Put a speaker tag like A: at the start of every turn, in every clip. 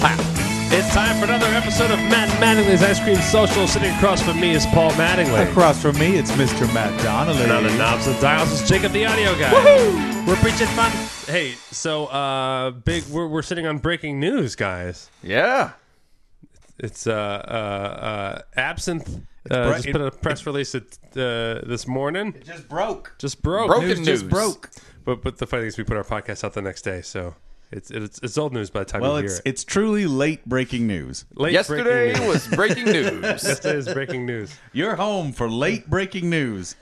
A: Pow. It's time for another episode of Matt Mattingly's Ice Cream Social. Sitting across from me is Paul Mattingly.
B: Across from me, it's Mr. Matt Donnelly.
A: And on the knobs and dials is Jacob the Audio Guy. We're preaching fun. Hey, so uh, big. We're, we're sitting on breaking news, guys.
C: Yeah.
A: It's uh, uh, uh, Absinthe. Uh,
B: bro-
A: just put a press release it, uh, this morning.
B: Just broke.
A: Just broke.
C: Broken
A: News
C: news.
A: just broke. But but the funny thing is, we put our podcast out the next day, so it's it's, it's old news by the time
B: Well,
A: you hear
B: it's
A: it.
B: it's truly late breaking news.
A: Late
C: Yesterday
A: breaking news.
C: was breaking news.
A: Yesterday is breaking news.
B: You're home for late breaking news.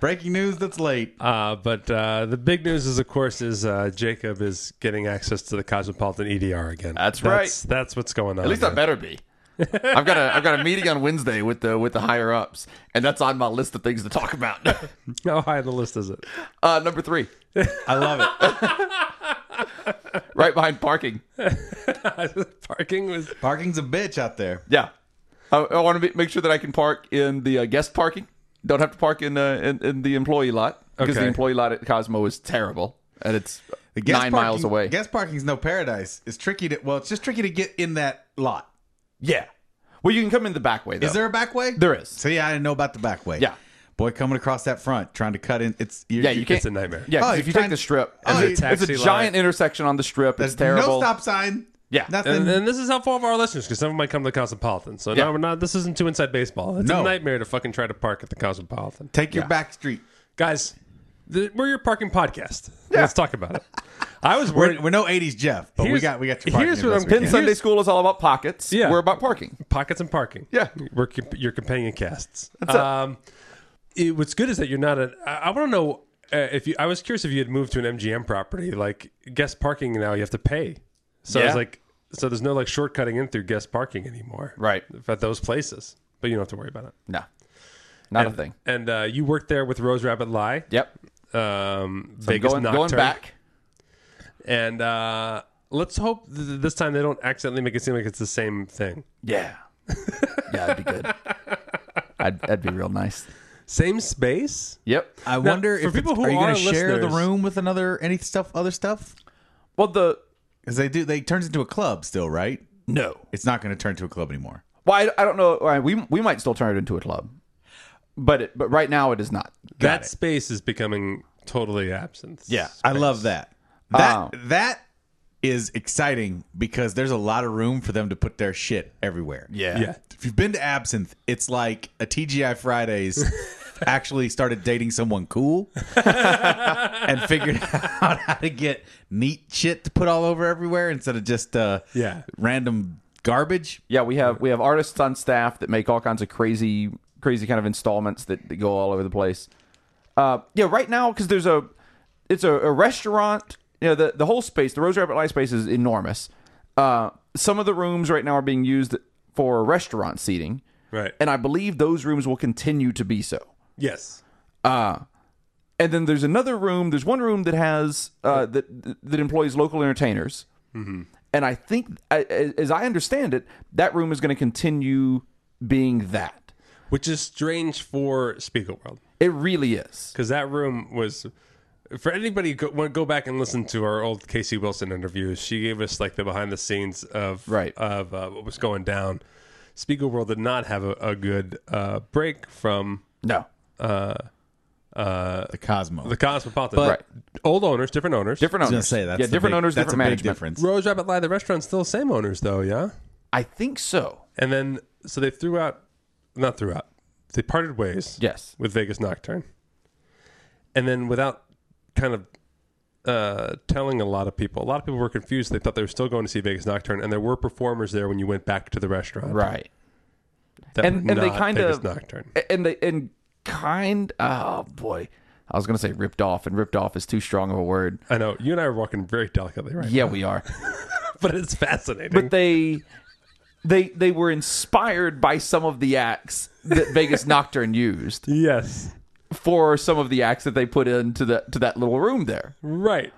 B: breaking news that's late.
A: Uh, but uh, the big news is, of course, is uh, Jacob is getting access to the Cosmopolitan EDR again.
C: That's
A: right. That's what's going on.
C: At least I better be. I've got a I've got a meeting on Wednesday with the with the higher ups, and that's on my list of things to talk about.
A: How high on the list is it?
C: Uh, number three,
B: I love it.
C: right behind parking.
A: Parking was.
B: Parking's a bitch out there.
C: Yeah, I, I want to make sure that I can park in the uh, guest parking. Don't have to park in uh, in, in the employee lot because
A: Okay.
C: the employee lot at Cosmo is terrible, and it's
B: The guest
C: nine
B: parking-
C: miles away.
B: Guest parking's no paradise. It's tricky to well, it's just tricky to get in that lot.
C: yeah. Well, you can come in the back way though.
B: Is there a back way?
C: There is.
B: See, I didn't know about the back way.
C: Yeah.
B: Boy, coming across that front, trying to cut in. It's you're,
C: yeah, you can't.
A: It's a nightmare.
C: Yeah, 'cause
B: Oh,
C: if you
B: you're
C: take the
B: trying-
C: strip,
B: Oh,
C: it's, a-
A: it's a
C: it's a
A: taxi
C: giant
A: line.
C: intersection on the strip.
B: There's
C: It's terrible.
B: no stop sign.
C: Yeah.
B: nothing.
A: And, and this is helpful for our listeners because some of them might come to the Cosmopolitan. So
C: Yeah.
A: now we're not. This isn't too inside baseball. It's a
B: No.
A: nightmare to fucking try to park at the Cosmopolitan.
B: Take your back street.
A: Guys, th- we're your parking podcast. Let's talk about it. I was worried.
B: We're, we're no '80s Jeff, but we
A: Here's-
B: got we got your parking.
A: here's what I'm
B: advice.
C: Penn
A: Yeah.
C: Sunday
A: Here's-
C: School is all about pockets.
A: Yeah.
C: We're about parking.
A: pockets and parking.
C: Yeah.
A: we're comp- your companion casts. um, it, what's good is that you're not a. I, I want to know uh, if you. I was curious if you had moved to an MGM property. Like guest parking now, you have to pay. So I was
C: Yeah.
A: like, so there's no like shortcutting in through guest parking anymore,
C: Right.
A: At those places, but you don't have to worry about it.
C: No, not a thing.
A: And uh, you worked there with Rose Rabbit Lie.
C: Yep.
A: Um,
C: I'm
A: Vegas
C: going, going
A: Nocturne.
C: back.
A: And uh, let's hope th- this time they don't accidentally make it seem like it's the same thing.
C: Yeah. yeah, that'd be good. I'd, that'd be real nice.
A: Same space.
C: Yep.
B: I
A: Now,
B: wonder
A: for
B: if
A: people who
B: it's- are you
A: are
B: going to share the
A: listeners-
B: room with another any stuff other stuff
C: Well, the
B: because they do they turns into a club still right?
C: no.
B: It's not going to turn to a club anymore.
C: Well, I, I don't know. All right, We we might still turn it into a club, but it, but right now it is not.
A: that space is becoming totally absent.
C: Yeah.
B: I love that. That
C: Oh.
B: that is exciting because there's a lot of room for them to put their shit everywhere.
C: Yeah.
A: Yeah.
B: If you've been to Absinthe, it's like a TGI Fridays actually started dating someone cool and figured out how to get neat shit to put all over everywhere instead of just uh
A: Yeah.
B: random garbage.
C: Yeah, we have we have artists on staff that make all kinds of crazy crazy kind of installments that, that go all over the place. Uh, yeah, right now because there's a it's a, a restaurant. You know the the whole space, the Rose Rabbit Light space is enormous. Uh, some of the rooms right now are being used for restaurant seating,
A: Right.
C: and I believe those rooms will continue to be so.
A: yes.
C: And then there's another room. There's one room that has uh, that that employs local entertainers, and I think, I- I- as I understand it, that room is going to continue being that.
A: Which is strange for Spiegelworld
C: It really is.
A: because that room was. For anybody go, want to go back and listen to our old Casey Wilson interviews, she gave us like the behind the scenes of
C: Right.
A: of uh, what was going down. Spiegelworld did not have a, a good uh, break from
C: No,
B: The Cosmo.
A: the Cosmopolitan.
C: But-
A: old owners, different owners,
C: different
B: I was gonna
C: owners.
B: say that's
C: yeah,
B: the
C: different
B: big-
C: owners,
B: That's
C: different
B: a big
C: management.
B: difference.
A: Rose Rabbit Lie, the restaurant's still the same owners though, yeah.
C: I think so.
A: And then so they threw out not threw out. They parted ways.
C: Yes.
A: With Vegas Nocturne. And then without kind of uh, telling a lot of people, a lot of people were confused. They thought they were still going to see Vegas Nocturne, and there were performers there when you went back to the restaurant.
C: Right.
A: That
C: And-
A: were
C: and they
A: not
C: kind
A: Vegas
C: of-
A: Nocturne.
C: A- And they and kind. Oh boy, I was going to say ripped off, and ripped off is too strong of a word.
A: I know you and I are walking very delicately right
C: Yeah, we are.
A: now, but it's fascinating.
C: but they they they were inspired by some of the acts that Vegas Nocturne used
A: yes.
C: for some of the acts that they put into the to that little room there.
A: Right.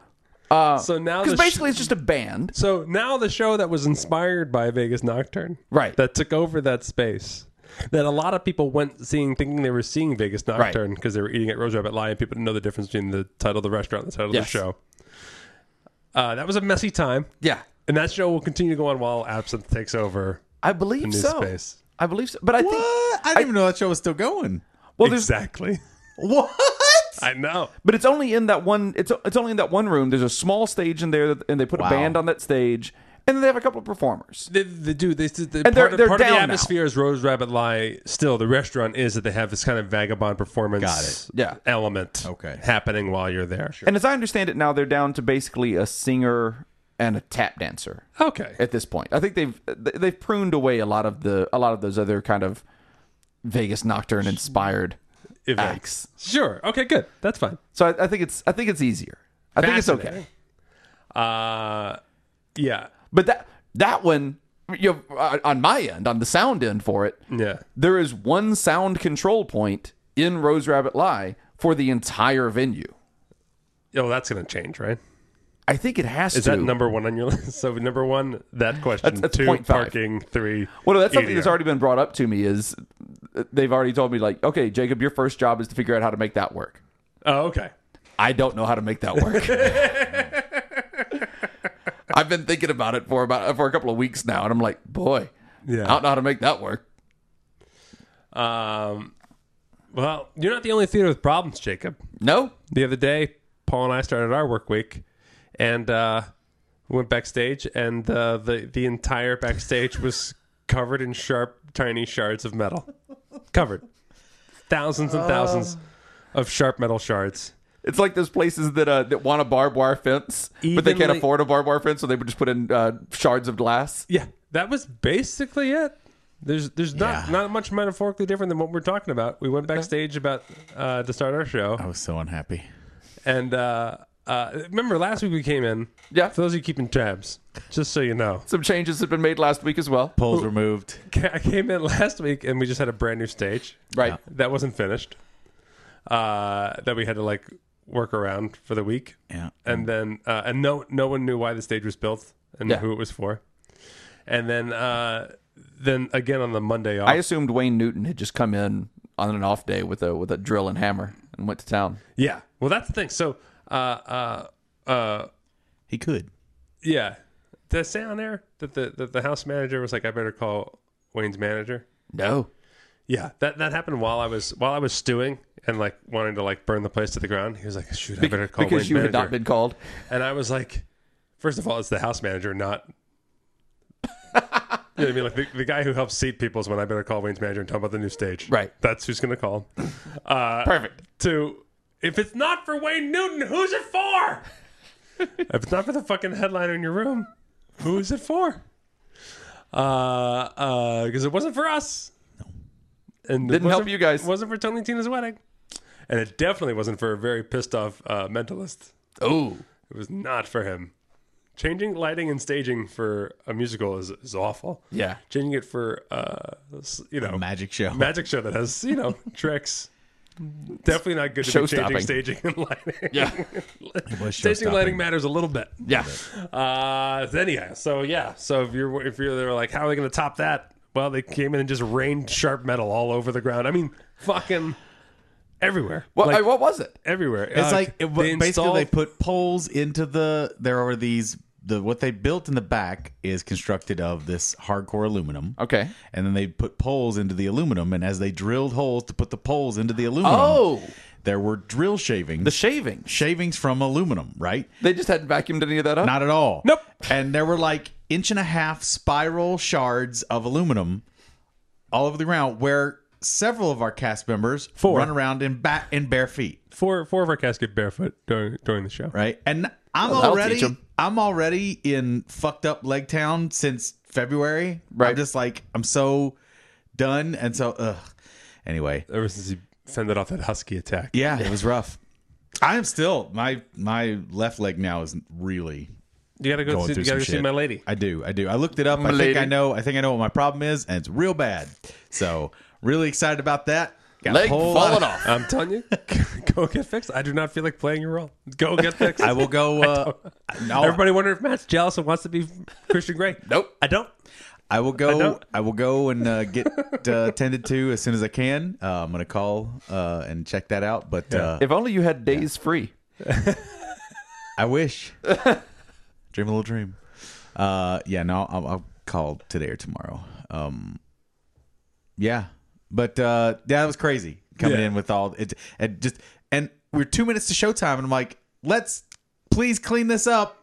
A: so now the
C: Uh, Because
A: sh-
C: basically, it's just a band.
A: so now the show that was inspired by Vegas Nocturne,
C: Right.
A: that took over that space. That a lot of people went seeing, thinking they were seeing Vegas Nocturne because they were eating at Rose Rabbit Lion. People didn't know the difference between the title of the restaurant and the title
C: Yes.
A: of the show. Uh, that was a messy time,
C: Yeah,
A: and that show will continue to go on while Absinthe takes over.
C: I believe
A: new
C: so.
A: space.
C: I believe so, but I think
B: What? I didn't even know that show was still going.
C: well, there's
A: exactly.
B: What?
A: I know.
C: But it's only in that one. It's it's only in that one room. There's a small stage in there, that, and they put
B: Wow.
C: a band on that stage, and then they have a couple of performers.
A: They, they do. They, they,
C: And
A: part
C: they're-
A: of,
C: they're
A: part of
C: down
A: the
C: now.
A: atmosphere is Rose Rabbit Lie. Still, the restaurant is that they have this kind of vagabond performance
B: Got it.
C: Yeah.
A: element
B: Okay.
A: happening while you're there.
C: And as I understand it now, they're down to basically a singer and a tap dancer
A: Okay.
C: at this point. I think they've they've pruned away a lot of the a lot of those other kind of Vegas Nocturne inspired
A: Events.
C: acts.
A: Sure. Okay, good. That's fine.
C: So I, I think it's I think it's easier. I think it's okay.
A: Fascinating. Uh, yeah.
C: But that that one, you know, uh, on my end, on the sound end for it,
A: Yeah.
C: there is one sound control point in Rose Rabbit Lie for the entire venue.
A: Oh, that's going to change, right?
C: I think it has
A: Is
C: to.
A: that number one on your list? So, number one, that question.
C: That's- that's
A: Two,
C: point five.
A: parking. Three.
C: well, that's something
A: EDR.
C: that's already been brought up to me. Is uh, they've already told me like, okay, Jacob, your first job is to figure out how to make that work.
A: Oh, okay.
C: I don't know how to make that work. I've been thinking about it for about for a couple of weeks now, and I'm like, boy,
A: Yeah.
C: I don't know how to make that work.
A: Um, well, you're not the only theater with problems, Jacob.
C: No,
A: the other day, Paul and I started our work week, and uh, went backstage, and uh, the the entire backstage was covered in sharp, tiny shards of metal, covered, thousands and thousands of sharp metal shards.
C: It's like those places that uh, that want a barbed wire fence, but they can't
A: Evenly-
C: afford a barbed wire fence, so they would just put in uh, shards of glass.
A: Yeah, that was basically it. There's there's not
B: Yeah.
A: not much metaphorically different than what we're talking about. We went backstage about uh, to start our show,
B: I was so unhappy.
A: and uh, uh, remember last week we came in.
C: Yeah.
A: for those of you keeping tabs, just so you know.
C: Some changes have been made last week as well.
B: Poles removed.
A: I came in last week and we just had a brand new stage
C: Right.
A: that wasn't finished. Uh, that we had to like work around for the week,
B: Yeah.
A: and then uh, and no no one knew why the stage was built and
C: Mm. Yeah.
A: who it was for, and then uh, then again on the Monday off.
C: I assumed Wayne Newton had just come in on an off day with a with a drill and hammer and went to town.
A: yeah, well that's the thing. So uh, uh, uh,
B: He could.
A: yeah, did I say on there that the that the house manager was like, I better call Wayne's manager.
C: No,
A: Yeah, that that happened while I was while I was stewing and like wanting to like burn the place to the ground. He was like, "Shoot, I better call
C: because
A: Wayne's
C: you
A: manager."
C: had not been called.
A: And I was like, first of all, it's the house manager, not." You know what I mean? Like the, the guy who helps seat people is when I better call Wayne's manager and talk about the new stage.
C: Right.
A: That's who's going to call. Uh,
C: Perfect.
A: To if it's not for Wayne Newton, who's it for? if it's not for the fucking headliner in your room, who's it for? Because uh, uh 'cause it wasn't for us. And it
C: Didn't help
A: wasn't-
C: you guys.
A: It wasn't for Tony Tina's wedding, and it definitely wasn't for a very pissed off uh, mentalist.
C: Oh,
A: It was not for him. Changing lighting and staging for a musical is, is awful.
C: Yeah.
A: Changing it for, uh, s- you know,
B: Magic show.
A: magic show that has, you know, tricks. Definitely not good to
C: Show
A: be changing
C: stopping.
A: staging and lighting.
C: Yeah.
B: was
A: staging
B: showstopping.
A: and lighting matters a little bit.
C: yeah.
A: Uh, anyhow, so yeah, so if you're if you're they're like, how are they going to top that? Well, they came in and just rained sharp metal all over the ground. I mean, fucking everywhere.
C: What,
A: like,
C: I- what was it?
A: everywhere. Uh,
B: It's like it,
A: they installed-
B: basically they put poles into the. There are these the what they built in the back is constructed of this hardcore aluminum.
C: Okay.
B: And then they put poles into the aluminum, and as they drilled holes to put the poles into the aluminum,
C: Oh,
B: there were drill shavings,
C: the shaving.
B: shavings from aluminum, right?
C: They just hadn't vacuumed any of that up.
B: Not at all.
A: Nope.
B: And there were like inch and a half spiral shards of aluminum all over the ground, where several of our cast members
A: Four.
B: run around in bat in bare feet.
A: four four of our cast get barefoot during during the show.
B: right? And I'm
C: that'll teach
B: already
C: 'em.
B: I'm already in fucked up leg town since February.
C: Right.
B: I'm just like I'm so done and so ugh. Anyway,
A: Ever since he fended off that husky attack.
B: yeah, it was rough. I am still my my left leg now is really
A: You gotta go
B: going
A: see,
B: through
A: you gotta go
B: some
A: see
B: shit.
A: my lady.
B: I do, I do. I looked it up. I
C: lady.
B: think I know. I think I know what my problem is, and it's real bad. So really excited about that. Got
D: Leg
B: whole
D: falling
B: lot
D: off.
A: I'm telling you, go get fixed. I do not feel like playing your role. Go get fixed.
B: I will go. Uh, no,
A: Everybody wondering if Matt's jealous and wants to be Christian Grey.
D: Nope.
A: I don't.
B: I will go.
A: don't-
B: I, will go and uh, get uh, tended to as soon as I can. Uh, I'm gonna call uh, and check that out. But uh,
C: If only you had days free.
B: I wish. dream a little dream. Uh, yeah, no, I'll, I'll call today or tomorrow. Um, yeah, but uh, yeah, that was crazy coming
A: Yeah.
B: in with all it and just and we're two minutes to showtime, and I'm like, let's please clean this up.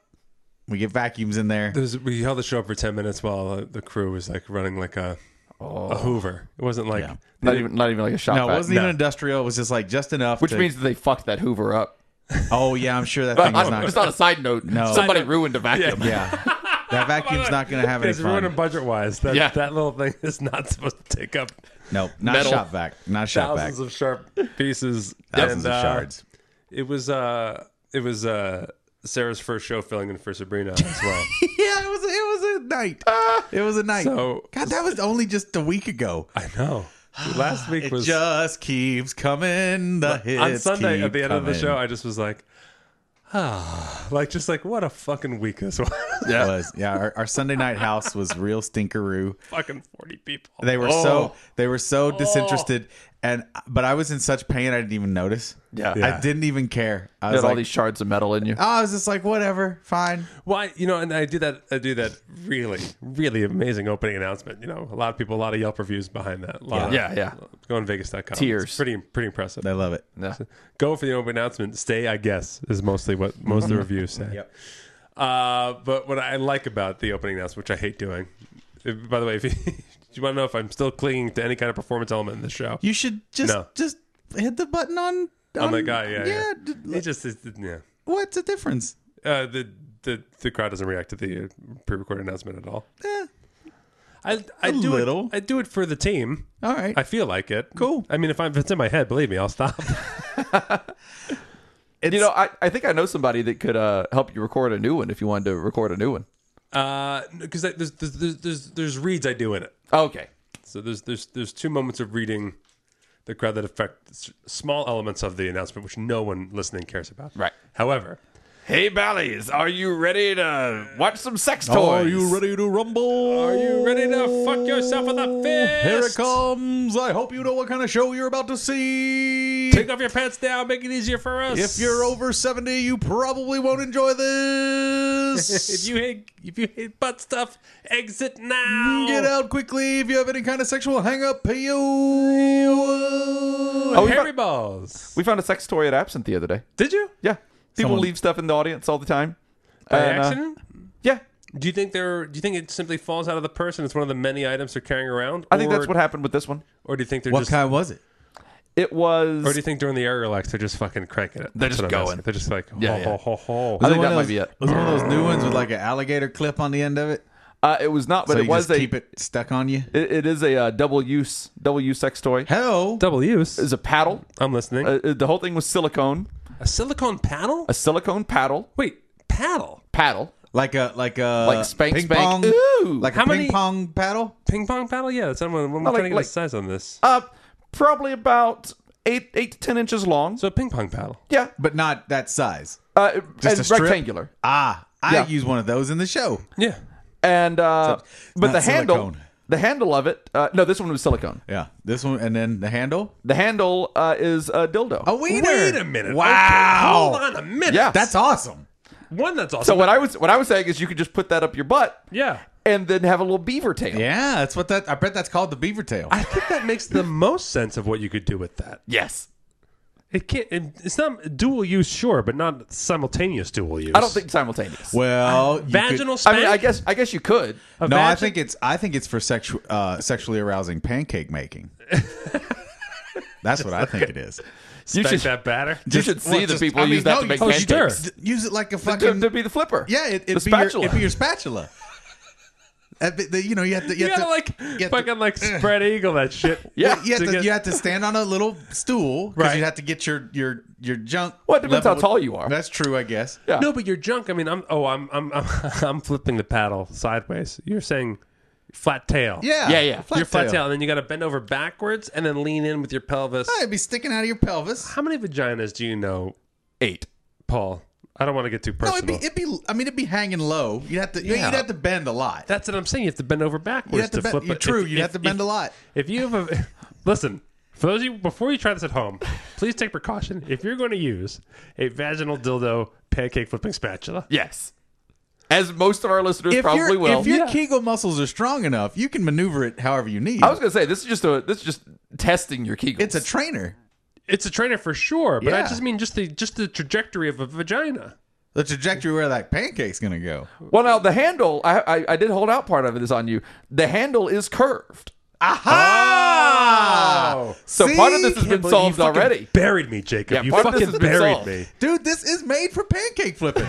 B: We get vacuums in there.
A: There's, we held the show up for ten minutes while uh, the crew was like running like a a Hoover. It wasn't like
B: Yeah.
C: Not even not even like a shot.
B: No, it
C: pack.
B: wasn't even industrial. It was just like just enough.
C: Which
B: to-
C: means that they fucked that Hoover up.
B: oh yeah, I'm sure that
D: But
B: thing was
D: I-
B: not.
D: it's not a side note.
B: No.
D: Somebody ruined a vacuum.
B: yeah,
A: Oh
B: that vacuum's not going to have any
A: it's ruining
B: fun.
A: budget wise. That,
D: Yeah.
A: that little thing is not supposed to take up
B: No, not
D: Metal.
B: shop vac, not shop vac.
A: thousands of sharp pieces,
B: Thousands
A: And,
B: of
A: uh,
B: shards.
A: It was uh, it was uh, Sarah's first show filling in for Sabrina as well.
B: yeah, it was it was a night. it was a night.
A: so-
B: God, that was only just a week ago.
A: I know. Last week
B: It
A: was
B: just keeps coming. The hits
A: on Sunday
B: keep
A: at the end of the
B: coming.
A: show. I just was like, ah, like just like what a fucking week this was.
B: It was yeah. Our, our Sunday night house was real stinkeroo.
A: fucking forty people. Oh.
B: They were so they were so disinterested, and but I was in such pain I didn't even notice.
C: Yeah.
B: I didn't even care. I
C: You
B: was
C: had all
B: like,
C: these shards of metal in you.
B: oh, I was just like, whatever, fine.
A: Why you know, and I do that. I do that really, really amazing opening announcement. You know, a lot of people, a lot of Yelp reviews behind that. A lot
C: Yeah.
A: of,
C: Yeah, yeah.
A: Go on Vegas.com. It's
C: Tears.
A: pretty, pretty impressive.
B: I love it.
C: Yeah.
A: Go for the open announcement. Stay, I guess, is mostly what most of the reviews say.
B: Mm-hmm. Yep.
A: Uh, but what I like about the opening announcement, which I hate doing, if- by the way, if you, if you want to know if I'm still clinging to any kind of performance element in the show,
B: You should just
A: No.
B: just hit the button on.
A: I'm
B: on-
A: that guy. Yeah, yeah.
B: d-
A: It just, it, yeah.
B: What's the difference?
A: Uh, the the the crowd doesn't react to the uh, pre-recorded announcement at all.
B: Eh,
A: I I
B: A
A: do
B: little.
A: It, I do it for the team.
B: all right.
A: I feel like it.
B: Cool.
A: I mean, if, I'm, if it's in my head, believe me, I'll stop.
C: You know, I, I think I know somebody that could uh, help you record a new one if you wanted to record a new one.
A: Because Uh, there's, there's there's there's there's reads I do in it.
C: Oh, Okay.
A: So there's there's there's two moments of reading the crowd that affect s- small elements of the announcement, which no one listening cares about.
C: Right.
A: However,
D: Hey, Bally's, are you ready to watch some sex toys?
C: Oh,
B: ready to rumble?
A: are you ready to fuck yourself with a fist?
B: Here it comes. I hope you know what kind of show you're about to see.
A: Take off your pants now. Make it easier for us.
B: if you're over 70, you probably won't enjoy this.
A: if you hate if you hate butt stuff, exit now.
C: Mm,
B: Get out quickly if you have any kind of sexual hang up. You.
C: Oh, we,
A: Hairy
C: found,
A: balls.
C: we found a sex toy at Absinthe the other day.
A: Did you
C: Yeah. People
B: Someone-
C: leave stuff in the audience all the time.
A: by
C: And, uh,
A: accident?
C: yeah.
A: do you think there? Do you think it simply falls out of the person? It's one of the many items they're carrying around.
C: I think
A: Or-
C: that's what happened with this one.
A: Or do you think they're
B: What
A: just
B: kind was it?
C: It was.
A: Or do you think during the aerial acts they're just fucking cranking it?
C: They're
A: That's
C: just
A: what I'm asking.
C: going.
A: They're just like, ho,
C: Yeah,
A: ho,
C: yeah.
A: ho, ho.
C: I think
B: Was
C: that
B: it one of
C: might be
B: those-
C: it.
B: Was it one of those new ones with like an alligator clip on the end of it?
C: Uh, it was not, but
B: so
C: it
B: you
C: was
B: just
C: a.
B: keep it stuck on you.
C: it- it is a uh, double use double use sex toy.
B: Hello.
A: Double use.
C: Is a paddle.
A: I'm listening.
C: Uh, uh, the whole thing was silicone.
A: a silicone paddle?
C: A silicone paddle.
A: Wait, paddle?
C: Paddle.
B: Like a like a
C: Like spank,
B: ping
C: spank.
B: pong,
C: Ooh.
B: like
A: How
B: a ping
A: many-
B: pong paddle.
A: Ping pong paddle? Yeah, that's I'm, I'm trying to
C: like-
A: get
C: like-
A: a size on this.
C: Uh, probably about eight eight to ten inches long.
A: So a ping pong paddle.
C: yeah.
B: but not that size.
C: Uh,
B: Just a
C: and
B: strip?
C: rectangular.
B: Ah, I
C: Yeah.
B: use one of those in the show.
A: Yeah.
C: and uh, but
B: not
C: the handle,
B: silicone.
C: the handle of it. Uh, no, this one was silicone.
B: Yeah, this one, and then the handle,
C: The handle uh, is a dildo.
B: a wiener.
A: Wait a minute.
B: Wow,
A: Okay, hold on a minute.
C: Yeah.
B: that's awesome.
A: One that's awesome.
C: so what I was what I was saying is you could just put that up your butt,
A: yeah.
C: and then have a little beaver tail.
B: Yeah, that's what that. I bet that's called the beaver tail.
A: I think that makes the most sense of what you could do with that.
C: Yes,
A: It can't. It, it's not dual use, sure, but not simultaneous dual use.
C: I don't think simultaneous.
B: well, you could-
A: vaginal.
C: I
A: spank?
C: mean, I guess I guess you could.
A: A
B: no, I
A: vagi-
B: think it's I think it's for sexual uh, sexually arousing pancake making. That's what I think it is.
C: You
A: Spank
C: should,
A: that batter.
C: you should see
B: well,
C: the
B: just-
C: people
B: I mean,
C: use that
B: no,
C: to
B: you-
C: make
A: oh,
C: pancakes.
A: sure.
B: Use it like a
C: To,
B: fucking
C: to be the flipper.
B: yeah. It,
C: the
B: it'd, be your,
C: spatula.
B: it'd be your spatula. That'd be the- you know, you have to. You,
A: You
B: have
A: gotta
B: to,
A: like
B: you have to-
A: fucking like spread eagle that shit.
C: Yeah.
B: Well, you, have
A: to
B: to,
A: get-
B: you have to stand on a little stool because
A: Right.
B: you have to get your your your junk.
C: Well, it depends
B: level
C: how
B: with-
C: tall you are.
B: That's true, I guess.
C: Yeah.
A: No, but your junk. I mean, I'm. Oh, I'm. I'm. I'm, I'm flipping the paddle sideways. You're saying flat tail.
B: Yeah.
D: Yeah, yeah.
A: your flat tail. and then you got to bend over backwards and then lean in with your pelvis.
B: Ah, It'd be sticking out of your pelvis.
A: How many vaginas do you know,
D: Eight.
A: Paul? I don't want to get too
B: No,
A: personal.
B: it'd be, it'd be. I mean, it'd be hanging low. You'd have to.
A: Yeah.
B: You'd have to bend a lot.
A: That's what I'm saying. You have to bend over backwards
B: You'd have to,
A: to, flip.
B: bend.
A: it.
B: You're true.
A: If-
B: You'd
A: if-
B: have to bend
A: if-
B: a lot.
A: If you have a listen, for those of you before you try this at home, please take precaution. If you're going to use a vaginal dildo pancake flipping spatula,
D: Yes. As most of our listeners
B: If
D: probably
B: your
D: will.
B: if your Kegel muscles are strong enough, you can maneuver it however you need.
C: I was gonna say this is just a this is just testing your kegels.
B: it's a trainer.
A: it's a trainer for sure. But I
B: Yeah.
A: just mean just the just the trajectory of a vagina.
B: The trajectory where that pancake's gonna go.
C: well now the handle. I, I I did hold out part of it is on you. The handle is curved,
B: Aha!
C: so
B: See?
C: part of this has been
A: Oh, But
C: solved
A: you fucking
C: already.
A: Buried me, Jacob.
C: Yeah,
A: you
C: part of this has
A: fucking
C: been
A: buried
C: solved.
A: me,
B: Dude, this is made for pancake flipping.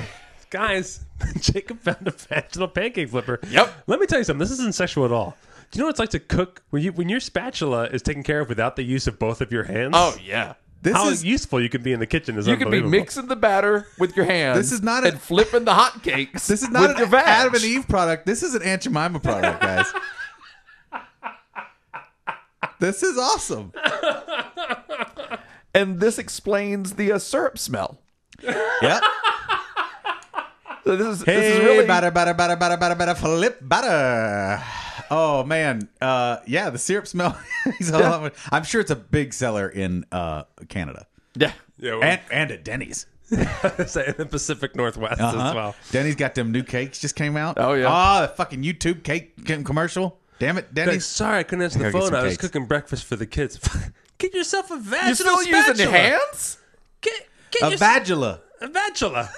A: guys. Jacob found a vaginal pancake flipper.
C: Yep.
A: Let me tell you something. This isn't sexual at all. Do you know what it's like to cook when you when your spatula is taken care of without the use of both of your hands?
D: oh, yeah.
B: This
A: how
B: is
A: useful you can be in the kitchen is
C: You could be
A: unbelievable.
C: mixing the batter with your hands.
B: This is not a-
C: and flipping the hotcakes.
B: this is not
C: with
B: an
C: your vag.
B: Adam and Eve product. This is an Aunt Jemima product, guys. this is awesome.
C: And this explains the uh, syrup smell.
B: Yep.
C: So this is
B: This
C: this is really
B: batter, batter, batter, batter, batter, batter, flip, batter. Oh man, uh, yeah, the syrup smell. is a lot- I'm sure it's a big seller in uh, Canada
C: Yeah.
A: Yeah, well,
B: and and at Denny's.
A: say in the Pacific Northwest
B: Uh-huh.
A: as well.
B: Denny's got them new cakes just came out.
C: Oh, yeah.
B: Ah, the fucking YouTube cake commercial. Damn it,
A: Like,
B: Denny's.
A: sorry, I couldn't answer the
B: Gotta get
A: phone.
B: some
A: I was
B: cakes.
A: cooking breakfast for the kids. get yourself a vaginal
C: You're still
A: spatula.
C: using your hands,
A: Get, get
B: A
A: yours-
B: vagula.
A: a vagula.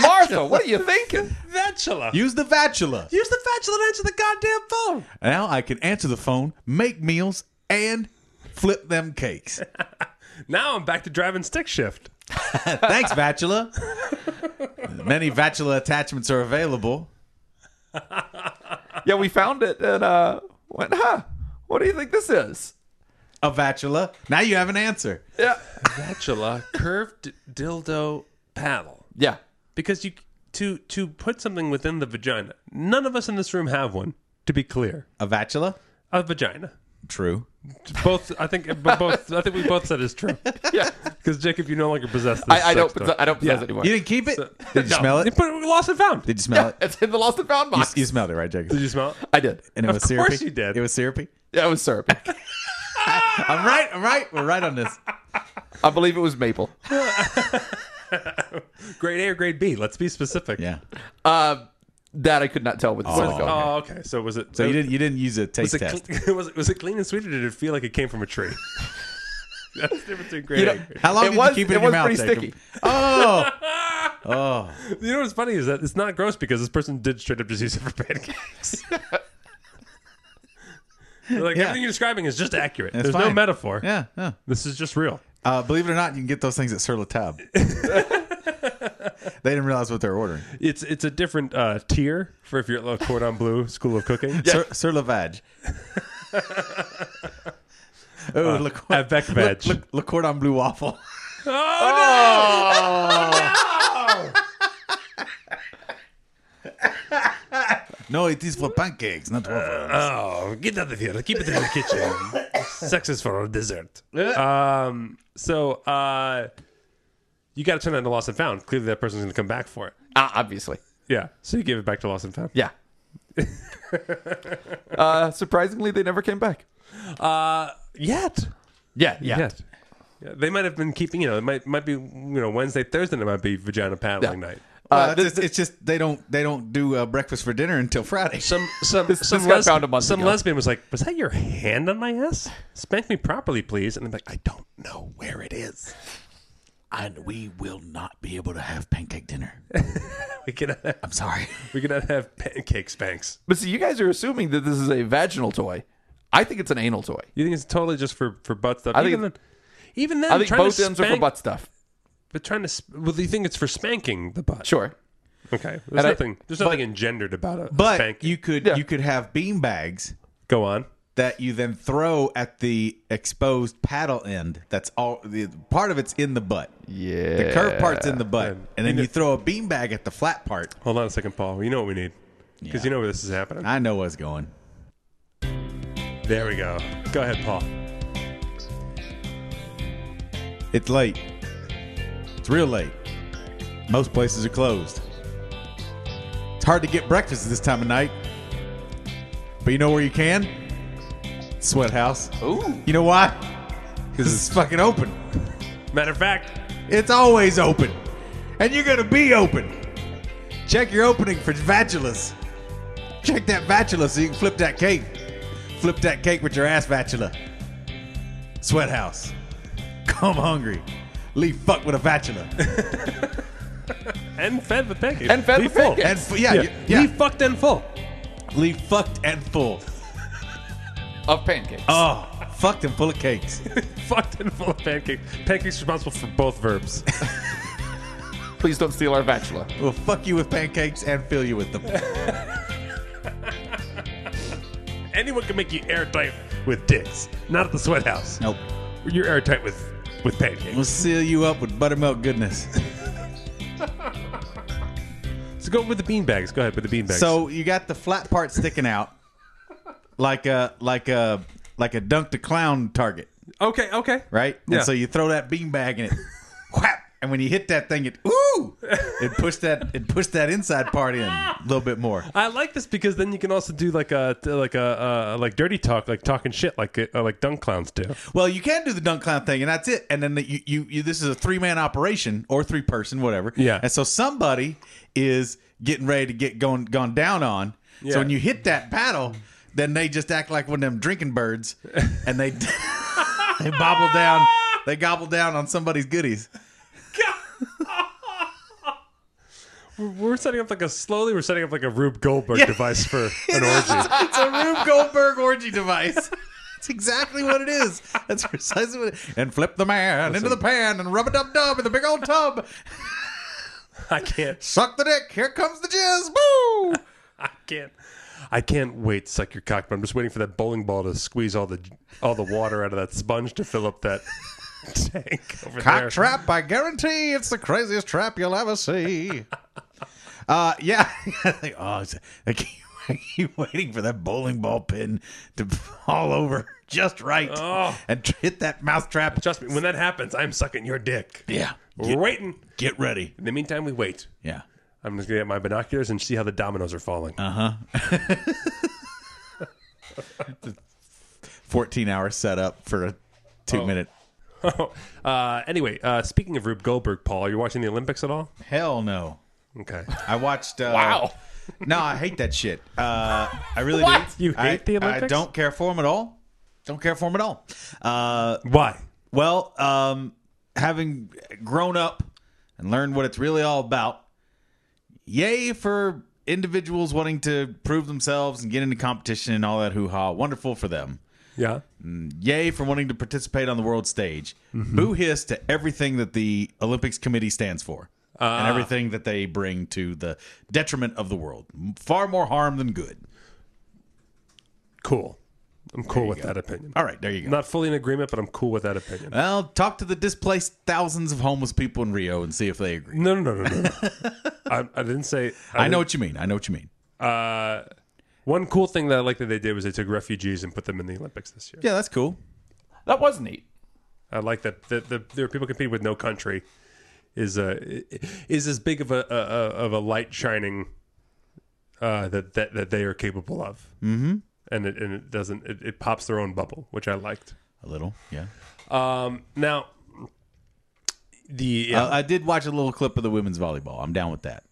C: Martha. What are you thinking?
A: Vagula.
B: Use the vagula.
A: Use the vagula to answer the goddamn phone.
B: Now I can answer the phone, make meals, and flip them cakes.
A: Now I'm back to driving stick shift.
B: Thanks, Bachelor. Many Bachelor attachments are available.
C: Yeah, we found it and uh, went, huh? What do you think this is?
B: A Bachelor. Now you have an answer.
C: Yeah.
A: Vagula curved dildo paddle.
C: Yeah.
A: Because you to to put something within the vagina. None of us in this room have one. To be clear,
B: A Bachelor.
A: a vagina.
B: True.
A: Both, I think, but both. I think we both said it's true.
C: Yeah.
A: Because Jacob, you no longer possess this.
C: I, I don't.
A: sex toy.
C: I don't possess
A: Yeah.
C: anymore.
B: You didn't keep it. Did you smell
A: You
B: it?
A: put it lost and found. Did
B: Did you smell it?
C: It's in the lost and found
B: You,
C: box.
B: you smelled it, right, Jacob?
A: you smell? it?
C: I did.
B: And it
A: Of
B: was
A: course
B: syrupy.
A: you did.
B: It was syrupy.
C: Yeah, it was syrup.
B: I'm right. I'm right. We're right on this.
C: I believe it was maple.
A: Grade A or grade B? Let's be specific.
B: Yeah.
C: Uh, that I could not tell with the
A: Was-
C: silicone.
A: oh, okay. So was it?
B: So you didn't. You didn't use a taste
A: Was it,
B: test.
A: cle- was, it, was it clean and sweet, or did it feel like it came from a tree? That's the difference between grade
C: You
A: A.
C: know-
A: and grade
B: How long
C: It
B: did
C: was-
B: you keep it,
C: it
B: in your
C: was
B: mouth?
C: pretty
B: Jacob?
C: sticky.
B: Oh,
A: B. You know what's funny is that it's not gross because this person did straight up just use it for pancakes. like
B: Yeah.
A: everything you're describing is just accurate.
B: It's
A: There's no
B: fine.
A: metaphor.
B: yeah. yeah.
A: This is just real.
B: Uh, believe it or not, you can get those things at Sur La Table. they didn't realize what they were ordering.
A: It's it's a different uh, tier for if you're uh, at La Cordon Bleu School of Cooking.
B: Sur, Sur La Vag. oh, Le Cor-
A: Avec veg.
B: Le, Le Cordon Bleu waffle. Oh, No, it is for pancakes, not waffles.
A: Oh, get out of here. Keep it in the kitchen. Sex is for dessert. Um, so uh, you got to turn that into Lost and Found. Clearly, that person's going to come back for it.
C: Ah, obviously.
A: Yeah. So you gave it back to Lost and Found.
C: Yeah. uh, surprisingly, they never came back.
A: Yet.
C: Yeah, yeah.
A: Yet. Yeah, they might have been keeping, you know, it might might be, you know, Wednesday, Thursday, it might be vagina paddling night.
B: Well,
C: Uh,
B: it's, just, it's just they don't they don't do uh, breakfast for dinner until Friday.
A: Some some some,
C: this guy found a month
A: some
C: ago.
A: lesbian was like, "Was that your hand on my ass? Spank me properly, please." And I'm like, "I don't know where it is.
B: And we will not be able to have pancake dinner.
A: We cannot have,
B: I'm sorry.
A: we cannot have pancake spanks."
C: But see, you guys are assuming that this is a vaginal toy. I think it's an anal toy.
A: You think it's totally just for for butt stuff?
C: I think
A: even then, even then,
C: I think
A: trying to
C: both ends are for
A: spank-
C: butt stuff.
A: But trying to, sp- well, you think it's for spanking the butt?
C: Sure.
A: Okay. There's
C: I-
A: nothing. there's nothing engendered about it.
B: But
A: spank.
B: you could
C: Yeah.
B: you could have bean bags
A: go on.
B: that you then throw at the exposed paddle end. That's all. The part of it's in the butt.
C: Yeah.
B: The curved part's in the butt,
A: Yeah.
B: and then you throw a bean bag at the flat part.
A: Hold on a second, Paul. You know what we need because
B: Yeah.
A: you know where this is happening.
B: I know what's going.
A: There we go. Go ahead, Paul.
B: It's late. It's real late. Most places are closed. It's hard to get breakfast this time of night. But you know where you can? Sweat House.
C: Ooh.
B: You know why? Because it's fucking open.
A: Matter of fact,
B: It's always open. And you're going to be open. Check your opening for Vatulas. Check that Vatula so you can flip that cake. Flip that cake with your ass Vatula. Sweat House. Come hungry. Leave fuck with a Vatula.
A: and fed with pancakes.
C: And fed
A: Leave
C: with pancakes.
B: And fu- yeah, yeah.
A: Yeah.
B: yeah.
A: Leave fucked and full.
B: Leave fucked and full.
C: Of pancakes.
B: Oh, fucked and full of cakes.
A: fucked and full of pancakes. Pancakes responsible for both verbs.
C: Please don't steal our bachelor.
B: We'll fuck you with pancakes and fill you with them.
A: Anyone can make you airtight with dicks. Not at the sweat house.
B: Nope.
A: You're airtight with with pancakes.
B: We'll seal you up with buttermilk goodness.
A: So go with the beanbags. Go ahead with the beanbags.
B: So you got the flat part sticking out, like a like a like a dunk the clown target,
A: okay, okay.
B: right?
A: Yeah.
B: And so you throw that beanbag in it, whap, and when you hit that thing, it ooh, it pushed that it pushed that inside part in a little bit more.
A: I like this because then you can also do like a like a uh, like dirty talk, like talking shit, like uh, like dunk clowns do.
B: Well, you can do the dunk clown thing, and that's it. And then the, you, you, you, this is a three man operation or three person, whatever.
A: Yeah.
B: And so somebody is getting ready to get gone gone down on.
A: Yeah.
B: So when you hit that paddle, then they just act like one of them drinking birds, and they they bobble down, they gobble down on somebody's goodies.
A: We're setting up like a slowly. We're setting up like a Rube Goldberg device for an orgy.
B: It's a Rube Goldberg orgy device. That's exactly what it is. That's precisely what. It, and flip the man into the pan and rub a dub dub in the big old tub.
A: I can't.
B: Suck the dick. Here comes the jizz. Boo.
A: I can't. I can't wait to suck your cock. But I'm just waiting for that bowling ball to squeeze all the all the water out of that sponge to fill up that tank over
B: Cock
A: there.
B: trap, I guarantee it's the craziest trap you'll ever see. uh, yeah. oh, it's- I keep, I keep waiting for that bowling ball pin to fall over just right
A: Oh.
B: and hit that mouth trap.
A: Trust me, when that happens, I'm sucking your dick.
B: yeah.
A: We're
B: Get,
A: waiting.
B: get ready.
A: In the meantime, we wait.
B: Yeah.
A: I'm just gonna get my binoculars and see how the dominoes are falling.
B: Uh. 14 hour setup for a
A: Oh.
B: two minute.
A: uh, anyway, uh, speaking of Rube Goldberg, Paul, are you watching the Olympics at all?
B: Hell no.
A: Okay.
B: I watched. Uh,
C: Wow.
B: No, I hate that shit. Uh, I really
C: What?
B: do.
A: You hate
B: I,
A: the
B: I
A: Olympics?
B: don't care for them at all. Don't care for them at all. Uh,
A: Why?
B: Well, um, having grown up and learned what it's really all about, yay for individuals wanting to prove themselves and get into competition and all that hoo ha. Wonderful for them.
A: Yeah.
B: Mm. Yay for wanting to participate on the world stage. Boo hiss to everything that the Olympics committee stands for and everything that they bring to the detriment of the world. Far more harm than good.
A: Cool. I'm cool with that opinion.
B: All right, there you go. Uh.
A: Not fully in agreement, but I'm cool with that opinion.
B: well, talk to the displaced thousands of homeless people in Rio and see if they agree.
A: No, no, no, no, no. I, I didn't say.
B: I
A: didn't-
B: know what you mean. I know what you mean.
A: Uh, one cool thing that I like that they did was they took refugees and put them in the Olympics this year.
B: Yeah, that's cool.
C: That was neat.
A: I like that the, the, there are people competing with no country is a is as big of a, a, a of a light shining uh, that that that they are capable of. Mm-hmm. And it and it doesn't it, it pops their own bubble, which I liked.
B: A little, yeah.
A: Um, now the
B: Uh, I did watch a little clip of the women's volleyball. I'm down with that.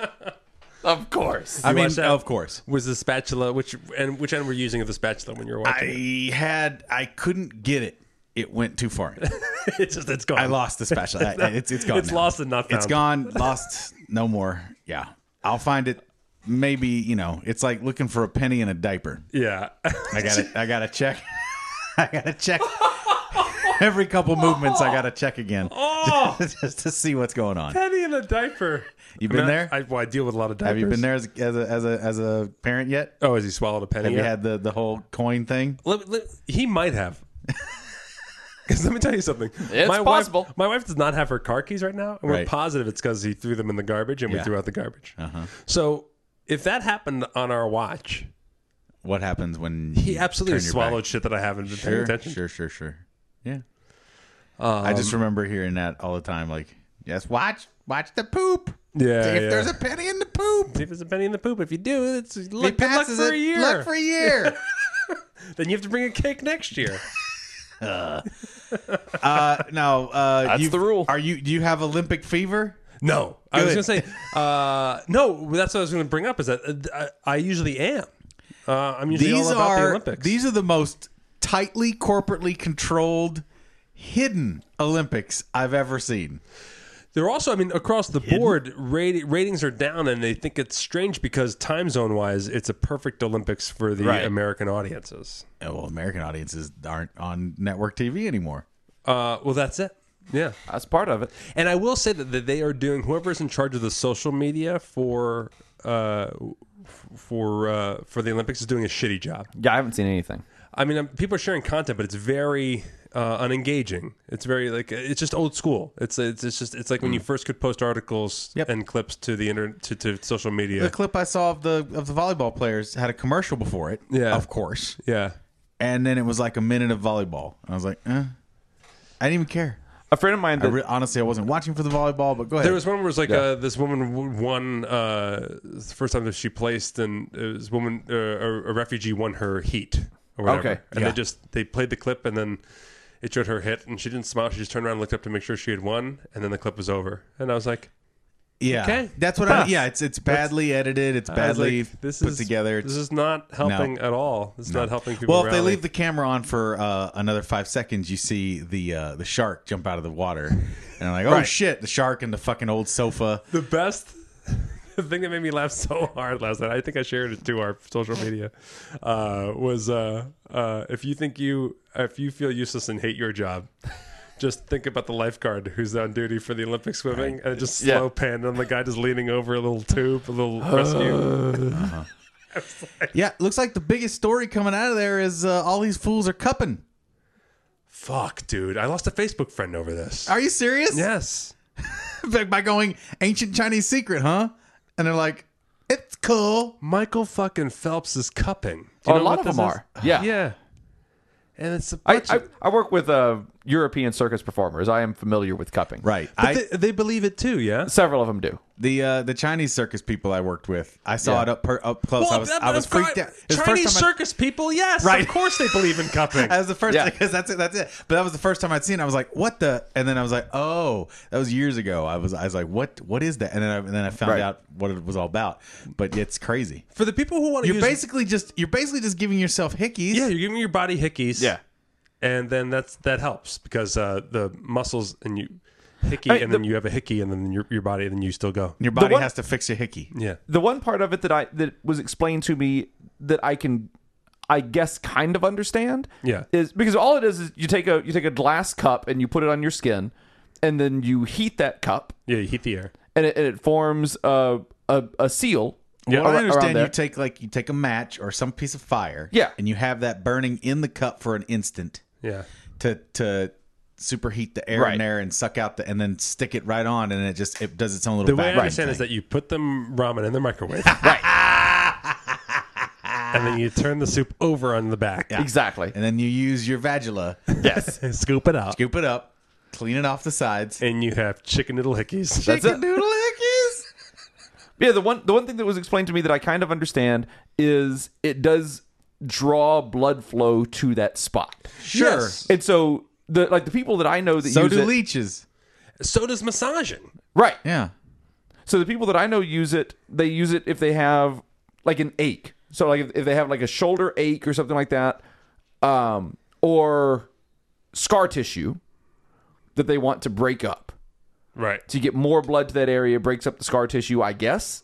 C: Of course.
B: I mean,
A: watched that?
B: of course.
A: was the spatula which and which end were you using of the spatula when you were watching it?
B: I had, I couldn't get it. It went too far. in.
A: it's just it's gone.
B: I lost the spatula. I- I- it's, it's gone.
A: It's
B: now.
A: lost and not
B: It's
A: found.
B: gone. Lost. No more. Yeah. I'll find it. Maybe you know. It's like looking for a penny in a diaper.
A: Yeah.
B: I got to I got to check. I got to check. Every couple movements, I got to check again
A: Oh.
B: just to see what's going on.
A: Penny in a diaper.
B: You been
A: I
B: there?
A: I, well, I deal with a lot of diapers.
B: Have you been there as, as a as a as a parent yet?
A: Oh, has he swallowed a penny?
B: Have you
A: yet?
B: had the the whole coin thing?
A: Let- let- he might have. Because let me tell you something.
C: It's
A: my
C: possible.
A: Wife, my wife does not have her car keys right now, and we're
B: Right.
A: positive it's because he threw them in the garbage, and we
B: Yeah.
A: threw out the garbage. Uh-huh. So if that happened on our watch,
B: what happens when
A: He
B: you
A: absolutely
B: turn your
A: swallowed
B: back.
A: shit that I haven't been paying
B: Sure,
A: attention.
B: sure, sure, sure. Yeah. I just
A: Um,
B: remember hearing that all the time. Like, yes, watch, watch the poop.
A: Yeah,
B: if
A: yeah.
B: there's a penny in the poop,
A: See if there's a penny in the poop. If you do, it's
B: he
A: luck, good luck
B: passes
A: for
B: it.
A: a year.
B: Luck for a year.
A: then you have to bring a cake next year.
B: uh, no, uh,
C: That's
B: you've-
C: the rule.
B: Are you? Do you have Olympic fever?
A: No, I was gonna
B: Good.
A: say uh, no. That's what I was gonna bring up. Is that uh, I, I usually am. Uh, I'm usually
B: These
A: all about
B: are
A: the Olympics.
B: these are the most tightly corporately controlled, hidden Olympics I've ever seen.
A: They're also, I mean, across the board, rate, ratings are down, and they think it's strange because time zone wise, it's a perfect Olympics for the
C: Right.
A: American audiences.
B: Oh, well, American audiences aren't on network TV anymore.
A: Uh, well, that's it. Yeah,
C: That's part of it.
A: and I will say that, that they are doing whoever's in charge of the social media for uh, f- for uh, for the Olympics is doing a shitty job.
C: Yeah, I haven't seen anything.
A: I mean, um, people are sharing content, but it's very uh, unengaging. It's very like it's just old school. It's it's, it's just it's like when you first could post articles
B: Mm. Yep.
A: and clips to the internet to, to social media.
B: The clip I saw of the of the volleyball players had a commercial before it.
A: Yeah.
B: of course.
A: yeah.
B: And then it was like a minute of volleyball. I was like, eh. I didn't even care.
C: A friend of mine
B: I
C: that
B: re- honestly, I wasn't watching for the volleyball, but go ahead.
A: There was one where it was like uh, this woman w- won uh, the first time that she placed, and uh, this woman, uh, a a refugee, won her heat or whatever.
C: Okay,
A: and
B: yeah.
A: they just they played the clip, and then it showed her hit, and she didn't smile. She just turned around, and looked up to make sure she had won, and then the clip was over. And I was like,
B: yeah,
A: okay.
B: that's what I. Yeah, it's it's badly edited. It's
A: I was
B: badly
A: like, this
B: put
A: is
B: together. It's,
A: This is not helping at all. This is not helping people.
B: well, if they
A: rally.
B: leave the camera on for uh, another five seconds, you see the uh, the shark jump out of the water, and I'm like, oh shit, the shark and the fucking old sofa.
A: the best the thing that made me laugh so hard last night i think i shared it to our social media uh, was uh, uh, if you think you if you feel useless and hate your job just think about the lifeguard who's on duty for the olympic swimming and just
C: Yeah.
A: slow pan and the guy just leaning over a little tube a little rescue
B: Yeah, looks like the biggest story coming out of there is uh, all these fools are cupping.
A: fuck dude i lost a facebook friend over this
B: Are you serious?
A: yes
B: By going ancient Chinese secret, huh? And they're like, it's cool.
A: michael fucking phelps is cupping Do
C: Oh,
A: you
C: a
A: know
C: lot
A: what
C: of them
A: this is?
C: are. Yeah.
A: yeah and it's a
C: I,
A: bunch
C: I,
A: of-
C: I work with uh, European circus performers. I am familiar with cupping.
B: Right.
A: but
B: I,
A: they, they believe it too yeah
C: Several of them do.
B: the uh, the Chinese circus people I worked with, I saw
C: Yeah.
B: it up per, up close. I was
A: that-
B: I was
A: of course-
B: freaked out. It was the
A: Chinese
B: first time I-
A: circus people, yes,
B: Right.
A: of course they believe in cupping.
B: That was the first
C: Yeah.
B: because that's it. That's it. But that was the first time I'd seen. it. I was like, "What the?" And then I was like, "Oh, that was years ago." I was, I was like, "What? What is that?" And then, I, and then I found
C: Right.
B: out what it was all about. But it's crazy.
A: For the people who want to
B: You're
A: use,
B: basically just, you're basically just giving yourself hickeys.
A: yeah, you're giving your body hickeys,
C: Yeah.
A: and then that's that helps because uh, the muscles and you hickey,
C: I mean,
A: and then you have a hickey, and then your your body, and then you still go,
B: Your body
C: one-
B: has to fix your hickey.
A: yeah,
C: the one part of it that I that was explained to me that I can I guess kind of understand.
A: Yeah.
C: Is because all it is is you take a you take a glass cup and you put it on your skin and then you heat that cup
A: yeah, you heat the air.
C: and it, and it forms a a, a seal.
B: Yeah,
C: ar-
A: Oh,
B: I
C: around
B: understand
C: there.
B: you take like you take a match or some piece of fire.
C: Yeah.
B: and you have that burning in the cup for an instant
A: Yeah,
B: to to superheat the air
C: Right.
B: in there and suck out the and then stick it right on and it just it does its own little
A: the way I
B: vacuum
A: understand is
B: thing.
A: that you put the ramen in the microwave, right, and then you turn the soup over on the back,
C: exactly.
B: and then you use your vagula,
C: Yes.
A: and scoop it out,
B: scoop it up, clean it off the sides.
A: and you have chicken noodle hickeys.
C: That's
B: Chicken
C: it.
B: noodle hickeys.
C: Yeah, the one the one thing that was explained to me that I kind of understand is it does draw blood flow to that spot.
B: Sure.
A: Yes.
C: And so the like the people that I know that
B: So
C: use
B: do
C: it,
B: leeches.
A: So does massaging.
C: right.
B: Yeah.
C: So the people that I know use it, they use it if they have like an ache. So like if, if they have like a shoulder ache or something like that, um, or scar tissue that they want to break up.
A: Right.
C: So you get more blood to that area, breaks up the scar tissue, I guess.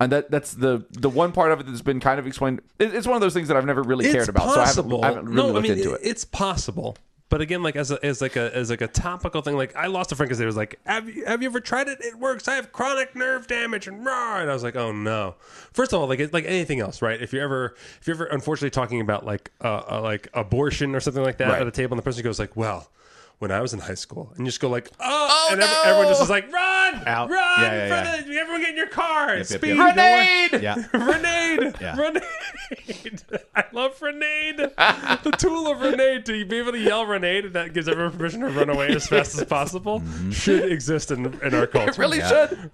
C: And that that's the the one part of it that's been kind of explained. It, it's one of those things that I've never really cared about, so I haven't, I haven't really looked into it.
A: It's possible. But again, like as a, as like a as like a topical thing, like I lost a friend because they was like, "Have you have you ever tried it? It works. I have chronic nerve damage and raw." And I was like, "Oh no!" First of all, like it's like anything else, right? If you're ever if you're ever unfortunately talking about like uh, uh, like abortion or something like that
C: Right.
A: at a table, and the person goes like, "Well, when I was in high school, and you just go like, oh, and ev- everyone just is like, run,
B: Out.
A: run
B: Yeah, yeah,
A: for the everyone get in your car,
B: Yep, yep,
A: speed,
B: yep.
C: Grenade!
B: Yeah.
A: Renade!
B: Yeah.
A: Renade! I love Renade! the tool of Renade to be able to yell Renade and that gives everyone permission to run away as fast as possible should exist in, in our culture.
C: It really
B: Yeah.
C: should.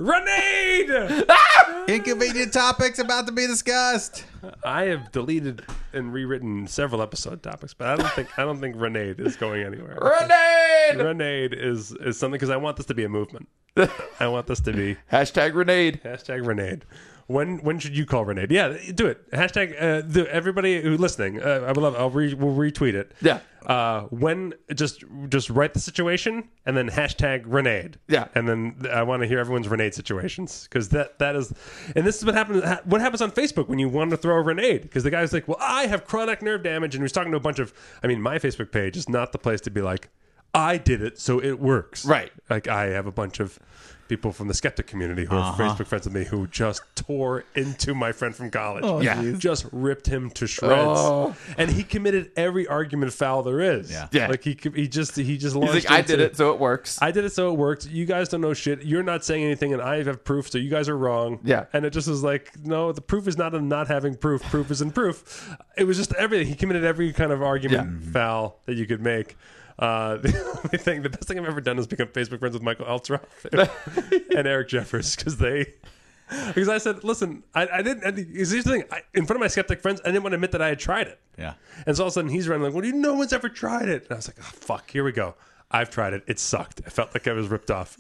A: Renade!
B: Inconvenient topics about to be discussed.
A: I have deleted and rewritten several episode topics, but I don't think I don't think Renade is going anywhere.
C: Grenade!
A: Renade is is something because I want this to be a movement. I want this to be
C: Hashtag grenade.
A: Hashtag Renade. When when should you call Renade? Yeah, do it. Hashtag uh, the, everybody who listening. Uh, I would love. I'll re, we'll retweet it.
C: Yeah.
A: Uh, when just just write the situation and then hashtag Renade.
C: Yeah.
A: And then I want to hear everyone's Renade situations because that that is, and this is what happens. ha- What happens on Facebook when you want to throw a Renade? Because the guy's like, well, I have chronic nerve damage, and he was talking to a bunch of. I mean, my Facebook page is not the place to be like. I did it, so it works.
C: Right.
A: Like I have a bunch of people from the skeptic community who
C: Uh-huh.
A: are Facebook friends with me who just tore into my friend from college.
C: Yeah. geez.
A: Just ripped him to shreds.
C: Oh.
A: And he committed every argument foul there is.
B: Yeah.
C: Yeah.
A: Like he co- he just he
C: He's
A: just launched
C: like, I did
A: into-
C: it, so it works.
A: I did it so it worked. You guys don't know shit. You're not saying anything and I have proof, so you guys are wrong.
C: Yeah.
A: And it just was like, no, the proof is not in not having proof. Proof is in proof. It was just everything. He committed every kind of argument foul that you could make. Uh, the only thing, the best thing I've ever done is become Facebook friends with Michael Altroff and Eric Jeffers because they. Because I said, listen, I, I didn't. And here's the thing: I, in front of my skeptic friends, I didn't want to admit that I had tried it.
B: Yeah.
A: And so all of a sudden he's running like, "What do you? No one's ever tried it." And I was like, "Oh fuck, here we go." I've tried it. It sucked. I felt like I was ripped off.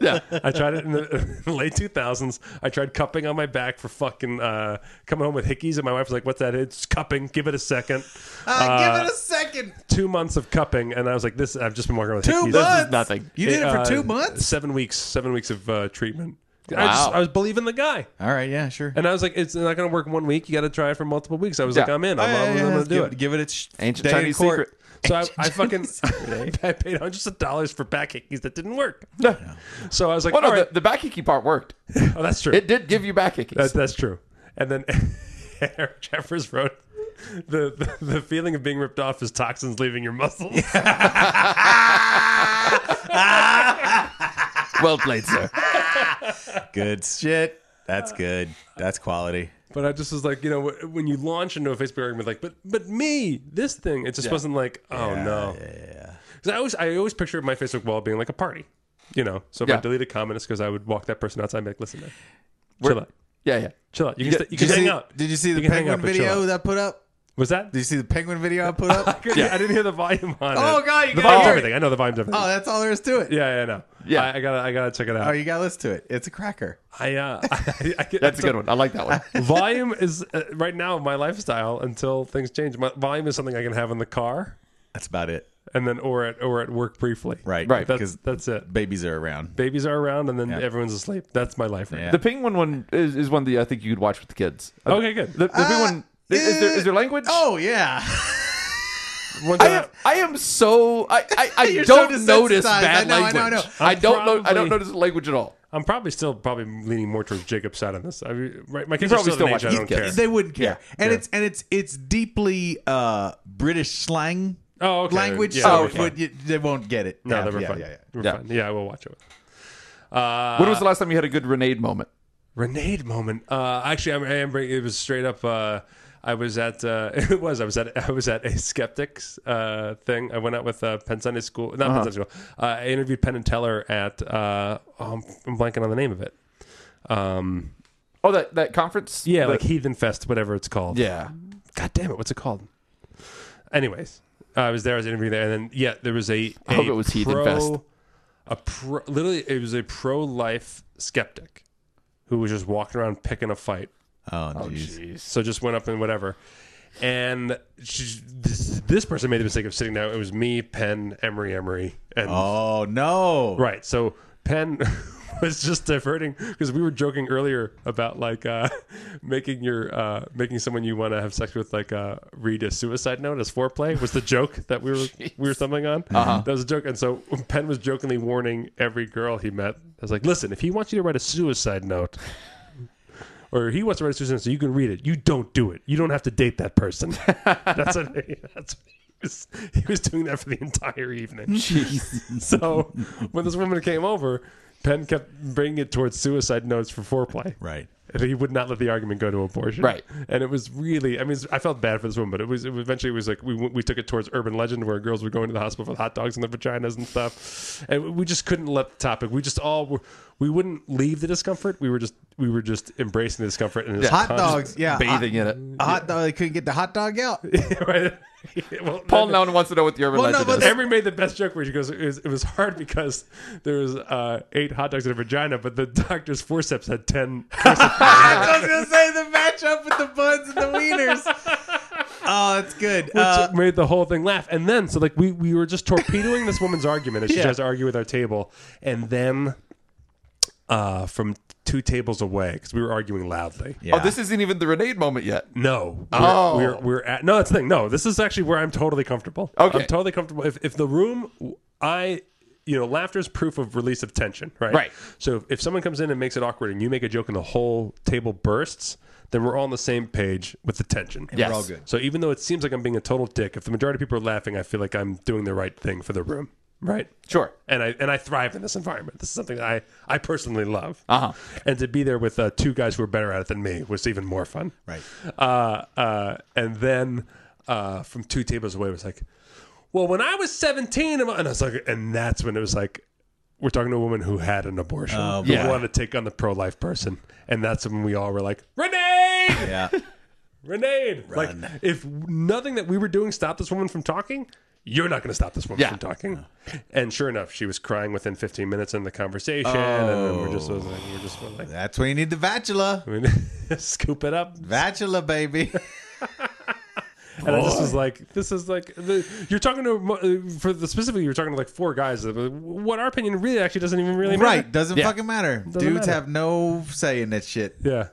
C: yeah.
A: I tried it in the, in the late 2000s. I tried cupping on my back for fucking uh, coming home with hickeys, and my wife was like, "What's that? It's cupping. Give it a second.
B: Uh, give it a second.
A: Two months of cupping, and I was like, "This. I've just been walking around with
B: Two
A: hickeys.
B: months.
C: nothing.
B: You did it for
A: Uh,
B: two months.
A: Seven weeks. Seven weeks of uh, treatment. I, just,
C: Wow.
A: I was believing the guy,
B: All right. Yeah. Sure.
A: and I was like, "It's not going to work one week. You got to try it for multiple weeks." I was like,
C: Yeah.
A: "I'm in.
B: Oh,
A: I'm,
B: yeah,
A: I'm,
B: yeah,
A: going to
B: let's
A: do
B: give
A: it."
B: Give it its
C: Ancient
B: day in
C: Chinese
B: court.
C: secret.
A: So I, I fucking I paid hundreds of dollars for back hickeys that didn't work. So I was like,
C: Well,
A: all
C: no,
A: right,
C: the, the back hickey part worked.
A: oh, that's true.
C: It did give you back hickeys.
A: That, that's true. And then Eric Jeffers wrote, the, the the feeling of being ripped off is toxins leaving your muscles.
C: well played, sir.
B: Good shit. That's good. That's quality.
A: But I just was like, you know, wh- when you launch into a Facebook argument, like, but but me, this thing, it just wasn't like, oh no. Because I always I always picture my Facebook wall being like a party, you know. So if I
C: Yeah.
A: delete a comment, it's because I would walk that person outside and be like, listen, man,
C: We're-
A: chill out,
C: Yeah, yeah.
A: chill out. You can,
C: Yeah,
A: st- you
B: Did
A: can
B: you
A: hang
B: see-
A: out.
B: Did you see the
A: can hang
B: penguin
A: out, but chill
B: video
A: out.
B: that I put up?
A: Was that?
B: Did you see the penguin video I put up?
A: Yeah. I didn't hear the volume on
B: Oh,
A: it.
B: God, you
A: the
B: gotta
A: volume's
B: hear it.
A: everything. I know the volume's everything.
B: Oh, that's all there is to it.
A: yeah, yeah, no.
C: Yeah.
A: I, I gotta, I gotta check it out.
B: Oh, you gotta listen to it. It's a cracker.
A: I, uh, I, I get,
C: That's a good one. I like that one.
A: Volume is uh, right now my lifestyle until things change. My, volume is something I can have in the car
B: That's about it.
A: and then or at or at work briefly.
B: Right.
C: Right.
A: That's
B: Because
A: that's it.
B: babies are around.
A: Babies are around and then everyone's asleep. That's my life right
B: Yeah.
C: The penguin one is, is one that I think you could watch with the kids.
A: now. Okay, good.
C: The, the penguin. Is, is there, is there language?
B: Oh yeah.
A: One
C: I
A: time-
C: am, I am so I I, I
B: You're so
C: don't notice
B: desensitized. I
C: bad
B: know, I know, I
C: language.
B: know.
C: I don't know I
A: probably-
C: don't notice language at all.
A: I'm probably still probably leaning more towards Jacob's side on this. I mean, right, my kids are
C: probably
A: still, at an
C: still
A: age I
C: watch
A: don't
C: these
A: care.
C: kids.
B: They wouldn't care.
C: Yeah.
B: And it's and it's it's deeply uh British slang
A: Oh, okay.
B: language.
A: Yeah,
B: so
A: we're
B: it
A: fine.
B: would, you, they won't get it.
A: No,
B: yeah,
A: they were
B: yeah,
A: fine.
B: yeah, yeah.
A: They were
C: Yeah.
A: fine. Yeah, I will watch it. Uh,
C: When was the last time you had a good Renade moment?
A: Renade moment. Uh, actually, I'm, I am bringing. It was straight up. Uh, I was at. Uh, it was. I was at. I was at a skeptics uh, thing. I went out with uh, Penn Sunday School. Not
C: Uh-huh.
A: Penn Sunday School. Uh, I interviewed Penn and Teller at. Uh, oh, I'm, I'm blanking on the name of it. Um,
C: Oh, that that conference.
A: yeah,
C: The-
A: like Heathen Fest, whatever it's called.
C: yeah.
A: God damn it! What's it called? Anyways, I was there. I was interviewing there, and then yeah, there was a.
C: I hope
A: a
C: it was Heathen
A: pro-
C: Fest.
A: A pro, literally, it was a pro-life skeptic who was just walking around picking a fight.
B: Oh jeez.
A: So just went up and whatever. And she, this, this person made the mistake of sitting down. It was me, Penn, Emery, Emery, and
B: Oh, no.
A: right. So Penn was just diverting because we were joking earlier about like uh, making your uh, making someone you want to have sex with like uh, read a suicide note as foreplay was the joke that we were we were stumbling on. Uh-huh. That was a joke, and so Penn was jokingly warning every girl he met. I was like, listen, if he wants you to write a suicide note or he wants to write a suicide note so you can read it. You don't do it. You don't have to date that person. that's what, that's what was, he was doing that for the entire evening. So when this woman came over, Penn kept bringing it towards suicide notes for foreplay.
B: Right.
A: And he would not let the argument go to abortion.
C: Right.
A: And it was really, I mean, I felt bad for this woman, but it was, it was eventually it was like we, we took it towards urban legend where girls were going to the hospital with hot dogs in their vaginas and stuff. And we just couldn't let the topic. We just all were, we wouldn't leave the discomfort. We were just, we were just embracing the discomfort and just
B: Hot
A: constant-
B: dogs, yeah.
C: bathing
B: hot,
C: in it.
B: hot dog. They couldn't get the hot dog out.
A: Right? Well,
C: Paul
A: then-
C: Nolan wants to know what the urban
B: Well, no,
C: legend
B: but
C: is.
A: Emery made the best joke where she goes, it was, it was hard because there was uh, eight hot dogs in her vagina, but the doctor's forceps had ten.
B: I was gonna say the matchup with the buns and the wieners. Oh, that's good. Uh,
A: Which made the whole thing laugh. And then, so like we, we were just torpedoing this woman's argument as she tries to argue with our table. And then uh, from two tables away, because we were arguing loudly.
C: Oh, this isn't even the Renee moment yet.
A: No. We're,
C: Oh.
A: We're, we're at, no, that's the thing. No, this is actually where I'm totally comfortable.
C: Okay.
A: I'm totally comfortable. If, if the room, I, you know, laughter is proof of release of tension, right?
C: Right.
A: So if, if someone comes in and makes it awkward and you make a joke and the whole table bursts, then we're all on the same page with the tension.
C: Yes.
B: We're all good.
A: So even though it seems like I'm being a total dick, if the majority of people are laughing, I feel like I'm doing the right thing for the room, right?
C: Sure.
A: And I and I thrive in this environment. This is something that I I personally love.
C: Uh-huh.
A: And to be there with uh, two guys who are better at it than me was even more fun.
B: Right.
A: Uh, uh, and then uh, from two tables away it was like, well, when I was seventeen, and I was like, and that's when it was like. We're talking to a woman who had an abortion.
B: Oh,
A: who
C: boy.
A: wanted to take on the pro-life person, and that's when we all were like, "Renee,
B: yeah.
A: Renee, like
B: Run.
A: if nothing that we were doing stopped this woman from talking, you're not going to stop this woman
C: Yeah.
A: from talking. And sure enough, she was crying within 15 minutes in the conversation, and then we're just
C: Oh.
A: was like, we're just was like,
B: That's when you need the bachelor.
A: I mean, scoop it up.
B: Bachelor, baby.
A: And I just was like, this is like, the, you're talking to mo- uh, for the specifically, you're talking to like four guys. What our opinion really actually doesn't even really matter.
B: right. Doesn't
C: Yeah.
B: fucking matter. Dudes
A: matter.
B: have no say in that shit.
A: Yeah.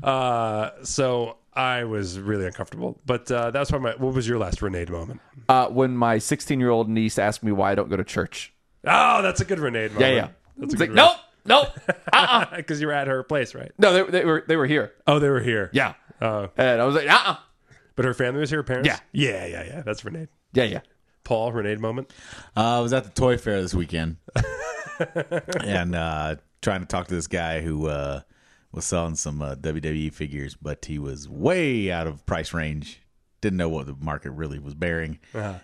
A: Uh, so I was really uncomfortable, but uh, that's why my. What was your last Renee moment?
C: Uh, when my 16 year old niece asked me why I don't go to church.
A: Oh, that's a good Renee moment.
C: Yeah, yeah.
A: That's a
C: It's like,
A: good
C: nope, nope. Uh-uh.
A: because you were at her place, right?
C: No, they, they were they were here.
A: Oh, they were here.
C: Yeah.
A: Oh.
C: and I was like, uh-uh.
A: But her family was here, her parents?
C: Yeah.
A: Yeah, yeah, yeah. That's Renee.
C: Yeah, yeah.
A: Paul, Renee moment.
B: Uh, I was at the toy fair this weekend, and uh, trying to talk to this guy who uh, was selling some uh, WWE figures, but he was way out of price range. Didn't know what the market really was bearing,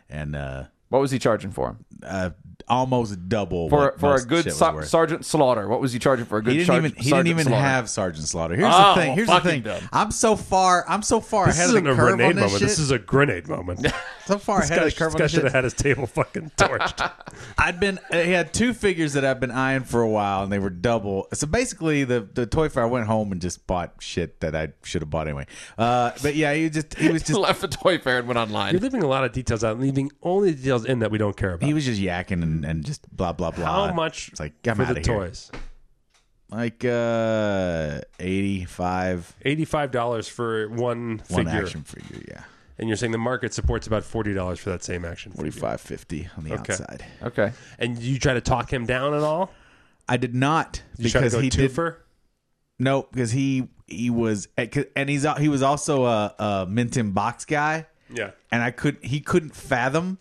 B: and uh,
C: What was he charging for him?
B: uh, almost double
C: For
B: what
C: for a
B: most
C: good
B: shit was
C: sa-
B: worth.
C: Sergeant Slaughter. What was he charging for a good
B: He didn't
C: Sarge-
B: even. He
C: Sergeant
B: didn't even
C: Slaughter?
B: have Sergeant Slaughter. Here's
C: Oh,
B: the thing. Here's the
C: fucking
B: thing.
C: dumb.
B: I'm so far. I'm so far
A: This
B: ahead of
A: isn't
B: the
A: a
B: curve
A: Renee
B: on this
A: moment.
B: shit.
A: This is a grenade moment. this
B: so far ahead
A: guy,
B: of the curve on this
A: should
B: shit.
A: have had his table fucking torched.
B: I'd been uh, he had two figures that I've been eyeing for a while, and they were double. So basically, the the toy fair. I went home and just bought shit that I should have bought anyway. Uh, but yeah, he just he was just
C: left the toy fair and went
A: You're
C: online.
A: leaving a lot of details out, leaving only the details in that we don't care about.
B: he was just yakking and, and just blah blah blah.
A: How much
B: It's like I'm
A: for
B: out
A: the
B: of here.
A: toys?
B: Like uh, eighty five
A: $85 for one
B: one
A: figure.
B: action figure. Yeah,
A: And you're saying the market supports about $40 for that same action. figure.
B: 45, 50 on the
A: Okay.
B: outside.
C: Okay.
A: And you try to talk him down at all?
B: I did not
A: You try to
B: because
A: go
B: he did
A: twofer?
B: No, because he he was eh, and he's he was also a, a Minton box guy.
A: Yeah.
B: and I could he couldn't fathom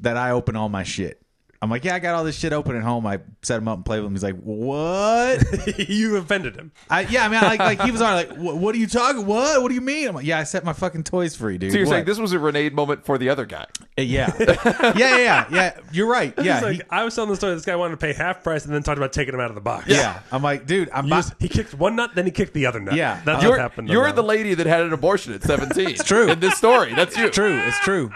B: that I open all my shit. I'm like, yeah, I got all this shit open at home. I set him up and play with him. He's like, what?
A: you offended him.
B: I, yeah, I mean, I, like, like he was already like, what, what are you talking? What? What do you mean? I'm like, yeah, I set my fucking toys free, dude.
C: So you're
B: What?"
C: saying this was a Renee moment for the other guy?
B: Yeah, yeah, yeah, yeah, yeah. You're right. Yeah,
A: He's like,
B: he-
A: I was telling the story. This guy wanted to pay half price and then talked about taking him out of the box.
B: yeah. I'm like, dude, I'm
A: You
B: not.
A: just- he kicked one nut, then he kicked the other nut.
B: Yeah.
A: that's
C: You're,
A: what happened. to
C: you're
A: them.
C: the lady that had an abortion at 17. it's
B: true.
C: In this story, that's you.
B: true. It's true.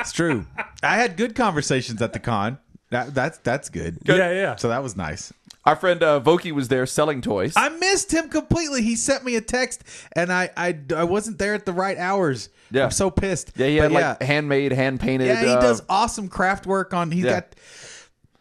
B: It's true. I had good conversations at the con. That, that's that's good.
A: yeah, yeah.
B: So that was nice.
C: Our friend uh, Voki was there selling toys.
B: I missed him completely. He sent me a text, and I I, I wasn't there at the right hours.
C: Yeah.
B: I'm so pissed.
C: yeah, he had
B: But
C: like handmade, hand painted.
B: yeah, he
C: uh,
B: does awesome craft work on. He's
C: Yeah.
B: got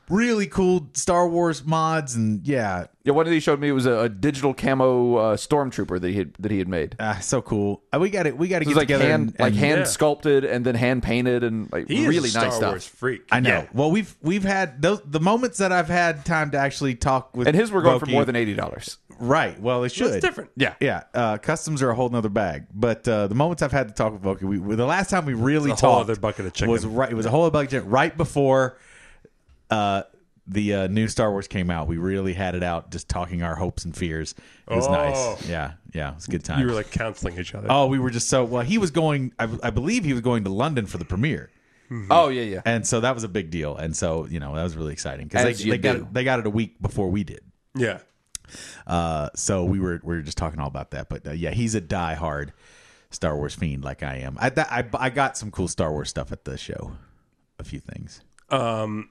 B: really cool Star Wars mods, and yeah,
C: Yeah, one that he showed me was a, a digital camo uh, stormtrooper that he had, that he had made.
B: uh, so cool. Uh, We got it. We got to
C: It was
B: get
C: like
B: together.
C: hand,
B: and-
C: like
B: and-
C: hand
A: Yeah.
C: sculpted and then hand painted and like
A: he is
C: really
A: a Star
C: nice stuff.
A: Wars freak.
B: I know.
A: Yeah.
B: Well, we've we've had those the moments that I've had time to actually talk with
C: And his were going for
B: Loki-
C: more than eighty dollars.
B: Right. Well, they should.
A: different.
B: Yeah. Yeah. Uh, customs are a whole nother bag. But uh, the moments I've had to talk with Voki, we, we- the last time we really
A: It's a
B: talked
A: whole other bucket of chicken.
B: was right. It was a whole other bucket of chicken right before uh, the uh, new Star Wars came out. We really had it out, just talking our hopes and fears. It was
A: Oh.
B: nice. Yeah. Yeah. It was a good time.
A: You were like counseling each other.
B: oh, we were just so well. He was going. I, I believe he was going to London for the premiere.
C: Oh yeah, yeah.
B: Mm-hmm. And so that was a big deal, and so you know that was really exciting because
C: As
B: they,
C: you
B: they
C: do.
B: got they got it a week before we did.
A: Yeah.
B: Uh, so we were we were just talking all about that, but uh, yeah, he's a diehard Star Wars fiend like I am. I, that, I I got some cool Star Wars stuff at the show, a few things.
A: Um.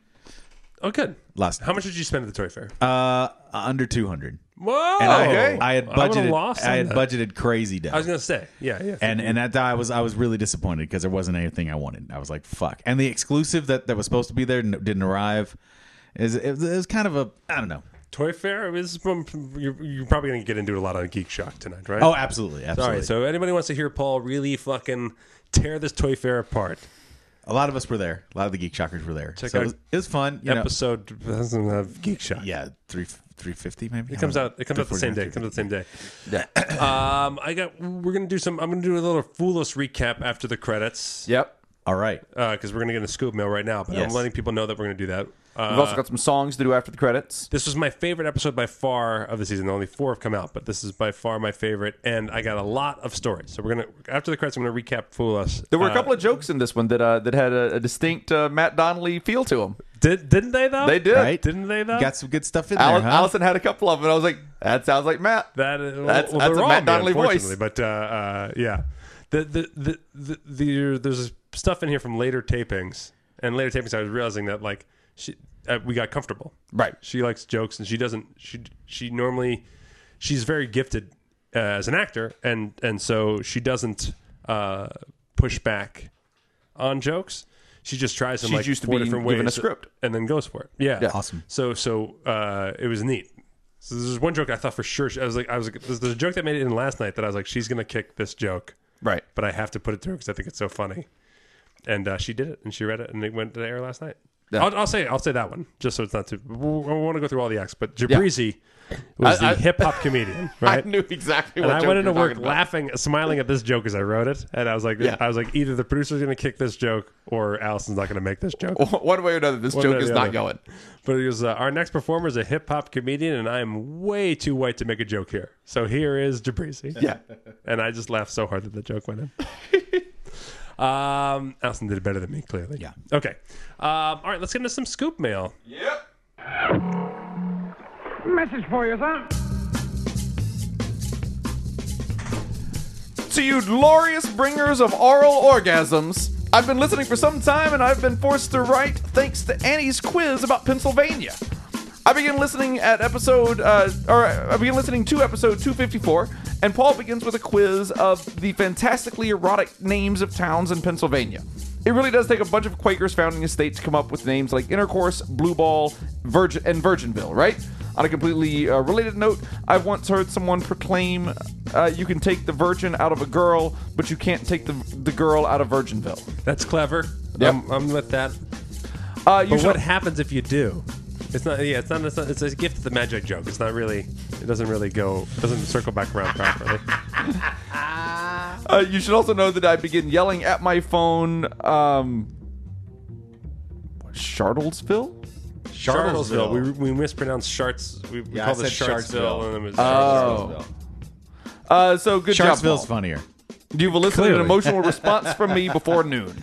A: Oh, good.
B: Last
A: How much did you spend at the toy fair?
B: Uh, under two hundred.
A: Whoa!
B: I, I had
A: Oh, I would've
B: budgeted.
A: lost
B: I
A: on
B: had
A: that.
B: budgeted crazy dough.
A: I was gonna say, yeah, yeah.
B: and and that I was I was really disappointed because there wasn't anything I wanted. I was like, fuck. And the exclusive that, that was supposed to be there n- didn't arrive. Is it, was- it was kind of a I don't know.
A: toy fair is from you're, you're probably gonna get into a lot of geek shock tonight, right?
B: Oh, absolutely, absolutely.
A: Sorry. So anybody wants to hear Paul really fucking tear this toy fair apart?
B: a lot of us were there. A lot of the geek shockers were there. so
A: out
B: it was, it was fun. You know,
A: Episode doesn't have geek shock.
B: yeah, three three fifty maybe.
A: It comes out. It comes out the same day. It comes out the same day.
C: Yeah.
A: Um, I got. We're gonna do some. I'm gonna do a little foolish recap after the credits.
C: Yep.
B: All right.
A: Because we're gonna get a scoop mail right now. But I'm
B: Yes.
A: letting people know that we're gonna do that. Uh,
C: We've also got some songs to do after the credits.
A: this was my favorite episode by far of the season. Only four have come out, but this is by far my favorite, and I got a lot of stories. So we're gonna after the credits, I'm gonna recap Fool Us.
C: There were a
A: Uh,
C: couple of jokes in this one that uh, that had a, a distinct uh, Matt Donnelly feel to them.
A: Did, didn't they though?
C: They did.
B: Right?
A: Didn't they though?
B: Got some good stuff in
C: Al-
B: there, huh?
C: Allison had a couple of them, and I was like, "That sounds like Matt."
A: That is, well,
C: That's-
A: well,
C: that's
A: they're
C: a
A: all
C: Matt
A: me,
C: Donnelly voice.
A: unfortunately, But uh, uh, yeah, the the, the the the uh, there's stuff in here from later tapings, and later tapings. I was realizing that like she, uh, we got comfortable.
C: Right.
A: She likes jokes, and she doesn't. She she normally she's very gifted uh, as an actor, and and so she doesn't uh, push back on jokes. She just tries them
C: She's
A: like
C: used to
A: four
C: being
A: different ways
C: given a script.
A: and then goes for it. Yeah,
C: Yeah.
B: Awesome.
A: So so uh, it was neat. So there's one joke I thought for sure. I was like, I was like, there's, there's a joke that made it in last night that I was like, she's gonna kick this joke,
C: Right.
A: but I have to put it through because I think it's so funny. And uh, she did it, and she read it, and it went to air last night.
C: Yeah.
A: I'll, I'll say I'll say that one just so it's not too. I want to go through all the acts, but Jabrizi was
C: I- I-
A: the hip hop comedian, right?
C: I knew exactly.
A: and
C: what
A: I
C: joke
A: went into
C: you were
A: work
C: talking about.
A: laughing, smiling at this joke as I wrote it, and I was like,
C: Yeah.
A: I was like, either the producer's gonna kick this joke or Allison's not gonna make this joke.
C: One way or another, this
A: One way
C: joke
A: or
C: is
A: the
C: not
A: other.
C: going.
A: But he was uh, our next performer is a hip hop comedian, and I'm way too white to make a joke here. So here is Jabrizi.
C: Yeah.
A: and I just laughed so hard that the joke went in. um, Allison did it better than me, clearly.
B: Yeah.
A: Okay. Um, all right, let's get into some scoop mail.
C: Yep.
E: Message for you, sir.
C: To you glorious bringers of oral orgasms, I've been listening for some time and I've been forced to write thanks to Annie's quiz about Pennsylvania. I began listening at episode, uh, or I began listening to episode 254, and Paul begins with a quiz of the fantastically erotic names of towns in Pennsylvania. It really does take a bunch of Quakers founding a state to come up with names like Intercourse, Blue Ball, Virgin, and Virginville, right? On a completely uh, related note, I've once heard someone proclaim, uh, "You can take the virgin out of a girl, but you can't take the the girl out of Virginville."
A: That's clever.
C: Yep.
A: I'm, I'm with that.
C: Uh, you
A: But
C: should-
A: what happens if you do? It's not. Yeah, it's not. It's, not, it's a gift of the magic joke. It's not really. It doesn't really go. It doesn't circle back around properly.
C: Uh, you should also know that I begin yelling at my phone. Um, Charlottesville?
A: Charlottesville. We, we mispronounced Sharts. We, we
B: Yeah, I
A: called it
B: said
A: Shartsville,
B: Shartsville.
A: and it was
C: Oh. Uh, so good job.
B: Sharpsville's
C: Paul.
B: funnier.
C: You've elicited an
A: Clearly.
C: emotional response from me before noon.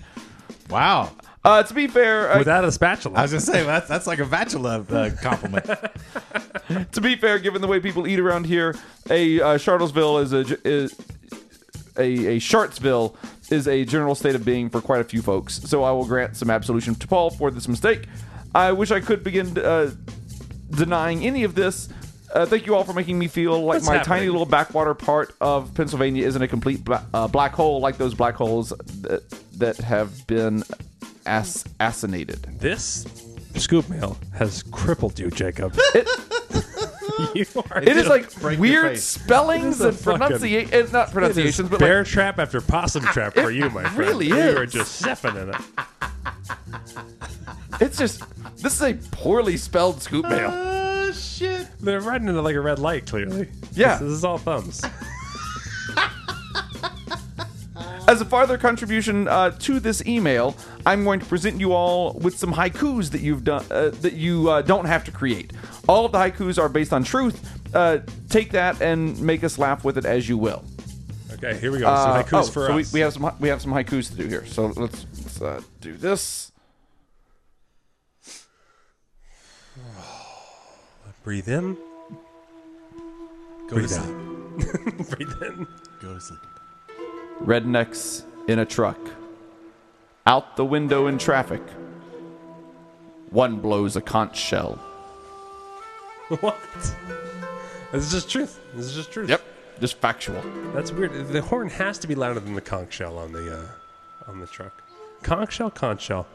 B: Wow.
C: Uh, to be fair, uh,
A: without a spatula.
B: I was gonna say that's that's like a bachelor uh, compliment.
C: to be fair, given the way people eat around here, a uh, Charlottesville is a ge- is a, a Shartsville is a general state of being for quite a few folks. So I will grant some absolution to Paul for this mistake. I wish I could begin uh, denying any of this. Uh, thank you all for making me feel like
A: What's
C: my
A: happening?
C: tiny little backwater part of Pennsylvania isn't a complete bla- uh, black hole like those black holes that, that have been ass- assassinated.
A: This scoop mail has crippled you, Jacob. you are.
C: It is like
B: break your
C: weird
B: face.
C: spellings
A: It
C: and
A: is a fucking-
C: pronunciations. It's not
A: it is
C: pronunciations, but like,
A: bear trap after possum trap for you, my friend.
C: really
A: you
C: is.
A: are just sipping in it.
C: It's just this is a poorly spelled scoop mail.
B: Oh shit.
A: They're riding into like a red light, clearly.
C: Yeah.
A: This, this is all thumbs.
C: As a farther contribution uh, to this email, I'm going to present you all with some haikus that you've done uh, that you uh, don't have to create. All of the haikus are based on truth. Uh, take that and make us laugh with it as you will.
A: Okay, here we go. Some
C: Uh,
A: haikus
C: oh,
A: for
C: so
A: us.
C: We, we have some we have some haikus to do here. So let's, let's uh, do this.
A: Breathe in.
B: Go
A: Breathe
B: to
A: out.
B: sleep.
A: Breathe in.
B: Go to sleep.
C: Rednecks in a truck. Out the window in traffic. One blows a conch shell.
A: What? This is just truth. This is just truth.
C: Yep, just factual.
A: That's weird. The horn has to be louder than the conch shell on the uh, on the truck. Conch shell, conch shell.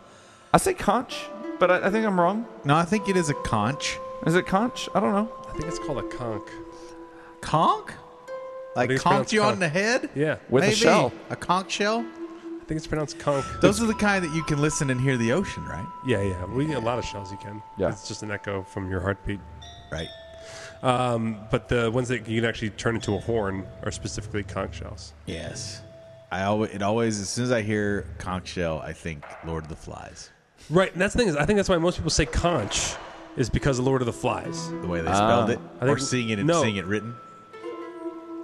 C: I say conch, but I, I think I'm wrong.
B: No, I think it is a conch.
C: Is it conch? I don't know.
A: I think it's called a conch.
B: Conch? Like
A: think it's
B: conch you
A: pronounced
B: on the head?
A: Yeah.
C: With a
B: Maybe.
C: shell.
B: A conch shell?
A: I think it's pronounced conch.
B: Those are the kind that you can listen and hear the ocean, right?
A: Yeah, yeah. We get a lot of shells you can.
C: Yeah.
A: It's just an echo from your heartbeat.
B: Right.
A: Um, but the ones that you can actually turn into a horn are specifically conch shells.
B: Yes. I always it always as soon as I hear conch shell, I think Lord of the Flies.
A: Right, and that's the thing is, I think that's why most people say conch is because of Lord of the Flies.
B: The way they spelled it.
A: Ah. I
B: or
A: think-
B: seeing it and
A: no.
B: seeing it written.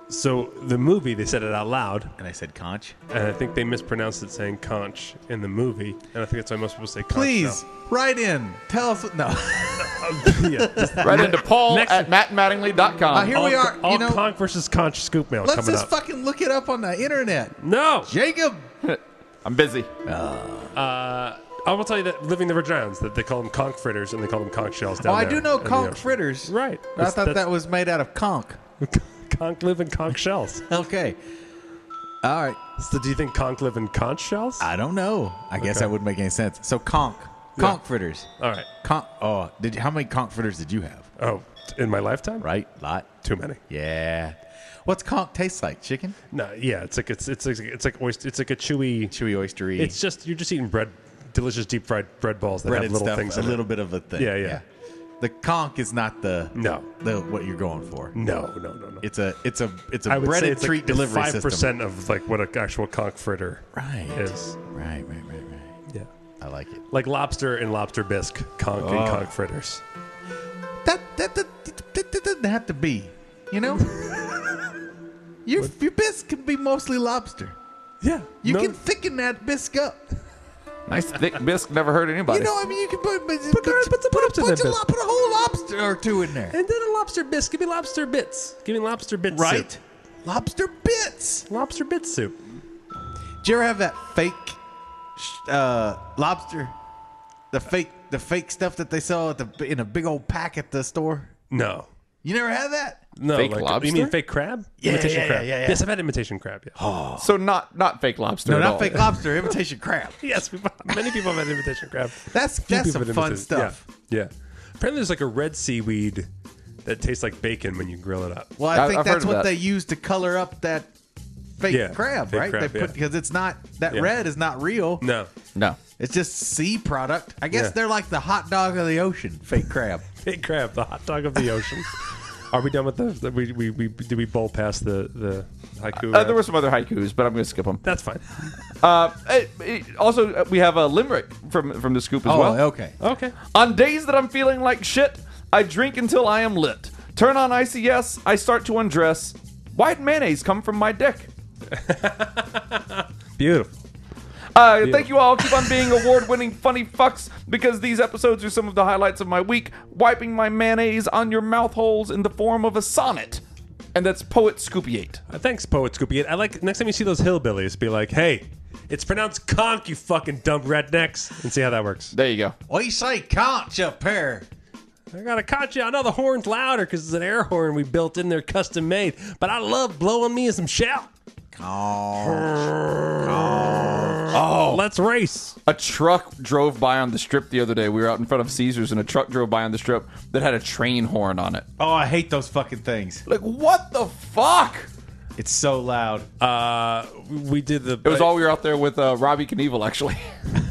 A: So the movie, they said it out loud,
B: And I said conch.
A: and I think they mispronounced it saying conch in the movie, and I think that's why most people say conch.
B: Please write in. Tell us what no.
A: now. yeah, just-
C: Right into Paul
A: Next-
C: at
B: Uh,
C: mattmattingly.com.
B: here
A: Um,
B: we
A: all-
B: are.
A: All
B: you know,
A: conch versus conch scoop mail
B: let's
A: coming
B: just
A: up.
B: fucking look it up on the internet.
A: no,
B: Jacob.
C: I'm busy.
A: I will tell you that living the Virginians that they call them conch fritters and they call them conch shells
B: Oh,
A: down
B: I
A: there
B: do know
A: in the
B: conch
A: ocean.
B: fritters.
A: Right.
B: But I thought that was made out of conch.
A: conch live in conch shells.
B: Okay. All right.
A: So do you think conch live in conch shells?
B: I don't know. I guess
A: Okay.
B: that wouldn't make any sense. So conch,
A: Yeah.
B: conch fritters.
A: All right.
B: Conch. Oh, did you- how many conch fritters did you have?
A: Oh, in my lifetime,
B: Right, lot.
A: too many.
B: Yeah. What's conch taste like? Chicken,
A: No, yeah, it's like it's it's like, it's like oyster, it's like a chewy.
B: chewy, oystery.
A: It's just you're just eating bread, delicious deep fried bread balls that
B: breaded
A: have little
B: stuff.
A: things.
B: a
A: in it.
B: little bit of a thing.
A: Yeah, yeah.
B: The conch is not the
A: No.
B: the what you're going for.
A: No, no, no, no.
B: It's a it's a it's a
A: I would say
B: breaded
A: it's
B: treat
A: like
B: delivery
A: five
B: system.
A: percent of like what an actual conch fritter
B: Right.
A: is.
B: Right, right, right, right.
A: Yeah,
B: I like it.
A: like lobster and lobster bisque, conch and
B: Oh.
A: conch fritters.
B: That that, that, that, that- that doesn't have to be. You know, your your bisque can be mostly lobster.
A: Yeah,
B: You
A: no,
B: can thicken that bisque up.
C: Nice thick bisque never hurt anybody.
B: You know, I mean, you can put put, put,
A: there- put some lobster in
B: bunch
A: that
B: of lo-
A: bisque.
B: put a whole lobster or two in there,
A: and then a lobster bisque. Give me lobster bits. Give me lobster bits.
B: right?
A: Soup.
B: Lobster bits.
A: Lobster bit soup.
B: Did you ever have that fake sh- uh, lobster? The fake the fake stuff that they sell at the in a big old pack at the store.
A: No,
B: You never had that?
A: no.
C: Fake
A: like,
C: lobster?
A: You mean fake crab?
B: Yeah,
A: imitation
B: yeah,
A: crab.
B: yeah, Oh. yeah, yeah.
A: Yes, I've had imitation crab. Yeah.
C: so not not fake lobster.
B: No,
C: at
B: not
C: all. Uh,
B: fake lobster. Imitation crab.
A: Yes, we've, many people have had imitation crab.
B: That's
A: Few
B: that's
A: people
B: some
A: have
B: fun
A: imitation- yeah,
B: stuff.
A: Yeah, Apparently, there's like a red seaweed that tastes like bacon when you grill it up.
B: Well,
C: I-
B: I think
C: I've heard
B: that's
C: of
B: what
C: that.
B: they use to color up that fake
A: Yeah,
B: crab,
A: fake
B: right?
A: crab,
B: they put
A: yeah.
B: because it's not that
A: Yeah.
B: red is not real.
A: No,
C: No.
B: It's just sea product. I guess
A: Yeah.
B: they're like the hot dog of the ocean, fake crab.
A: big crab, the hot dog of the ocean. Are we done with the? the we, we, we did we bowl past the the haiku?
C: Uh,
A: round?
C: there were some other haikus, but I'm going to skip them.
A: That's fine.
C: Uh, eh, eh, also, uh, we have a limerick from from the scoop as
B: oh,
C: well.
B: okay.
A: Okay.
C: On days that I'm feeling like shit, I drink until I am lit. Turn on ICS, I start to undress. Why'd mayonnaise come from my dick?
A: Beautiful.
C: Uh, thank you all. Keep on being award winning funny fucks because these episodes are some of the highlights of my week. Wiping my mayonnaise on your mouth holes in the form of a sonnet. And that's Poet Scoopiate.
A: Uh, thanks, poet Scoopy. I like next time you see those hillbillies, be like, hey. It's pronounced conch, you fucking dumb rednecks, and see how that works.
C: There you go.
B: What you say, conch up here?
A: I gotta catch you. I know the horn's louder because it's an air horn we built in there, custom made. But I love blowing me some shell. Oh, let's race.
C: A truck drove by on the strip the other day. We were out in front of Caesars, and a truck drove by on the strip that had a train horn on it.
B: Oh, I hate those fucking things.
C: Like, what the fuck?
B: It's so loud.
A: Uh, we did the.
C: It was all we were out there with uh, Robbie Knievel, actually.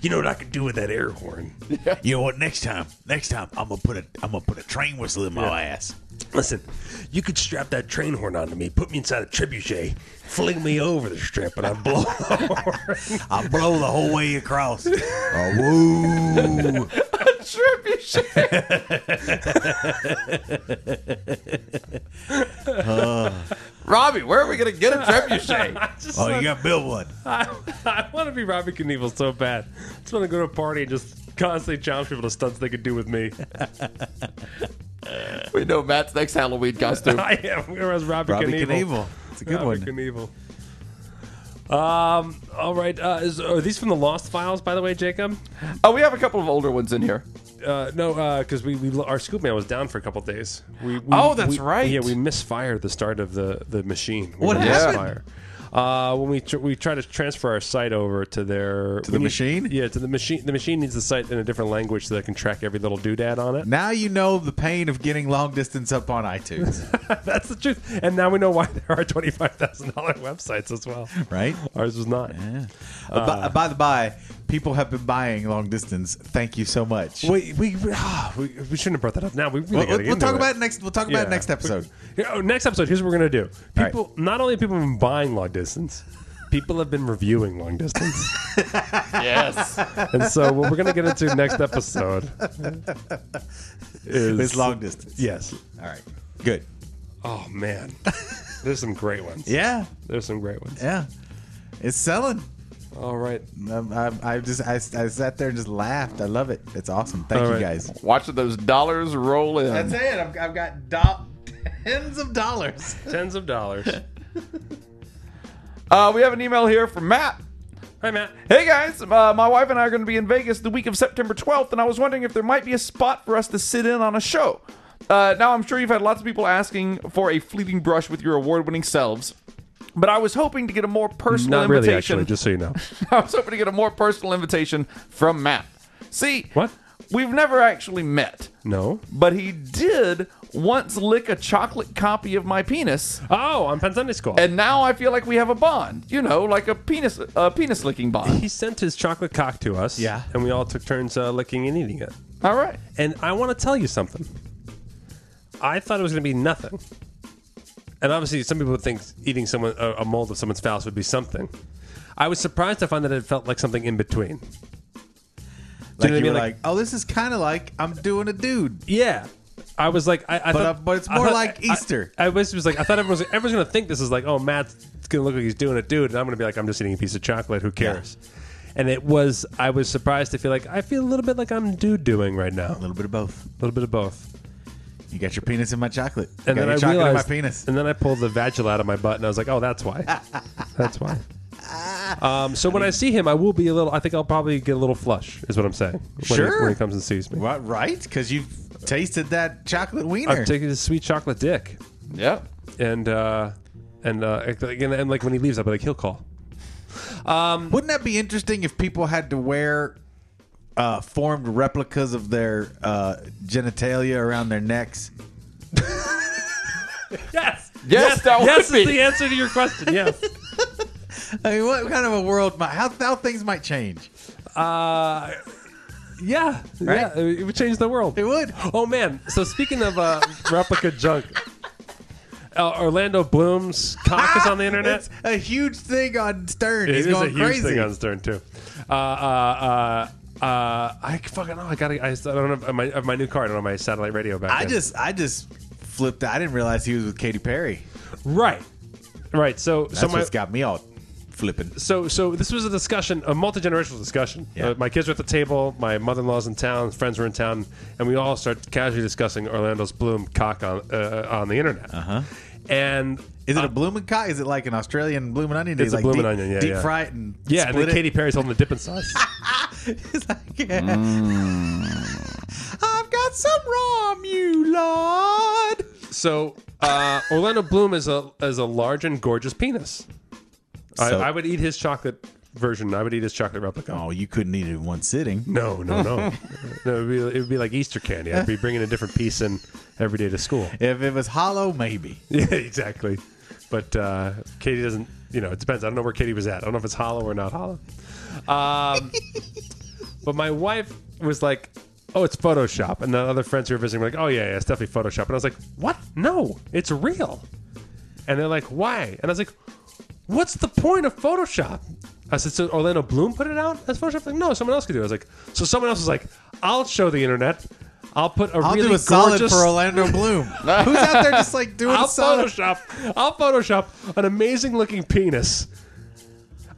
A: You know what I could do with that air horn?
B: You know what? Next time, next time, I'm gonna put a I'm gonna put a train whistle in my ass.
A: Listen, you could strap that train horn onto me, put me inside a trebuchet, fling me over the strip, and I blow.
B: I'll blow the whole way across. Oh, woo!
C: Robbie, where are we going to get a trebuchet?
B: Oh, you gotta build one.
A: I, I want to be Robbie Knievel so bad. I just want to go to a party and just constantly challenge people to stunts they could do with me.
C: we know Matt's next Halloween costume.
A: I am. Where was Robbie,
B: Robbie
A: Knievel?
B: Knievel. It's a good
A: Robbie
B: one.
A: Knievel. Um. All right. Uh, is, are these from the Lost Files, by the way, Jacob?
C: Oh, we have a couple of older ones in here.
A: Uh, no, because we, we our scoop man was down for a couple days. We, we,
C: Oh, that's
A: we-
C: right.
A: Yeah, we misfired the start of the the machine. We
B: What
A: went
C: happened?
A: misfire. Uh, when we tr- we try to transfer our site over to their to
B: the machine?
A: yeah, to the machine. The machine needs the site in a different language so that it can track every little doodad on it.
B: Now you know the pain of getting long distance up on iTunes,
A: That's the truth. And now we know why there are twenty five thousand dollar websites as well.
B: right?
A: Ours was not.
B: Uh, by, by the by, people have been buying long distance. Thank you so much.
A: We we, we, ah, we we shouldn't have brought that up. Now we really
B: We'll,
A: gotta
B: we'll
A: get into
B: talk about it next. We'll talk about it
A: Yeah.
B: next episode.
A: Here- oh, next episode, here's what we're gonna do.
B: All
A: People, not only have people been buying long distance, people have been reviewing long distance,
C: Yes.
A: and so what we're gonna get into next episode is
B: It's long distance.
A: Yes.
B: All right. Good.
A: Oh man, there's some great ones.
B: Yeah.
A: There's some great ones.
B: Yeah. It's selling.
A: All right.
B: Um, I, I just I, I sat there and just laughed. I love it. It's awesome. Thank
A: All
B: you
A: right.
B: guys.
C: Watching those dollars roll in.
B: That's it. I've, I've got do- tens of dollars.
A: Tens of dollars.
C: Uh, we have an email here from Matt.
A: Hi Matt.
C: Hey guys, uh, my wife and I are going to be in Vegas the week of September 12th, and I was wondering if there might be a spot for us to sit in on a show. Uh, now, I'm sure you've had lots of people asking for a fleeting brush with your award winning selves, but I was hoping to get a more personal
A: Not really,
C: invitation.
A: actually. Just so you know.
C: I was hoping to get a more personal invitation from Matt. See,
A: What?
C: We've never actually met,
A: No.
C: but he did once lick a chocolate copy of my penis,
A: Oh, on Penn Sunday School.
C: and now I feel like we have a bond. You know, like a penis, a penis licking bond.
A: he sent his chocolate cock to us.
B: Yeah.
A: And we all took turns uh, licking and eating it.
C: All right.
A: And I want to tell you something. I thought it was going to be nothing. And obviously, some people would think eating someone a, a mold of someone's phallus would be something. I was surprised to find that it felt like something in between.
B: Like
A: know what I
B: you were
A: mean?
B: like,
A: Like-
B: oh, this is kind of like I'm doing a dude.
A: Yeah. I was like, I, I
B: But,
A: thought,
B: uh, but it's
A: I
B: more
A: thought-
B: like
A: I-
B: Easter.
A: I, was was like, I thought everyone's everyone's gonna think this is like, oh, Matt's gonna look like he's doing it, dude, and I'm gonna be like, I'm just eating a piece of chocolate. Who cares? And it was, I was surprised to feel like I feel a little bit like I'm dude doing right now,
B: A
A: a
B: little bit of both.
A: little bit of both.
B: You got your penis in my chocolate. You
A: and
B: got
A: then
B: your
A: I
B: chocolate
A: realized,
B: in my penis.
A: And then I pulled the vagula out of my butt, and I was like, "Oh, that's why. that's why." Um, so when I see him, I will be a little. I think I'll probably get a little flush. Is what I'm saying. When
B: Sure.
A: He, when he comes and sees me,
B: What, right? Because you've tasted that chocolate wiener.
A: I'm taking his sweet chocolate dick,
C: Yeah.
A: and uh, and uh, like- and, and like when he leaves, I'll be like, "He'll call."
B: Wouldn't that be interesting if people had to wear uh, formed replicas of their uh, genitalia around their necks?
A: Yes.
C: Yes, that would
A: yes
C: be.
A: is the answer to your question. Yes.
B: I mean, what kind of a world? Might, how how things might change?
A: uh, yeah.
B: Right?
A: Yeah. It would change the world.
B: It would.
A: Oh man! So speaking of uh, replica junk, uh, Orlando Bloom's cock is on the internet.
B: It's a huge thing on Stern.
A: It
B: He's
A: is
B: going
A: a huge
B: crazy.
A: thing on Stern too. Uh, uh, uh, uh, I fucking know. I got. I, I don't have my, I have my new car. I don't have my satellite radio back.
B: I
A: in.
B: just I just flipped. out. I didn't realize he was with Katy Perry.
A: right, right. So so
B: That's
A: my
B: what's got me all flipping.
A: so so this was a discussion, a multi generational discussion.
B: Yeah.
A: Uh, my kids were at the table. My mother in law's in town. Friends were in town, and we all started casually discussing Orlando's Bloom cock on uh, on the internet. Uh-huh. And
B: Is it a blooming cock? Is it like an Australian blooming onion?
A: Uh, It's a
B: They, like
A: blooming
B: deep,
A: onion, yeah,
B: deep
A: yeah.
B: fry it and
A: yeah, and
B: split
A: then
B: it?
A: Katy Perry's holding the dipping sauce.
B: It's like, yeah. Mm. I've got some rum, you lord.
A: So uh, Orlando Bloom is a is a large and gorgeous penis.
B: So-
A: I, I would eat his chocolate version. I would eat his chocolate replica.
B: Oh, you couldn't eat it in one sitting.
A: No, no, no. no it, would be, it would be like Easter candy. I'd be bringing a different piece in every day to school.
B: If it was hollow, maybe.
A: Yeah, exactly. But uh, Katie doesn't. You know, it depends. I don't know where Katie was at. I don't know if it's hollow or not hollow. Um, but my wife was like, "Oh, it's Photoshop," and the other friends who were visiting were like, "Oh yeah, yeah, it's definitely Photoshop." And I was like, "What? No, it's real." And they're like, "Why?" And I was like, "What's the point of Photoshop?" I said, "So Orlando Bloom put it out as Photoshop?" Like, no, someone else could do it. I was like, "So someone else was like, I'll show the internet." I'll put a
B: I'll
A: really
B: do a solid
A: gorgeous
B: for Orlando Bloom. Who's out there just like doing
A: I'll
B: a solid?
A: Photoshop. I'll Photoshop an amazing looking penis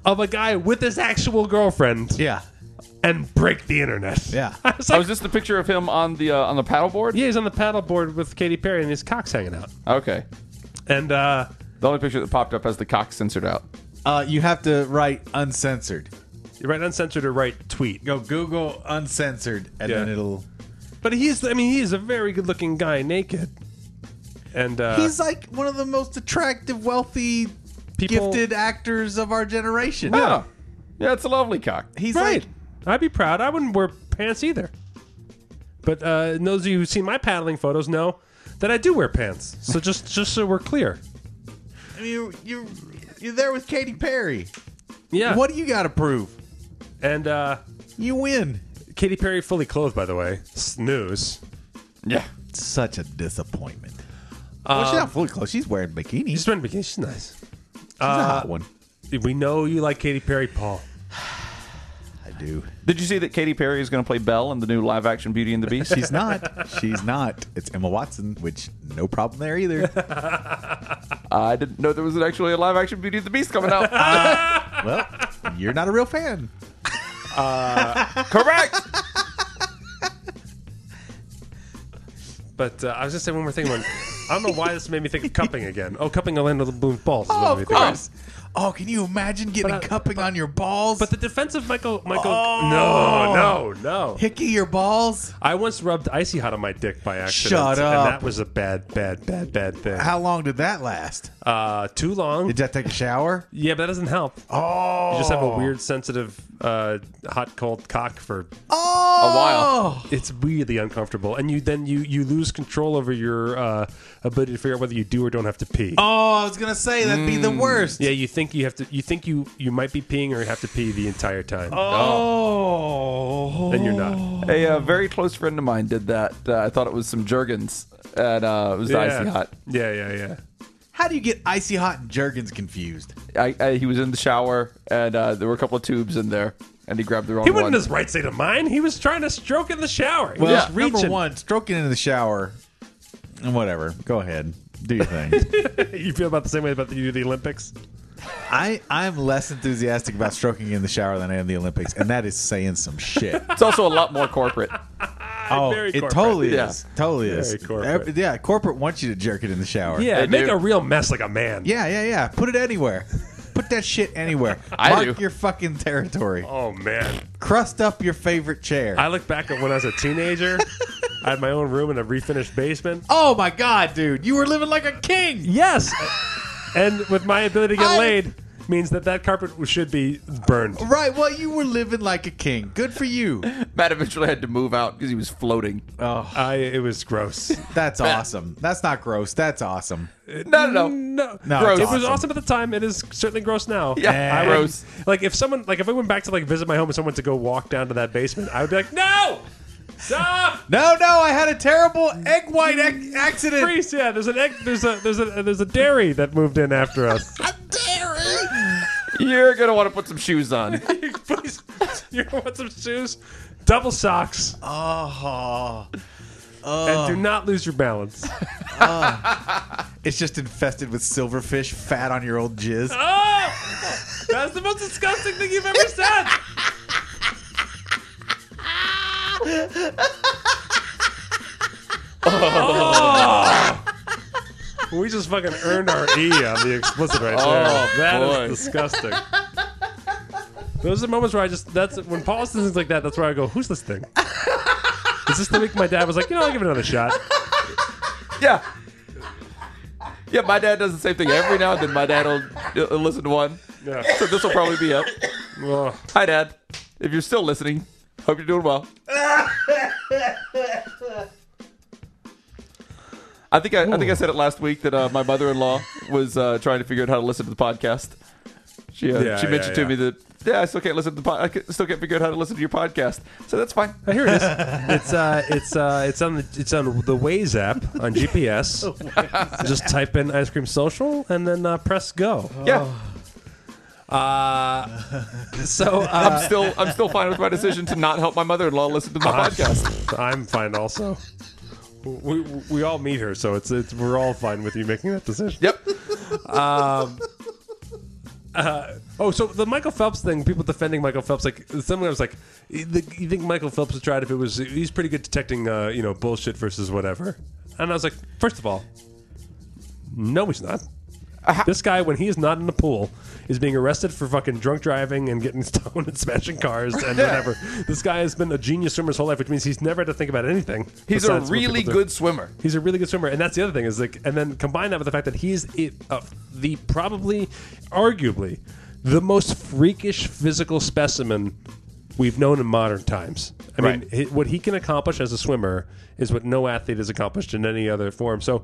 A: of a guy with his actual girlfriend
B: Yeah, and
A: and break the internet.
B: Yeah.
A: I was
C: Oh,
A: like,
C: is this the picture of him on the uh, on the paddleboard?
A: yeah, he's on the paddleboard with Katy Perry and his cock's hanging out.
C: Okay.
A: And uh,
C: The only picture that popped up has the cock censored out.
B: uh, you have to write uncensored.
A: you write uncensored or write tweet.
B: Go Google uncensored, and
A: Yeah.
B: then it'll.
A: But he's, I mean, he's a very good looking guy naked. And uh,
B: He's like one of the most attractive, wealthy,
A: People-
B: gifted actors of our generation.
C: Yeah. Oh. Yeah, it's a lovely cock.
B: He's
A: right.
B: like
A: I'd be proud. I wouldn't wear pants either. But uh, those of you who've seen my paddling photos know that I do wear pants. So just just so we're clear.
B: I mean, you you you're there with Katy Perry.
A: Yeah.
B: What do you got to prove?
A: And uh,
B: You win.
A: Katy Perry fully clothed, by the way. Snooze.
C: Yeah.
B: Such a disappointment. well, she's not fully clothed. She's wearing bikinis.
A: Um, She's uh,
B: She's
A: been bikini. She's nice.
B: a hot one.
A: We know you like Katy Perry, Paul.
B: I do.
C: Did you see that Katy Perry is going to play Belle in the new live action Beauty and the Beast?
B: She's not. She's not. It's Emma Watson, which no problem there either.
C: I didn't know there was actually a live action Beauty and the Beast coming out.
B: Well, you're not a real fan.
C: Correct.
A: But uh, I was just saying one more thing. When, I don't know why this made me think of cupping again. Oh, cupping Orlando Bloom balls. is what made me think
B: Oh, can you imagine getting
A: But I-
B: cupping on your balls?
A: But the defense of Michael, Michael,
B: Oh.
A: no, no, no.
B: hickey your balls.
A: I once rubbed icy hot on my dick by accident,
B: Shut up.
A: and that was a bad, bad, bad, bad thing.
B: How long did that last?
A: Uh, too long.
B: Did that take a shower?
A: Yeah, but that doesn't help. You
B: Oh,
A: just have a weird, sensitive, uh, hot, cold cock for
B: Oh,
C: while.
A: it's really uncomfortable and you then you you lose control over your uh, ability to figure out whether you do or don't have to pee
B: Oh, I was gonna say that'd be the worst.
A: Mm, yeah you think you have to you think you you might be peeing or have to pee the entire time
B: Oh,
A: and you're not
C: A uh, very close friend of mine did that. Uh, I thought it was some Jergens, and uh, it was
A: yeah.
C: icy hot.
A: yeah yeah yeah
B: how do you get icy hot and Jergens confused?
C: I, I, he was in the shower, and uh, there were a couple of tubes in there, and he grabbed the wrong
A: he
C: one.
A: wasn't in his right state of mind he was trying to stroke in the shower he
B: Well,
A: was
B: number
A: reaching.
B: one, stroking in the shower, and whatever. Go ahead, do your thing.
A: you feel about the same way about the, you do the olympics
B: I I'm less enthusiastic about stroking in the shower than I am the Olympics, and that is saying some shit.
C: it's also a lot more corporate.
B: oh,
A: very
B: it
A: corporate.
B: totally
C: Yeah.
B: is. Totally is.
A: Very corporate.
B: Ev- yeah, corporate wants you to jerk it in the shower.
A: yeah
C: They
A: make
C: do.
A: a real mess like a man
B: yeah, yeah, yeah. Put it anywhere. Put that shit anywhere.
C: I
B: Mark
C: do.
B: your fucking territory.
A: oh man
B: Crust up your favorite chair.
A: i look back at when i was a teenager i had my own room in a refinished basement
B: oh my god, dude, you were living like a king.
A: Yes. and with my ability to get
B: I-
A: laid means that that carpet should be burned.
B: Right. Well, you were living like a king. Good for you.
C: Matt eventually had to move out because he was floating.
A: I it was gross.
B: That's awesome. That's not gross. That's awesome.
C: No, no, no.
A: No,
B: No,
C: Gross.
A: It was
B: awesome.
A: awesome at the time. It is certainly gross now.
C: Yeah,
A: I would-
C: gross.
A: Like if someone, like if I went back to like visit my home and someone to go walk down to that basement, I would be like, no, stop,
B: No, no, I had a terrible egg white ac- accident.
A: freeze. Yeah, there's an egg. There's a there's a there's a dairy that moved in after us.
C: You're gonna want to put some shoes on.
A: Please, you want some shoes? Double socks.
B: Oh,
A: and do not lose your balance.
B: it's just infested with silverfish fat on your old jizz.
A: Oh, that's the most disgusting thing you've ever said. Oh. We just fucking earned our E on the explicit right
C: Oh,
A: there. That is
C: boy.
A: disgusting. Those are moments where I just that's when Paul says things like that. That's where I go, "Who's this thing?" Is this the week my dad was like, "You know, I'll give it another shot."
C: Yeah. Yeah, my dad does the same thing every now and then. My dad will he'll listen to one.
A: Yeah.
C: So this will probably be up.
A: Ugh.
C: Hi, Dad. If you're still listening, hope you're doing well. I think I, I think I said it last week that uh, my mother-in-law was uh, trying to figure out how to listen to the podcast. She, uh,
A: Yeah,
C: she
A: yeah,
C: mentioned
A: yeah.
C: to me that yeah, I still can't listen to the pod- I ca- still can't figure out how to listen to your podcast. So that's fine.
A: Oh, here it is. It's uh, it's uh, it's on the it's on the Waze app on GPS. Just type in ice cream social and then uh, press go.
C: Yeah,
A: So
C: I'm
A: uh,
C: still I'm still fine with my decision to not help my mother-in-law listen to my
A: Ah.
C: podcast.
A: I'm fine also. We, we all meet her, so it's, it's we're all fine with you making that decision.
C: Yep.
A: Oh, so the Michael Phelps thing, people defending Michael Phelps, like something I was like, you think you think Michael Phelps would try it if it was? He's pretty good detecting, uh, you know, bullshit versus whatever. And I was like, first of all, no, he's not.
C: Uh,
A: This guy, when he is not in the pool, is being arrested for fucking drunk driving and getting stoned and smashing cars and whatever. This guy has been a genius swimmer his whole life, which means he's never had to think about anything.
C: He's a
A: besides what
C: really
A: people do.
C: good swimmer.
A: He's a really good swimmer, and that's the other thing is like, and then combine that with the fact that he's it, uh, the probably, arguably, the most freakish physical specimen we've known in modern times. I mean,
C: Right.
A: hi- what he can accomplish as a swimmer is what no athlete has accomplished in any other form. So,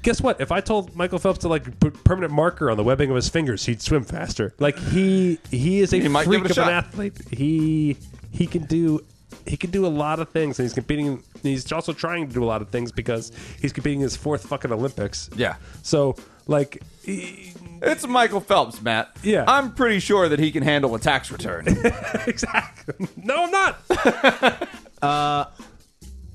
A: guess what? If I told Michael Phelps to like put permanent marker on the webbing of his fingers, he'd swim faster. Like he he is a
C: He might give
A: freak
C: it a
A: of an
C: shot.
A: athlete. He he can do he can do a lot of things, and he's competing. and He's also trying to do a lot of things because he's competing in his fourth fucking Olympics.
C: Yeah.
A: So like, e-
C: It's Michael Phelps, Matt.
A: Yeah.
C: I'm pretty sure that he can handle a tax return.
A: exactly. No, I'm not.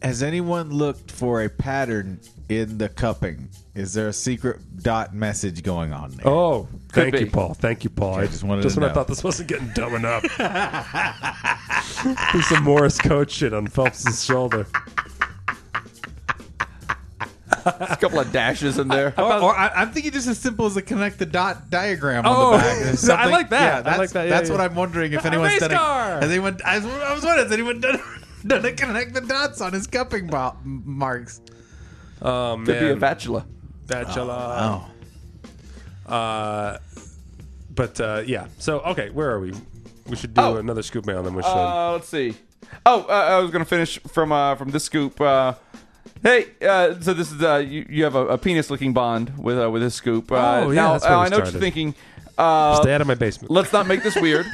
B: Has anyone looked for a pattern in the cupping? Is there a secret dot message going on there?
A: Oh, thank
C: be.
A: you, Paul. Thank you, Paul. I
B: just wanted
A: just
B: to
A: when I
B: know.
A: thought this wasn't getting dumb enough. There's some Morris coach shit on Phelps' shoulder.
C: a couple of dashes in there.
B: Or, or I, I'm thinking just as simple as a connect the dot diagram
A: Oh,
B: on the back. There's
A: I
B: something-
A: like that. I
B: that's,
A: like that. Yeah,
B: that's
A: yeah.
B: what I'm wondering if anyone's
A: race
B: done.
A: car!
B: A, has anyone? I was, I was wondering, has anyone done, done a connect the dots on his cupping bo- marks?
A: Oh man,
C: Could be a bachelor.
A: bachelor.
B: Oh,
A: But uh, yeah, so okay, where are we? We should do
C: Oh.
A: another scoop mail, then we should.
C: Uh, let's see. Oh, uh, I was gonna finish from uh, from this scoop. Uh, hey, uh, so this is uh, you, you have a, a penis-looking bond with uh, with this scoop. Uh,
A: Oh, yeah,
C: now,
A: that's where
C: uh,
A: we
C: I know what
A: started.
C: you're thinking. Uh,
A: Stay out of my basement.
C: let's not make this weird.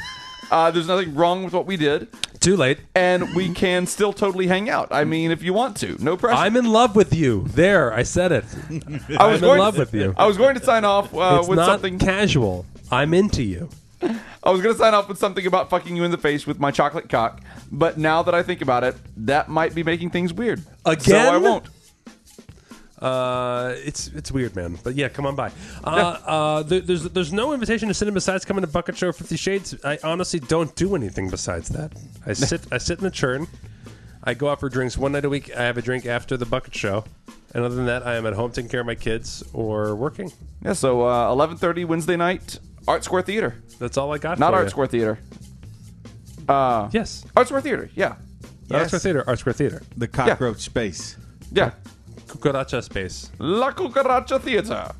C: uh, there's nothing wrong with what we did,
A: Too late.
C: and we can still totally hang out. I mean, if you want to, no pressure.
A: I'm in love with you. There, I said it.
C: I
A: I'm in love with you.
C: I was going to sign off uh,
A: it's
C: with
A: not
C: something.
A: casual. I'm into you.
C: I was going to sign off with something about fucking you in the face with my chocolate cock, but now that I think about it, that might be making things weird. so
A: Again?
C: I won't.
A: Uh, it's it's weird, man. But yeah, come on by. Uh, uh, there, there's there's no invitation to cinema besides coming to Bucket Show or Fifty Shades. I honestly don't do anything besides that. I sit I sit in the churn. I go out for drinks one night a week. I have a drink after the Bucket Show, and other than that, I am at home taking care of my kids or working.
C: Yeah, so uh, 11:30 Wednesday night, Art Square Theater.
A: That's all I got.
C: Not
A: for
C: Art
A: you.
C: Square Theater. Uh,
A: Yes,
C: Art Square Theater. Yeah.
A: Art Square Theater. Art Square Theater.
B: the cockroach space.
C: Yeah.
A: Cucaracha space.
C: La Cucaracha Theater.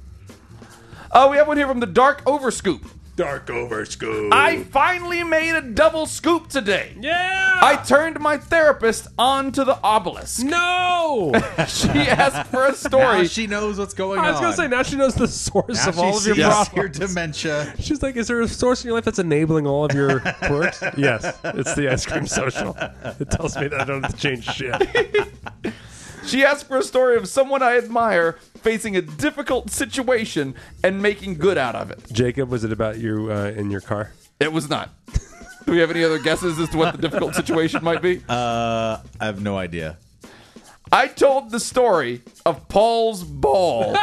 C: Uh, we have one here from the Dark Over Scoop.
A: Dark over school.
C: I finally made a double scoop today.
A: yeah.
C: I turned my therapist onto the obelisk.
A: no.
C: She asked for a
B: Now
C: story.
B: she knows what's going on.
A: I was gonna say now she knows the source
B: Now
A: of all
B: she
A: of your
B: sees
A: problems.
B: your dementia.
A: She's like, is there a source in your life that's enabling all of your quirks? yes, it's the ice cream social. It tells me that I don't have to change shit.
C: She asked for a story of someone I admire facing a difficult situation and making good out of it.
A: Jacob, was it about you uh, in your car?
C: It was not. Do we have any other guesses as to what the difficult situation might be?
B: Uh, I have no idea.
C: I told the story of Paul's ball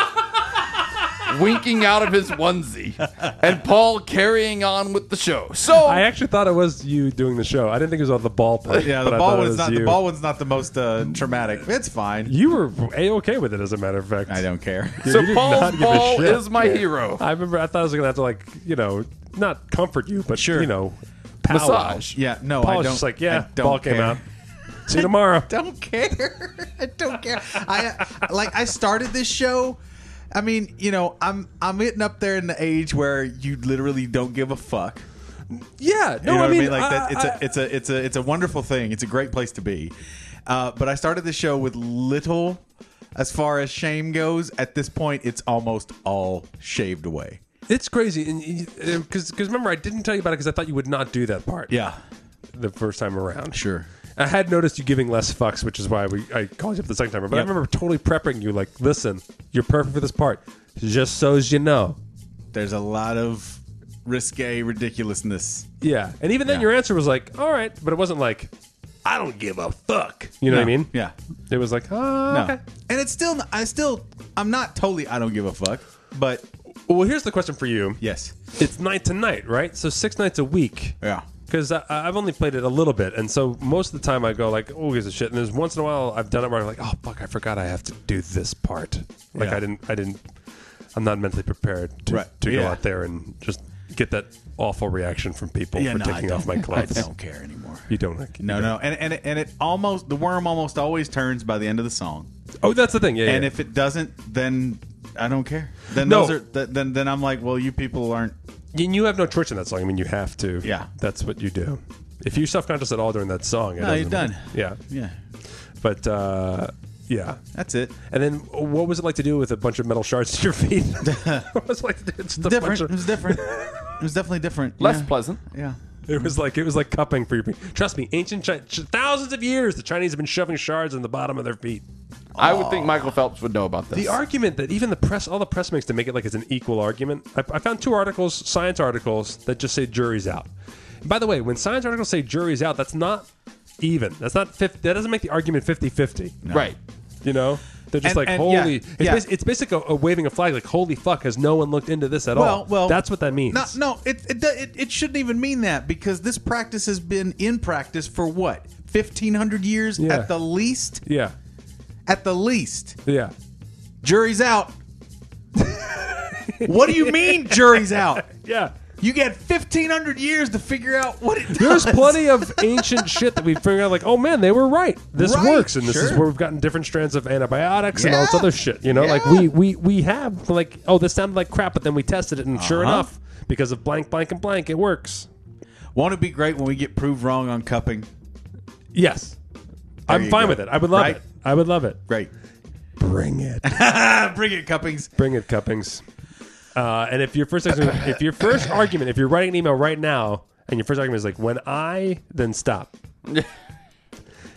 C: winking out of his onesie and Paul carrying on with the show. So
A: I actually thought it was you doing the show. I didn't think it was all the ball part.
B: Yeah,
A: but
B: the
A: I
B: ball
A: thought it
B: one's
A: was
B: not
A: you.
B: the ball one's not the most uh, traumatic. It's fine.
A: You were a okay with it, as a matter of fact.
B: I don't care.
C: so
A: you did not
C: Paul's
A: give a
C: ball
A: shit.
C: is my hero.
A: I remember. I thought I was gonna have to like, you know, not comfort you, but
B: Sure.
A: you know, powwow.
C: Massage.
B: Yeah, no,
A: Paul
B: I
A: was
B: don't.
A: just like,
B: I
A: yeah,
B: don't
A: ball came
B: care.
A: out. See you tomorrow.
B: don't care. I don't care. I uh, like I started this show. I mean, you know, I'm I'm getting up there in the age where you literally don't give a fuck.
A: Yeah. No,
B: you know
A: I mean,
B: what I mean? Like that.
A: I-
B: It's a it's a it's a it's a wonderful thing. It's a great place to be. Uh, but I started the show with little as far as shame goes, at this point, it's almost all shaved away.
A: It's crazy, because uh, remember I didn't tell you about it because I thought you would not do that part.
B: Yeah,
A: the first time around.
B: sure.
A: I had noticed you giving less fucks, which is why we I called you up the second time. But I
B: Yep.
A: remember totally prepping you, like, listen, you're perfect for this part, just so as you know.
B: There's a lot of risque ridiculousness.
A: Yeah, and even then,
B: Yeah.
A: your answer was like, all right, but it wasn't like, I don't give a fuck. You know what I mean?
B: Yeah.
A: It was like, oh,
B: No.
A: okay.
B: And it's still, I still, I'm not totally, I don't give a fuck, but
A: Well, here's the question for you.
B: yes.
A: It's night to night, right? So six nights a week.
B: Yeah.
A: Because I've only played it a little bit, and so most of the time I go like, "Oh, gives a shit." And there's once in a while I've done it where I'm like, "Oh fuck, I forgot I have to do this part." Like
B: Yeah.
A: I didn't, I didn't, I'm not mentally prepared to,
B: Right.
A: to go
B: Yeah.
A: out there and just get that awful reaction from people
B: Yeah,
A: for
B: no, I
A: taking off my
B: don't-
A: clothes.
B: I don't care anymore.
A: You don't like
B: No, no, and and it, and it almost the worm almost always turns by the end of the song,
A: Oh, that's the thing. Yeah,
B: and
A: yeah.
B: if it doesn't, then I don't care. Then
A: No.
B: those are th- then then I'm like, well, you people aren't.
A: and you have no choice in that song. I mean, you have to.
B: Yeah.
A: that's what you do. If you're self-conscious at all during that song, it
B: No, you're
A: doesn't-
B: done.
A: Yeah,
B: Yeah,
A: but uh, yeah,
B: that's it.
A: And then, what was it like to do with a bunch of metal shards to your feet? what was it like to do? Just a
B: Different.
A: bunch
B: It
A: of-
B: was different. it was definitely different.
C: Less
B: yeah.
C: pleasant.
B: Yeah.
A: it was like it was like cupping for your feet. Trust me, ancient Chi- ch- thousands of years, the Chinese have been shoving shards in the bottom of their feet.
C: I would think Michael Phelps would know about this.
A: The argument that even the press, all the press makes to make it like it's an equal argument. I, I found two articles, science articles, that just say jury's out. And by the way, when science articles say jury's out, that's not even. That's not 50, That doesn't make the argument 50-50.
C: Right.
A: You know, they're just
B: And-
A: like
B: and,
A: holy.
B: yeah,
A: it's,
B: yeah.
A: basi- it's basically a, a waving a flag, like holy fuck, has no one looked into this at all?
B: Well, well,
A: Oh, that's what that means.
B: No, no, it it, do- it it shouldn't even mean that because this practice has been in practice for what fifteen hundred years
A: Yeah.
B: at the least.
A: Yeah,
B: At the least,
A: yeah.
B: jury's out. what do you mean, jury's out?
A: Yeah.
B: You get fifteen hundred years to figure out what it.
A: There's
B: does.
A: plenty of ancient shit that we figured out, like, oh man, they were right. This
B: Right,
A: works, and this is
B: sure.
A: where we've gotten different strands of antibiotics and all this
B: Yeah.
A: other shit. You know, like we we we have like, oh, this sounded like crap, but then we tested it, and sure
B: Uh-huh.
A: enough, because of blank, blank, and blank, it works.
B: Won't it be great when we get proved wrong on cupping?
A: Yes, I'm
B: you
A: fine
B: go.
A: with it. I would love
B: Right?
A: it. I would love it.
B: Great.
A: Bring it.
B: Bring it, cuppings.
A: Bring it, cuppings. Uh, and if your first if your first argument, if you're writing an email right now, and your first argument is like "when I," then stop.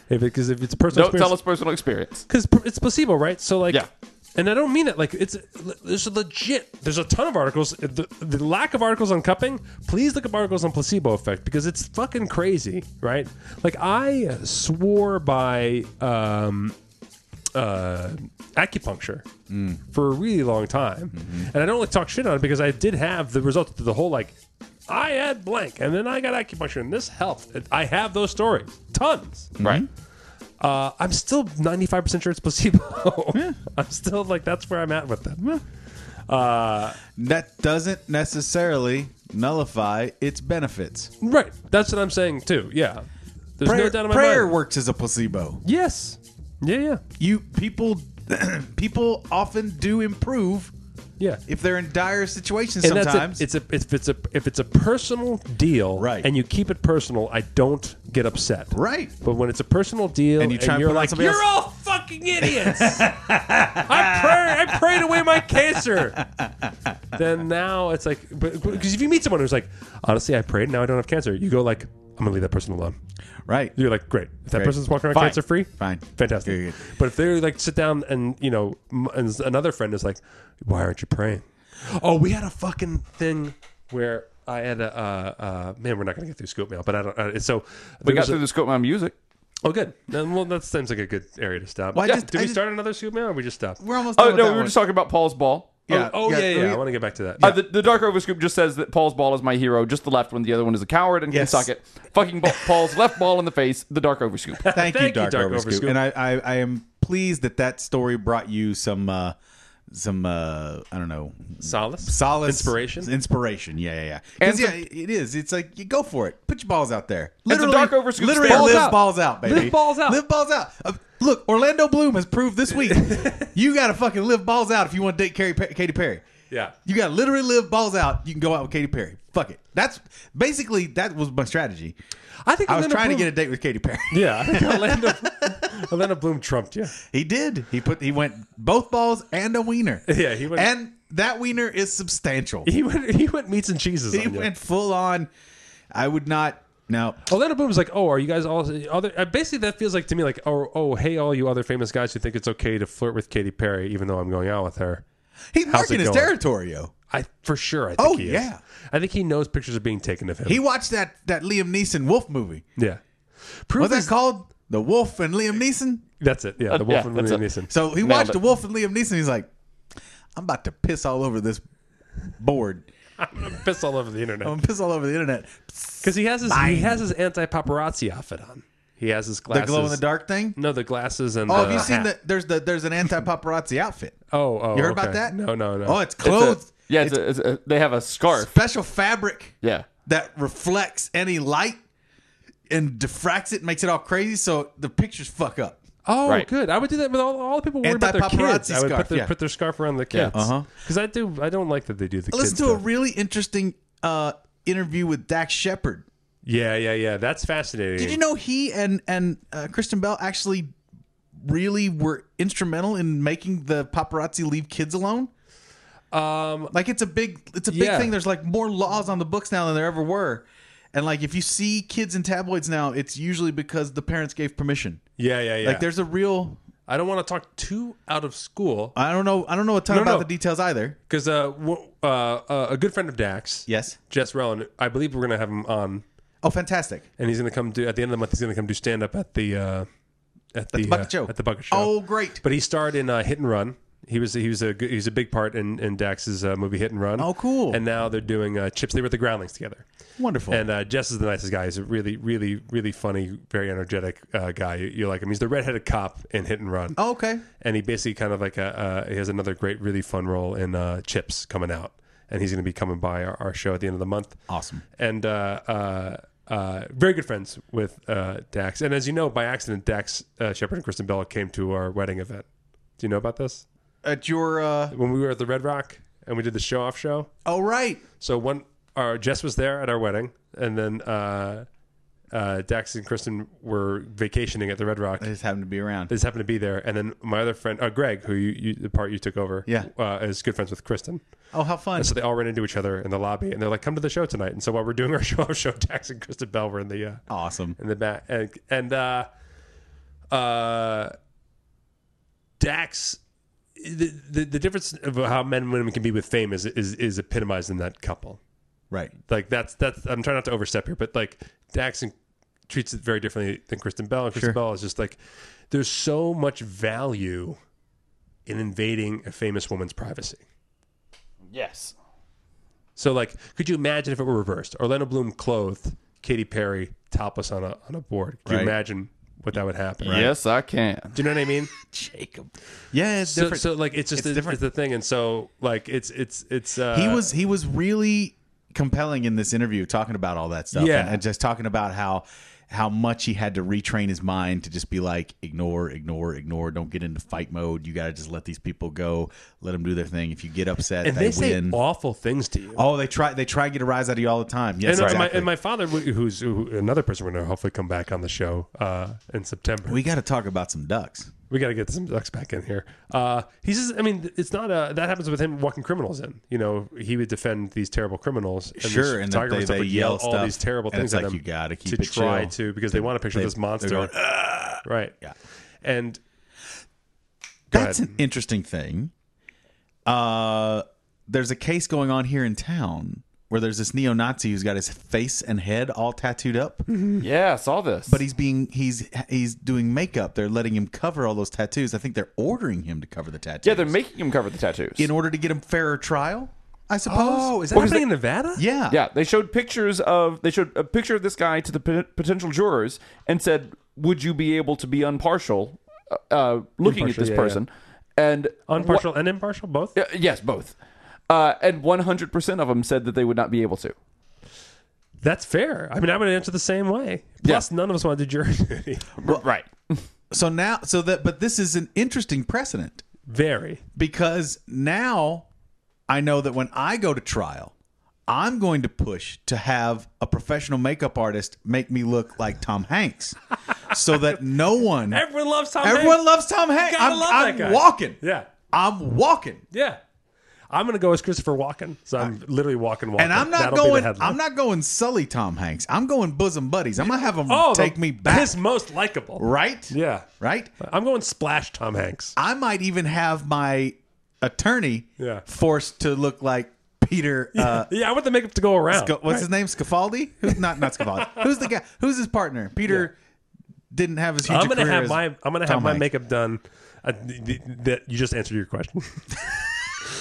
A: If because if it's a personal,
C: Don't tell us personal experience.
A: because it's placebo, right? So like,
C: Yeah.
A: And I don't mean that like it's there's a legit there's a ton of articles the, the lack of articles on cupping please look up articles on placebo effect because it's fucking crazy right like I swore by um, uh, acupuncture for a really long time. And I don't like talk shit on it because I did have the results of the whole like I had blank and then I got acupuncture and this helped. I have those stories. Tons.
C: Right.
A: Uh, I'm still 95% sure it's placebo. I'm still like, that's where I'm at with them.
B: That doesn't necessarily nullify its benefits.
A: Right. That's what I'm saying too. Yeah. There's
B: prayer
A: no doubt in my
B: prayer
A: mind.
B: works as a placebo.
A: Yes. Yeah, yeah.
B: You people, people often do improve
A: Yeah.
B: if they're in dire situations.
A: and
B: sometimes
A: that's a, it's a if it's a if it's a personal deal,
B: Right.
A: And you keep it personal. I don't get upset,
B: Right.
A: But when it's a personal deal, and,
B: And
A: you
B: you try and
A: are
B: put it on
A: like,
B: somebody
A: you're
B: else."
A: all fucking idiots. I pray, I prayed away my cancer. then now it's like, because if you meet someone who's like, honestly, I prayed, now I don't have cancer. You go like, I'm gonna leave that person alone.
B: right.
A: You're like, great. If that
B: Great.
A: person's walking around
C: Fine.
A: cancer free,
B: Fine.
A: fantastic.
B: Good, good.
A: But if they like sit down and you know, m- and another friend is like, why aren't you praying? Oh, we had a fucking thing where I had a uh, uh, man. We're not gonna get through scoop mail, but I don't. Uh, so
C: We got through the scope of my music.
A: Oh, good. Then, well, that seems like a good area to stop.
B: Well, I
A: yeah.
B: just-
A: Did
B: I
A: we
B: just-
A: start another scoop mail, or we just stopped?
B: We're almost. Done
C: Oh
B: with
C: no,
B: that
C: we were
B: one.
C: just talking about Paul's ball.
B: Yeah,
A: Oh, yeah, yeah.
B: we-
A: I want to get back to that.
C: Uh, the, the dark over scoop just says that Paul's ball is my hero, just the left one. The other one is a coward and
B: Yes.
C: can suck it. Fucking ba- Paul's left ball in the face. The dark over scoop.
B: Thank,
A: Thank you,
B: you, Dark,
A: Dark
B: Overscoop.
A: Overscoop.
B: And I, I, I am pleased that that story brought you some, uh, some uh, I don't know,
A: Solace,
B: solace,
A: inspiration.
B: inspiration. Yeah, yeah, yeah.
C: And
B: 'Cause, yeah, it is. It's like you go for it. Put your balls out there.
C: It's a
B: Literally,
C: Dark Overscoop's
B: literally
C: balls
B: live
C: out.
B: balls out, baby.
C: Live balls out.
B: Live balls out. Uh, look, Orlando Bloom has proved this week. you got to fucking live balls out if you want to date Carrie, Pe- Katy Perry.
A: Yeah.
B: You got to literally live balls out. You can go out with Katy Perry. Fuck it. That's basically that was my strategy.
A: I think
B: I was
A: Orlando
B: trying to
A: Bloom-
B: get a date with Katy Perry.
A: Yeah, I think Orlando, Orlando Bloom trumped you.
B: He did. He put he went both balls and a wiener.
A: Yeah, he went-
B: And that wiener is substantial.
A: He went. He went meats and cheeses.
B: He
A: on you.
B: went full on. I would not. No.
A: Orlando Bloom was like, "Oh, are you guys all other?" uh, Basically, that feels like to me like, "Oh, oh, hey, all you other famous guys who think it's okay to flirt with Katy Perry, even though I'm going out with her."
B: He's
A: How's
B: marking
A: it
B: his
A: going?
B: territory, yo.
A: I for sure. I think
B: Oh,
A: he is.
B: yeah.
A: I think he knows pictures are being taken of him.
B: He watched that that Liam Neeson Wolf movie.
A: yeah. Proof
B: What's
A: is-
B: that called? The Wolf and Liam Neeson.
A: That's it. Yeah, the Wolf
C: Uh, yeah,
A: and
C: that's
A: Liam
C: it.
A: Neeson.
B: So he
C: Nailed
B: watched
C: it.
B: the Wolf and Liam Neeson. He's like, I'm about to piss all over this board.
A: Piss all over the internet.
B: I'm gonna piss all over the internet.
A: Because he has his he has his anti paparazzi outfit on. He has his
B: The
A: glasses.
B: glow in the dark thing.
A: No, the glasses and.
B: Oh,
A: the
B: have you seen
A: hat.
B: that? There's the there's an anti paparazzi outfit.
A: Oh, oh,
B: You heard
A: okay.
B: about that?
A: No, no, no.
B: Oh, it's
C: It's a-
B: clothes.
C: yeah, it's, a, it's a, they have a scarf.
B: special fabric
C: Yeah.
B: that reflects any light and diffracts it, makes it all crazy, so the pictures fuck up.
A: oh,
C: right.
A: good. I would do that with all, all the people worried about their kids.
B: Anti-paparazzi
A: I would put,
B: scarf,
A: their,
B: yeah.
A: put their scarf around the
C: Yeah.
A: kids. Because I do. I don't like that they do the.
B: I listened
A: kids
B: to a
A: stuff.
B: really interesting uh, interview with Dax Shepard.
A: yeah, yeah, yeah. That's fascinating.
B: Did you know he and and uh, Kristen Bell actually really were instrumental in making the paparazzi leave kids alone? Um, like it's a big it's a big
A: yeah.
B: thing. There's like more laws on the books now than there ever were. And like if you see kids in tabloids now, it's usually because the parents gave permission.
A: Yeah, yeah, yeah.
B: Like there's a real
A: I don't want to talk too out of school
B: I don't know. I don't know a ton
A: No,
B: about
A: no.
B: the details either.
A: because uh, w- uh, uh, a good friend of Dax,
B: Yes.
A: Jess Rellen, I believe we're gonna have him on,
B: Oh, fantastic!
A: and he's gonna come do at the end of the month. He's gonna come do stand up at the uh, at the,
B: The Bucket
A: uh,
B: Show.
A: at the bucket show.
B: Oh, great!
A: But he starred in uh, Hit and Run. He was he was a good- he was a big part in, in Dax's uh, movie Hit and Run.
B: Oh, cool.
A: And now they're doing uh, Chips. They were at the Groundlings together.
B: Wonderful.
A: And uh, Jess is the nicest guy. He's a really really really funny, very energetic uh, guy. You, you like him. He's the redheaded cop in Hit and Run.
B: oh, okay.
A: And he basically kind of like a, uh, he has another great really fun role in uh, Chips coming out. And he's going to be coming by our, our show at the end of the month.
B: Awesome.
A: And uh, uh, uh, very good friends with uh, Dax. And as you know, by accident, Dax uh, Shepard and Kristen Bell came to our wedding event. Do you know about this?
B: At your uh,
A: when we were at the Red Rock and we did the show off show.
B: oh right.
A: So one, our Jess was there at our wedding, and then uh, uh, Dax and Kristen were vacationing at the Red Rock.
B: I just happened to be around.
A: They just happened to be there, and then my other friend, uh, Greg, who you, you the part you took over,
B: Yeah.
A: uh, is good friends with Kristen.
B: Oh, how fun!
A: So they all ran into each other in the lobby, and they're like, "Come to the show tonight." And so while we're doing our show off show, Dax and Kristen Bell were in the uh,
B: Awesome.
A: in the back and, and uh uh dax the, the the difference of how men and women can be with fame is is is epitomized in that couple
B: Right.
A: like that's that's i'm trying not to overstep here but like dax and, treats it very differently than kristen bell and kristen bell is just like there's so much value in invading a famous woman's privacy
C: Yes.
A: so, like, could you imagine if it were reversed? Orlando Bloom clothed, Katy Perry topless on a on a board. Could
B: Right.
A: you imagine what that would happen?
C: Yes, I can.
A: Do you know what I mean?
B: Jacob. Yeah, it's
A: so,
B: different.
A: so, like, it's just
B: It's
A: it's,
B: different.
A: it's the thing, and so like it's it's it's. Uh,
B: he was he was really compelling in this interview, talking about all that stuff,
A: Yeah.
B: and, and just talking about how how much he had to retrain his mind to just be like ignore, ignore, ignore. Don't get into fight mode. You got to just let these people go. Let them do their thing. If you get upset,
A: and
B: they,
A: they, say
B: win.
A: awful things to you.
B: Oh, they try. They try to get a rise out of you all the time. Yes,
A: and, and my,
B: exactly.
A: and my father, wh- who's who, another person we're going to hopefully come back on the show uh, in September.
B: we got to talk about some ducks.
A: we got to get some ducks back in here. Uh, he's just, I mean, it's not a, that happens with him walking criminals in. You know, he would defend these terrible criminals. And
B: Sure, and
A: photographer
B: they-
A: stuff
B: they
A: would
B: yell
A: all
B: stuff,
A: these terrible
B: and
A: things
B: it's
A: at
B: like,
A: him
B: you gotta keep
A: to
B: it
A: try
B: chill.
A: to because they, want a picture
B: they-
A: of this
B: they're
A: monster.
B: going, "Ah."
A: right.
B: Yeah.
A: And Go
B: That's
A: ahead.
B: an interesting thing. Uh, there's a case going on here in town where there's this neo-Nazi who's got his face and head all tattooed up,
A: Hmm.
C: Yeah, I saw this.
B: but he's being he's he's doing makeup. They're letting him cover all those tattoos. I think they're ordering him to cover the tattoos.
C: yeah, they're making him cover the tattoos.
B: in order to get him fairer trial, I suppose.
A: oh, is that
C: happening
A: happening in Nevada?
B: yeah,
C: yeah, they showed pictures of they showed a picture of this guy to the pot- potential jurors and said, "Would you be able to be impartial, uh, uh, looking
A: Impartial,
C: at this
A: yeah,
C: person?" And
A: Unpartial and impartial, both.
C: wha- uh, yes, both. Uh, and 100% of them said that they would not be able to.
A: That's fair. I mean, I would answer the same way. Plus, none of us want to do jury duty.
C: right.
B: So now, so that but this is an interesting precedent.
A: Very.
B: because now I know that when I go to trial, I'm going to push to have a professional makeup artist make me look like Tom Hanks, so that no one,
A: Everyone loves Tom.
B: everyone
A: Hanks.
B: loves Tom Hanks.
A: Gotta
B: I'm,
A: love
B: I'm
A: that guy.
B: walking.
A: Yeah,
B: I'm walking.
A: yeah. I'm gonna go as Christopher Walken. So I'm literally walking, walking.
B: And I'm not
A: That'll be the
B: going.
A: headline.
B: I'm not going Sully Tom Hanks. I'm going bosom buddies. I'm gonna have him
A: Oh, the-
B: take me back.
A: His most likable.
B: right?
A: Yeah.
B: Right.
A: I'm going splash Tom Hanks.
B: I might even have my attorney
A: Yeah.
B: forced to look like Peter. Uh,
A: yeah, I want the makeup to go around.
B: Sc- what's his name? Scafaldi? Who's not not Scafaldi? Who's the guy? Who's his partner? Peter didn't have his. Huge
A: I'm gonna
B: career
A: have
B: as
A: my I'm gonna
B: Tom
A: have my
B: Hanks.
A: makeup done. Uh, th- th- that you just answered your question.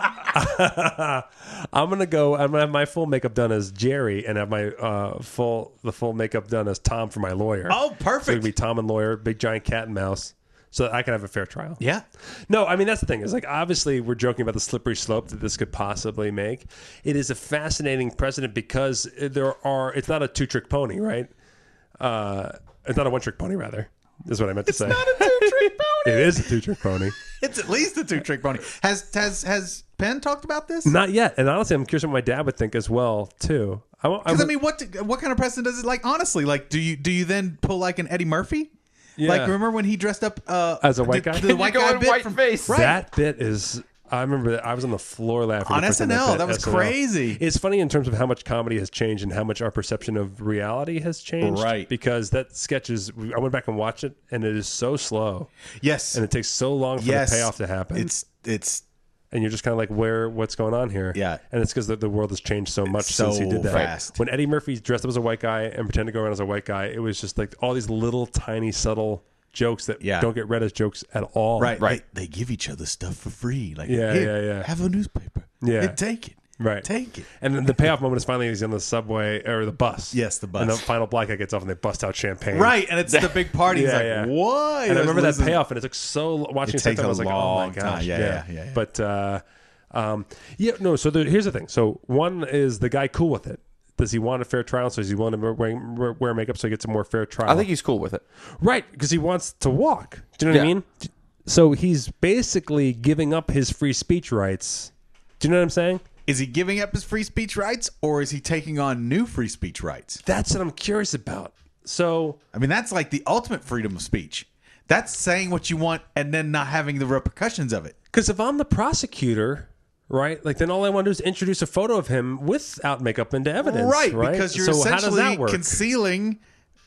A: uh, I'm gonna go. I'm gonna have my full makeup done as Jerry, and have my uh, full the full makeup done as Tom for my lawyer.
B: Oh, perfect.
A: So it'll be Tom and lawyer, big giant cat and mouse, so that I can have a fair trial.
B: Yeah.
A: No, I mean that's the thing. Is like obviously we're joking about the slippery slope that this could possibly make. It is a fascinating precedent because there are. It's not a two trick pony, right? Uh, it's not a one trick pony. Rather, is what I meant to say.
B: Not a two trick pony.
A: it is a two trick pony.
B: It's at least a two trick pony. Has has has Penn talked about this?
A: Not yet. And honestly, I'm curious what my dad would think as well too. I, won't- I
B: Because I
A: would-
B: mean, what do- what kind of precedent does it like? Honestly, like do you do you then pull like an Eddie Murphy?
A: Yeah.
B: Like remember when he dressed up uh,
A: As a white
B: the-
A: guy?
B: The
A: And you
B: white
C: go
B: guy
C: in
B: bit
C: white
B: from,
C: face.
B: Right.
A: That bit is. I remember that I was on the floor laughing
B: On
A: the first time
B: SNL,
A: bit-
B: that was crazy.
A: It's funny in terms of how much comedy has changed and how much our perception of reality has changed.
B: Right.
A: Because that sketch is. I went back and watched it, and it is so slow,
B: Yes.
A: and it takes so long for
B: yes.
A: the payoff to happen.
B: It's it's
A: and you're just kind of like, where? What's going on here?
B: Yeah.
A: And it's because the, the world has changed so much since he
B: so
A: did that.
B: fast.
A: When Eddie Murphy dressed up as a white guy and pretended to go around as a white guy, it was just like all these little tiny subtle jokes that
B: Yeah.
A: don't get read as jokes at all.
B: right.
C: Right.
B: They, they give each other stuff for free. Like
A: Yeah,
B: "Here,
A: yeah, yeah.
B: Have a newspaper.
A: Yeah.
B: And take it.
A: Right.
B: Take it.
A: And then the payoff moment is finally he's on the subway or the bus.
B: Yes, the bus.
A: And the final black guy gets off and they bust out champagne.
B: Right, and it's the big party. He's
A: Yeah,
B: like,
A: yeah.
B: "What?"
A: And I remember that
B: Losing-
A: payoff, and it took so lo- watching
B: It
A: it second
B: takes
A: time, I
B: a
A: was like, "Oh
B: long
A: my
B: time.
A: gosh!"
B: Yeah, yeah, yeah, yeah.
A: But uh, um, yeah, no. So there, here's the thing. So one is the guy cool with it. Does he want a fair trial? So is he willing to wear, wear, wear makeup so he gets a more fair trial?
C: I think he's cool with it.
A: right because he wants to walk. Do you know what
C: Yeah.
A: I mean? So he's basically giving up his free speech rights. Do you know what I'm saying?
B: Is he giving up his free speech rights, or is he taking on new free speech rights?
A: That's what I'm curious about. So
B: I mean, that's like the ultimate freedom of speech. That's saying what you want and then not having the repercussions of it.
A: Because if I'm the prosecutor, right, like then all I want to do is introduce a photo of him without makeup into evidence, right?
B: Because you're
A: so
B: essentially
A: how does that work?
B: concealing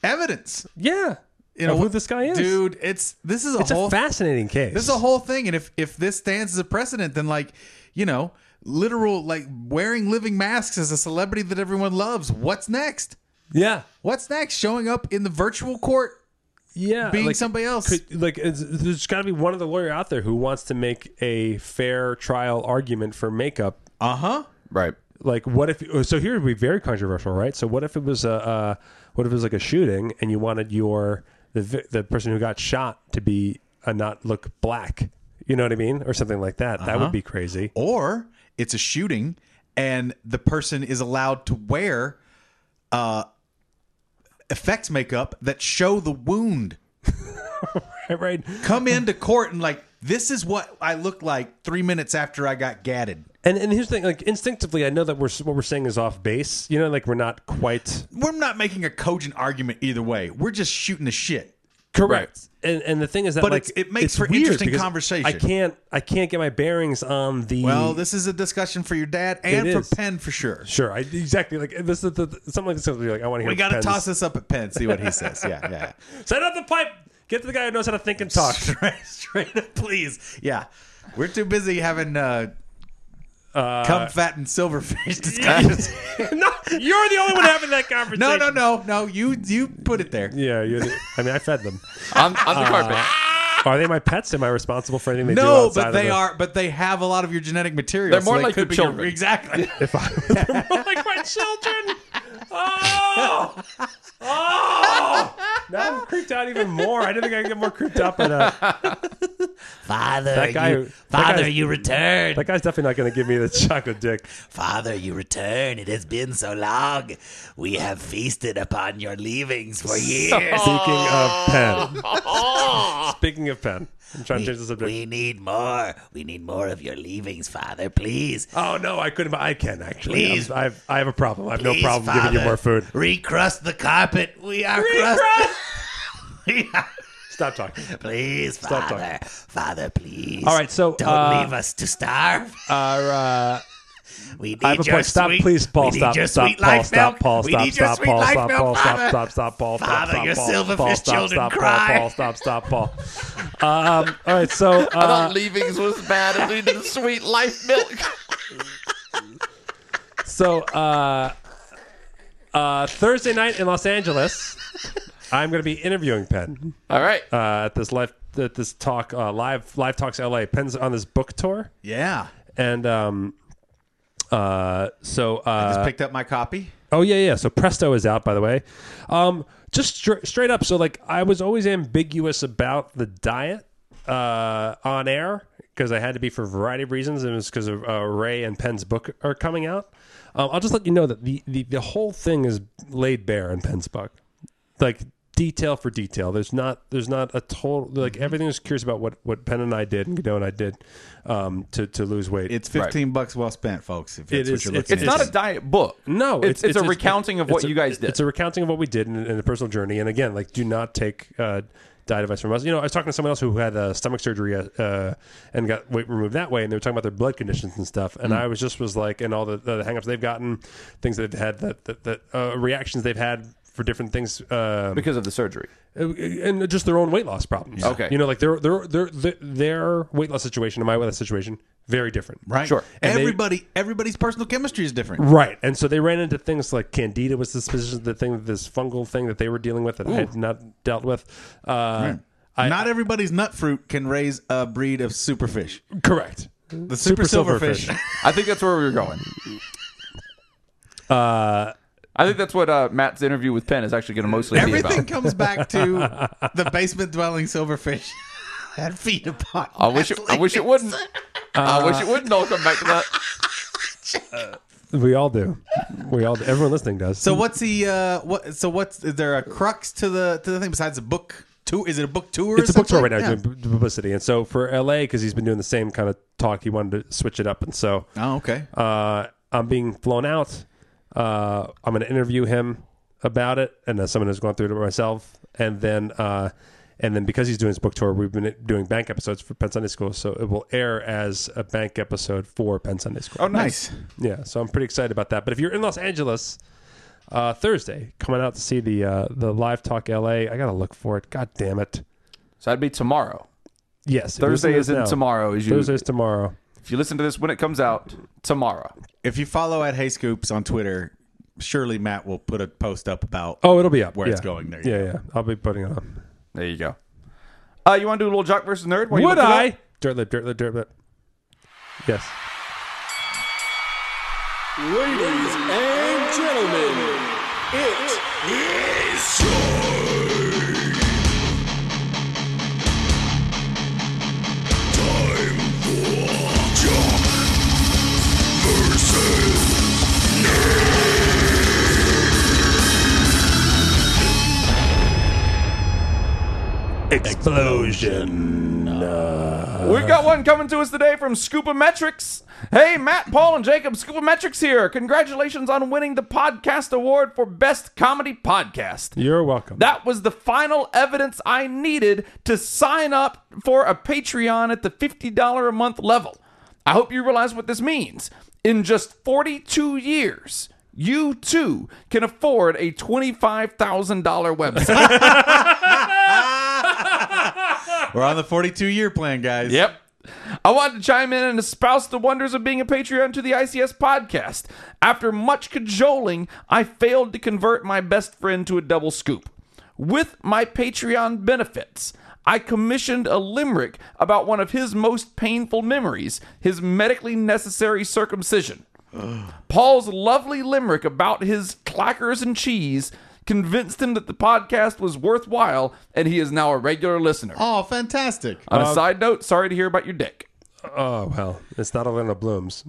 B: evidence.
A: yeah,
B: You
A: of
B: know
A: who this guy is,
B: dude. It's this is a
A: It's
B: whole
A: a fascinating case.
B: This is a whole thing, and if if this stands as a precedent, then like you know, literal like wearing living masks as a celebrity that everyone loves. What's next?
A: yeah,
B: What's next? Showing up in the virtual court.
A: yeah,
B: Being somebody else.
A: Could, like, it's, there's got to be one other lawyer out there who wants to make a fair trial argument for makeup
B: Uh huh.
C: Right.
A: like what if uh, so here would be very controversial right so what if it was a uh, what if it was like a shooting and you wanted your the vi- the person who got shot to be uh, not look black you know what i mean or something like that that
B: Uh-huh.
A: would be crazy
B: Or it's a shooting, and the person is allowed to wear uh effects makeup that show the wound.
A: right right
B: Come into court and like this is what I look like three minutes after I got gatted.
A: and and here's the thing like instinctively i know that we're s- what we're saying is off base you know like we're not quite
B: We're not making a cogent argument either way. We're just shooting the shit.
A: correct and and the thing is that
B: But
A: like
B: it's- it makes
A: it's
B: for
A: weird
B: interesting
A: because
B: conversation.
A: i can't i can't get my bearings on the
B: Well, this is a discussion for your dad and
A: Mm. It
B: for
A: is.
B: Penn for sure.
A: sure I, exactly like this is the, something like this is like i want to hear
B: We got to
A: Penn's-
B: toss this up at Penn, see what he says. Yeah, yeah,
A: set up the pipe get to the guy who knows how to think and talk
B: yeah. Straight up, please. Yeah. We're too busy having uh,
A: Uh,
B: come fat and silverfish discussions.
A: no, you're the only one having that conversation.
B: no, no, no, no. You you put it there.
A: Yeah, you're the, I mean, I fed them.
C: On, on the carpet.
A: Are they my pets? Am I responsible for anything they do?
B: No,
A: outside
B: but
A: of
B: they
A: the-
B: are. But they have a lot of your genetic material.
C: They're more
B: they
C: like
B: could
C: your
B: be
C: children.
B: exactly.
A: If I they're more like my children. Oh, oh! Now I'm creeped out even more. I didn't think I could get more creeped out by that.
B: Father,
A: That uh, guy-
B: you,
A: that
B: Father,
A: guy's-
B: you return.
A: That guy's definitely not going to give me the chocolate dick.
B: Father, you return. It has been so long. We have feasted upon your leavings for years.
A: Speaking of pen. Speaking of pen. I'm trying to change the subject.
B: we need more. We need more of your leavings, Father. Please.
A: Oh no, I couldn't. I can actually.
B: Please.
A: I'm- I have, I have a problem. I have no
B: Please,
A: problem giving you
B: Father,
A: more food.
B: Recrust the carpet. We are crusted. We are-
A: Stop talking.
B: please,
A: Stop talking.
B: Father. Father, please.
A: All right, so,
B: don't
A: uh,
B: leave us to starve.
A: Our uh,
B: We need
A: I have a
B: your
A: point. Stop,
B: sweet,
A: please, Paul.
B: we need
A: Stop,
B: your
A: stop,
B: sweet
A: Paul.
B: life
A: stop,
B: milk.
A: Paul.
B: We
A: Stop,
B: need your
A: stop,
B: sweet
A: Paul.
B: life
A: Stop,
B: milk,
A: Paul. Stop,
B: Father.
A: stop, stop, Paul.
B: Father,
A: stop,
B: your
A: stop,
B: silverfish
A: Paul. Stop,
B: children
A: stop,
B: cry.
A: Paul. Stop, stop, Paul. Stop, Paul. Um, all right, so uh,
D: leavings was bad. It needed sweet life milk.
A: so uh, uh, Thursday night in Los Angeles, I'm going to be interviewing Penn.
D: All right.
A: uh, at this live at this talk uh, live live talks LA. Penn's on this book tour,
B: Yeah.
A: and um, uh, so uh,
B: picked up my copy.
A: oh yeah yeah. So Presto is out by the way. Um, just str- straight up. So like I was always ambiguous about the diet uh, on air because I had to be for a variety of reasons. and It was because of uh, Ray and Penn's book are coming out. Um, I'll just let you know that the, the, the whole thing is laid bare in Penn's book like detail for detail. There's not there's not a total like everything is curious about what what Penn and I did and Godot and I did um, to to lose weight.
B: It's 15 bucks well spent, folks, if that's
A: It
B: what
A: is-
B: you're
A: it's-
B: looking
C: It's
B: at.
C: not a diet book.
A: no,
C: it's, it's, a recounting of
A: it's
C: what
A: a-
C: you guys did.
A: It's a recounting of what we did in, in a personal journey. And again, like do not take uh, diet advice from us. You know, I was talking to someone else who had uh, stomach surgery uh, and got weight removed that way, and they were talking about their blood conditions and stuff.
C: Mm.
A: And I was just was like, and all the, the hangups they've gotten, things they've had, that that, that uh, reactions they've had for different things. Um,
C: because of the surgery.
A: and just their own weight loss problems.
C: Okay.
A: you know, like their their their their, their weight loss situation and my weight loss situation very different.
B: Right.
C: Sure.
A: And they-
B: Everybody, everybody's personal chemistry is different.
A: Right, and so they ran into things like candida was this position, the thing, this fungal thing that they were dealing with that I had not dealt with. Uh, I-
B: Not everybody's nut fruit can raise a breed of superfish.
A: Correct.
B: The super,
A: Super
B: silverfish.
A: silverfish.
C: I think that's where we were going.
A: Uh,
C: I think that's what uh, Matt's interview with Penn is actually going to mostly be
B: Everything
C: about.
B: comes back to the basement dwelling silverfish that feed upon.
C: I wish it, I wish it wouldn't. I wish it wouldn't all come back to that.
A: we all do. We all. Do. Everyone listening does.
B: So what's the uh, what? So what's is there a crux to the to the thing besides a book tour? Is it a book tour?
A: it's a book tour right now
B: essentially?
A: doing pu- publicity, and so for LA because he's been doing the same kind of talk, he wanted to switch it up, and so
B: Yeah. Oh, okay.
A: uh, I'm being flown out. Uh, I'm going to interview him about it, and as someone who's gone through it myself, and then uh, and then because he's doing his book tour, we've been doing bank episodes for Penn Sunday School, so it will air as a bank episode for Penn Sunday School.
C: Oh,
B: nice.
A: Yeah, so I'm pretty excited about that. But if you're in Los Angeles uh, Thursday, coming out to see the uh, the live talk LA, I gotta look for it. God damn it!
C: So that'd be tomorrow.
A: Yes, if you're
C: Thursday
A: listening to
C: is
A: this
C: in
A: now,
C: tomorrow. Is you
A: Thursday's tomorrow.
C: if you listen to this when it comes out tomorrow.
B: If you follow at Hey Scoops on Twitter, surely Matt will put a post up about.
A: Oh, it'll be up
B: Where
A: yeah.
B: it's going, there you
A: Yeah, yeah. I'll be putting it on.
C: There you go. Uh, you want to do a little jock versus nerd? while you
A: Would
C: look for that?
A: I? Dirt lip, dirt lip, dirt lip. Yes.
E: Ladies and gentlemen, it is time for Jock versus
C: We've got one coming to us today from Scoopometrics. Hey, Matt, Paul, and Jacob, Scoopometrics here. Congratulations on winning the podcast award for Best Comedy Podcast.
A: You're welcome.
C: That was the final evidence I needed to sign up for a Patreon at the $50 a month level. I hope you realize what this means. In just 42 years, you too can afford a $25,000 website.
B: We're on the forty-two year plan, guys.
C: Yep. I wanted to chime in and espouse the wonders of being a Patreon to the ICS podcast. After much cajoling, I failed to convert my best friend to a double scoop. With my Patreon benefits, I commissioned a limerick about one of his most painful memories his medically necessary circumcision. Paul's lovely limerick about his clackers and cheese convinced him that the podcast was worthwhile, and he is now a regular listener.
B: Oh, fantastic.
A: Uh,
C: On a side note, sorry to hear about your dick.
A: Oh well, it's not Orlando Blooms.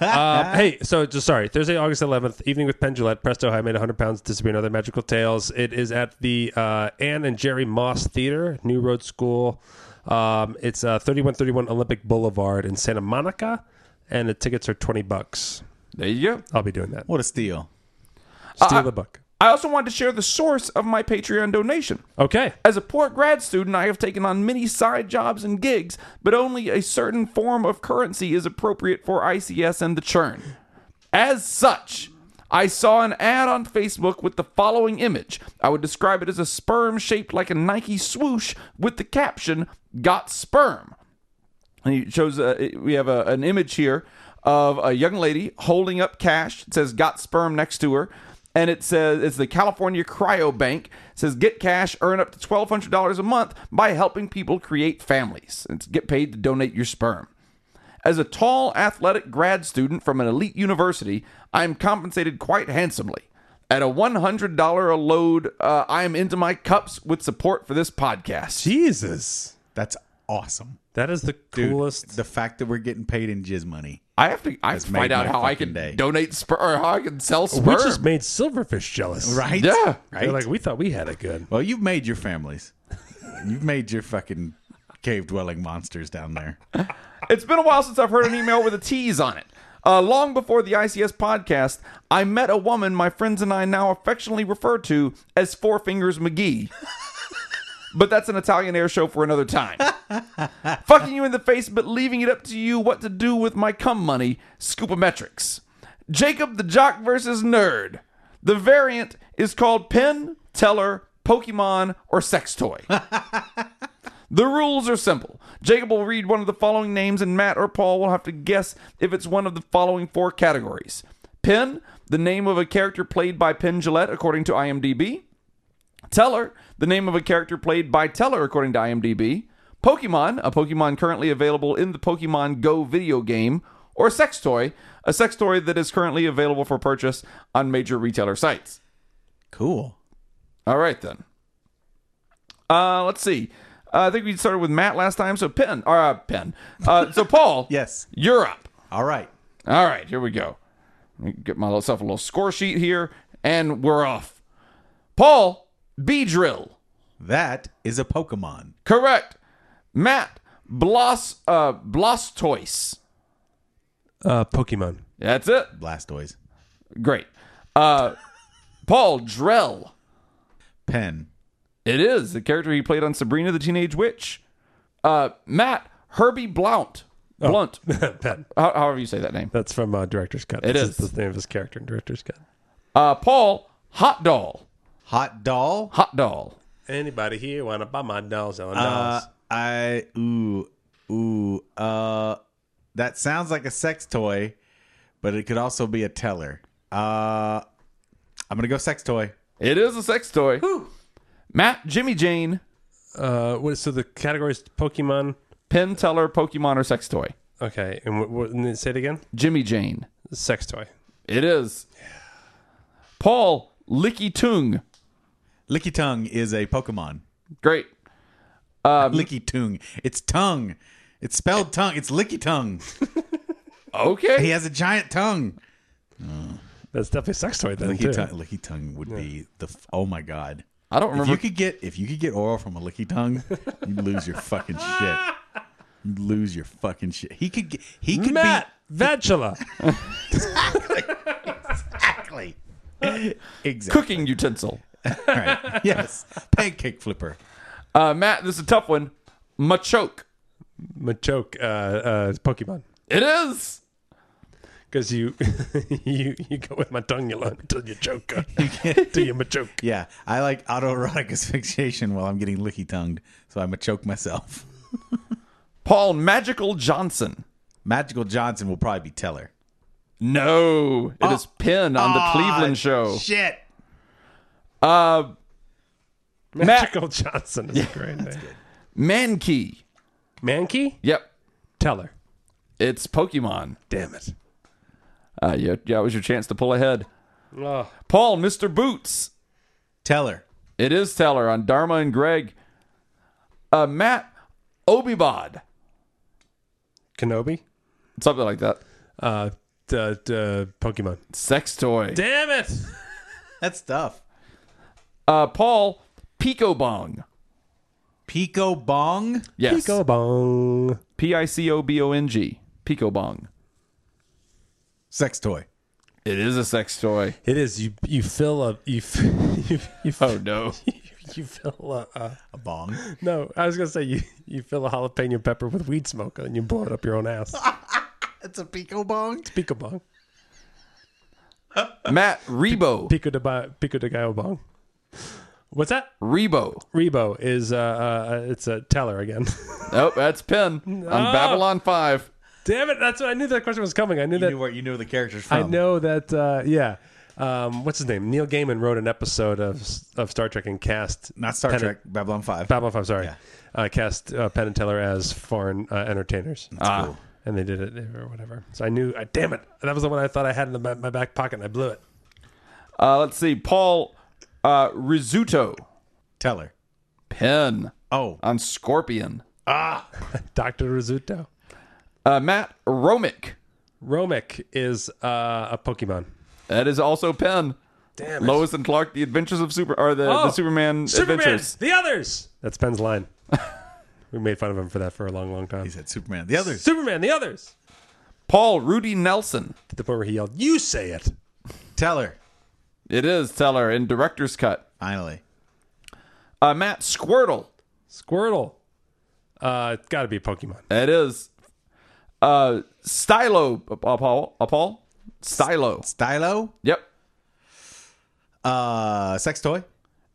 A: uh, hey, so just sorry. Thursday, August eleventh, evening with Penn Jillette. Presto, I made hundred pounds. Disappear and other magical tales. It is at the uh, Anne and Jerry Moss Theater, New Road School. Um, it's uh, thirty-one thirty-one Olympic Boulevard in Santa Monica, and the tickets are twenty bucks.
C: There you go.
A: I'll be doing that.
B: What a steal.
A: Steal the book.
C: I also wanted to share the source of my Patreon donation.
A: Okay.
C: As a poor grad student, I have taken on many side jobs and gigs, but only a certain form of currency is appropriate for ICS and the churn. As such, I saw an ad on Facebook with the following image. I would describe it as a sperm shaped like a Nike swoosh with the caption, Got Sperm. And he shows, uh, we have a, an image here of a young lady holding up cash. It says, Got Sperm next to her. And it says, it's the California Cryo Bank. It says, Get cash, earn up to $1,200 a month by helping people create families. It's get paid to donate your sperm. As a tall, athletic grad student from an elite university, I am compensated quite handsomely. At a $100 a load, uh, I am into my cups with support for this podcast.
A: Jesus,
B: That's awesome.
A: that is the
B: Dude,
A: coolest.
B: The fact that we're getting paid in jizz money.
C: I have to I have to
B: made
C: find out
B: my
C: how I
B: fucking
C: can
B: day.
C: donate sperm or how I can sell sperm.
A: we just made Silverfish jealous.
B: Right?
C: Yeah.
B: Right?
A: They're like we thought we had it good.
B: well, you've made your families. you've made your fucking cave dwelling monsters down there.
C: It's been a while since I've heard an email with a tease on it. Uh, long before the ICS podcast, I met a woman my friends and I now affectionately refer to as Four Fingers McGee. but that's an Italian air show for another time. Fucking you in the face, but leaving it up to you what to do with my cum money, Scoopometrics. Jacob the Jock versus Nerd. The variant is called Pen, Teller, Pokemon, or Sex Toy. The rules are simple. Jacob will read one of the following names, and Matt or Paul will have to guess if it's one of the following four categories Pen, the name of a character played by Penn Gillette, according to IMDb. Teller, the name of a character played by Teller, according to IMDb. Pokemon, a Pokemon currently available in the Pokemon Go video game. Or Sex Toy, a sex toy that is currently available for purchase on major retailer sites.
B: Cool.
C: All right then. Uh, let's see. Uh, I think we started with Matt last time, so Penn or uh, Penn. Uh, so Paul,
B: Yes.
C: you're up.
B: All right.
C: All right, here we go. Let me Get myself a little score sheet here, and we're off. Paul, B drill,
B: That is a Pokemon.
C: correct. Matt, Blos uh, Blastoise.
A: Uh, Pokemon.
C: That's it.
B: Blastoise.
C: Great. Uh, Paul Drell.
B: Pen.
C: It is the character he played on Sabrina the Teenage Witch. Uh, Matt Herbie Blount.
B: Oh.
C: Blunt.
A: Pat.
C: How, however you say that name.
A: That's from uh, director's cut.
C: It
A: It is
C: is.
A: the name of his character in director's cut.
C: Uh, Paul Hot Doll.
B: Hot doll.
C: Hot Doll.
A: Anybody here want to buy my dolls on
B: Uh, I ooh ooh uh that sounds like a sex toy, but it could also be a teller. Uh I'm gonna go sex toy.
C: It is a sex toy. Matt Jimmy Jane.
A: Uh, what, so the categories Pokemon.
C: Pen Teller Pokemon or sex toy.
A: Okay, and what, what, and then say it again.
C: Jimmy Jane.
A: Sex toy.
C: It is. Paul Licky Tung.
B: Licky tongue is a Pokemon.
C: Great.
B: Licky tongue. It's tongue. It's spelled tongue. It's licky tongue.
C: Okay.
B: He has a giant tongue.
A: That's definitely a sex toy then too.
B: Licky tongue. Licky tongue would be the. F- oh my god.
C: I don't
B: If you
C: remember.
B: could get if you could get oral from a licky tongue, you lose your fucking shit. You lose your fucking shit. He could get, he could be
A: Matt Vantula.
B: Exactly. exactly.
C: Cooking utensil.
B: Right. Yes. Pancake flipper.
C: Uh, Matt, this is a tough one. Machoke.
A: Machoke. Uh, uh, Pokemon.
C: It is.
A: Because you, you you go with my tongue you learn until you choke. uh, Till you machoke.
B: Yeah. I like autoerotic asphyxiation while I'm getting licky tongued, so I'm going to choke myself.
C: Paul Magical Johnson.
B: Magical Johnson will probably be Teller.
C: No, it is Penn on the Cleveland show.
A: Oh.
B: Shit.
C: Uh,
A: Magical Johnson is a great name.
C: Mankey.
A: Mankey.
C: Yep,
A: Teller.
C: it's Pokemon.
A: Damn it.
C: Uh, yeah, yeah, it was your chance to pull ahead.
A: Oh,
C: Paul, Mr. Boots.
B: Tell her.
C: It is Teller on Dharma and Greg. Uh, Matt Obibod,
A: Kenobi?
C: something like that.
A: Uh, d- d- Pokemon.
C: Sex toy.
A: Damn it!
B: That's tough.
C: Uh, Paul Pico Bong.
B: Pico Bong.
C: Yes,
A: Bong.
C: P I C O B O N G. Pico Bong.
B: Sex toy.
C: It is a sex toy.
A: It is you. You fill a you. f- you, you f-
C: Oh no.
A: You fill a. Uh,
B: A bong.
A: no, I was gonna say you. You fill a jalapeno pepper with weed smoke and you blow it up your own ass.
B: It's a Pico Bong.
A: Pico bong.
C: Matt Rebo.
A: Pico de ba- Pico de gallo bong. What's that?
C: Rebo.
A: Rebo is uh, uh it's a teller again.
C: Oh, that's Penn on Babylon 5.
A: Damn it! That's what I knew that question was coming. I knew
B: You
A: that.
B: knew where you knew the characters from.
A: I know that. Uh, yeah. Um, what's his name? Neil Gaiman wrote an episode of of Star Trek and cast
B: Not Star
A: Penn-
B: Trek. Babylon Five.
A: Babylon Five. Sorry,
B: Yeah.
A: uh, cast uh, Penn and Teller as foreign uh, entertainers,
C: Ah,
A: and they did it or whatever. So I knew. I, damn it! That was the one I thought I had in the, ba- my back pocket, and I blew it.
C: uh, let's see. Paul uh, Rizzuto.
B: Tell her.
C: Penn
B: Oh,
A: Ah.
C: on Scorpion.
A: Doctor Rizzuto.
C: Uh, Matt Romick.
A: Romick is uh, a Pokemon.
C: That is also Penn.
A: Damn it.
C: Lois and Clark, the adventures of Super, or the,
A: Oh,
C: the Superman,
A: Superman,
C: adventures.
A: the others. That's Penn's line. we made fun of him for that for a long, long time.
B: he said Superman. The others.
A: Superman, the others.
C: Paul Rudy Nelson.
A: To the point where he yelled, "You say it."
B: Tell her.
C: It is Teller in director's cut.
B: Finally.
C: Uh, Matt Squirtle.
A: Squirtle. Uh, it's got to be Pokemon.
C: That is uh, Stylo. Uh, Paul. Uh, Paul. Stylo.
B: Stylo.
C: Yep.
B: Uh, sex toy.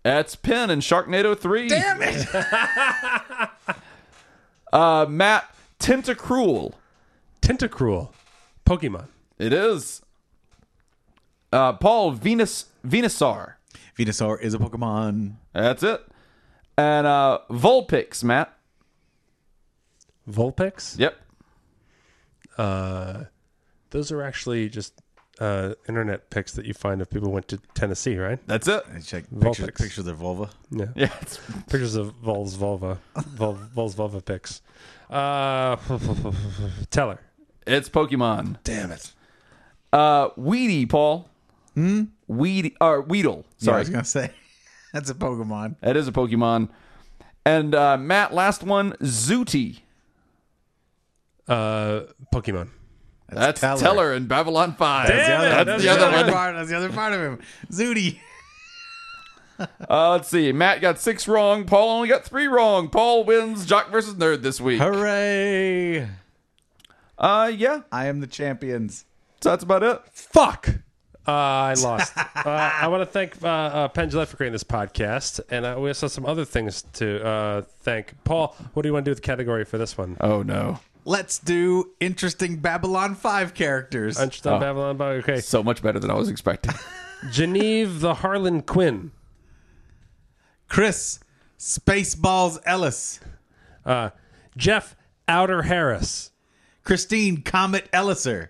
C: That's Penn in Sharknado 3. Damn it! uh, Matt, Tentacruel.
A: Tentacruel. Pokemon.
C: It is. Uh, Paul, Venus, Venusaur.
B: Venusaur is a Pokemon.
C: That's it. And uh, Vulpix, Matt.
A: Vulpix.
C: Yep.
A: Those are actually just uh, internet pics that you find if people went to Tennessee, right?
C: That's it.
B: I check pictures,
A: Vulpix.
B: pictures of vulva.
A: Yeah.
C: Yeah. it's-
A: Pictures of Vol's vulva. Vol, Vol's vulva pics. Uh, Teller.
C: It's Pokemon.
A: Damn it.
C: Uh, Weedy, Paul. Hmm? Weedy, or Weedle.
B: Sorry, I
C: Sorry.
B: was gonna say that's a Pokemon.
C: that is a Pokemon. And uh, Matt, last one, Zooty.
A: Uh, Pokemon.
C: That's, Teller. in Babylon 5.
A: Damn it,
C: That's the other one.
B: part. That's the other part of him. Zooty.
C: Uh, let's see. Matt got six wrong. Paul only got three wrong. Paul wins Jock versus Nerd this week.
B: Hooray!
C: Uh, yeah.
B: I am the champions.
C: So that's about it.
A: Fuck. Uh, I lost. uh, I want to thank uh, uh, Penn Jillette for creating this podcast, and uh, we also have some other things to uh, thank. Paul, what do you want to do with the category for this one?
C: Oh no.
B: Let's do interesting Babylon Five characters.
A: Punched on Babylon Bog. Okay,
C: So much better than I was expecting.
A: Geneve the Harlan Quinn,
B: Chris Spaceballs Ellis,
A: uh, Jeff Outer Harris,
B: Christine Comet Elliser,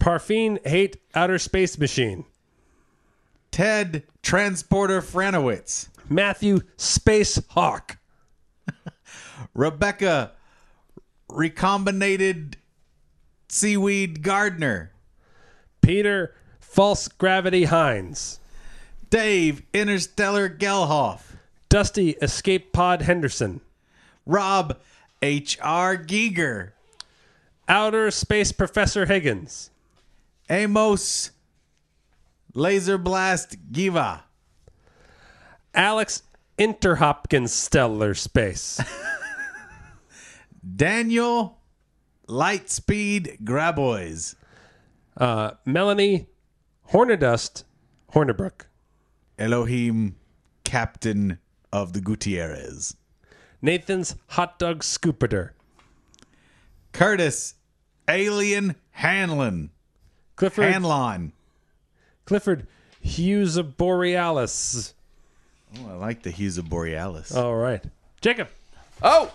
A: Parfine Hate Outer Space Machine,
B: Ted Transporter Franowitz,
A: Matthew Space Hawk,
B: Rebecca Recombinated Seaweed Gardener,
A: Peter False Gravity Hines,
B: Dave Interstellar Gelhoff,
A: Dusty Escape Pod Henderson,
B: Rob H.R. Giger,
A: Outer Space Professor Higgins,
B: Amos Laser Blast Giva,
A: Alex Interhopkins Stellar Space.
B: Daniel Lightspeed Grabois,
A: Uh, Melanie Hornadust Hornibrook.
B: Elohim Captain of the Gutierrez,
A: Nathan's Hot Dog Scoopiter.
B: Curtis Alien Hanlon,
A: Clifford
B: Hanlon.
A: Clifford Hughes of Borealis.
B: Oh, I like the Hughes of Borealis.
A: All right. Jacob.
C: oh.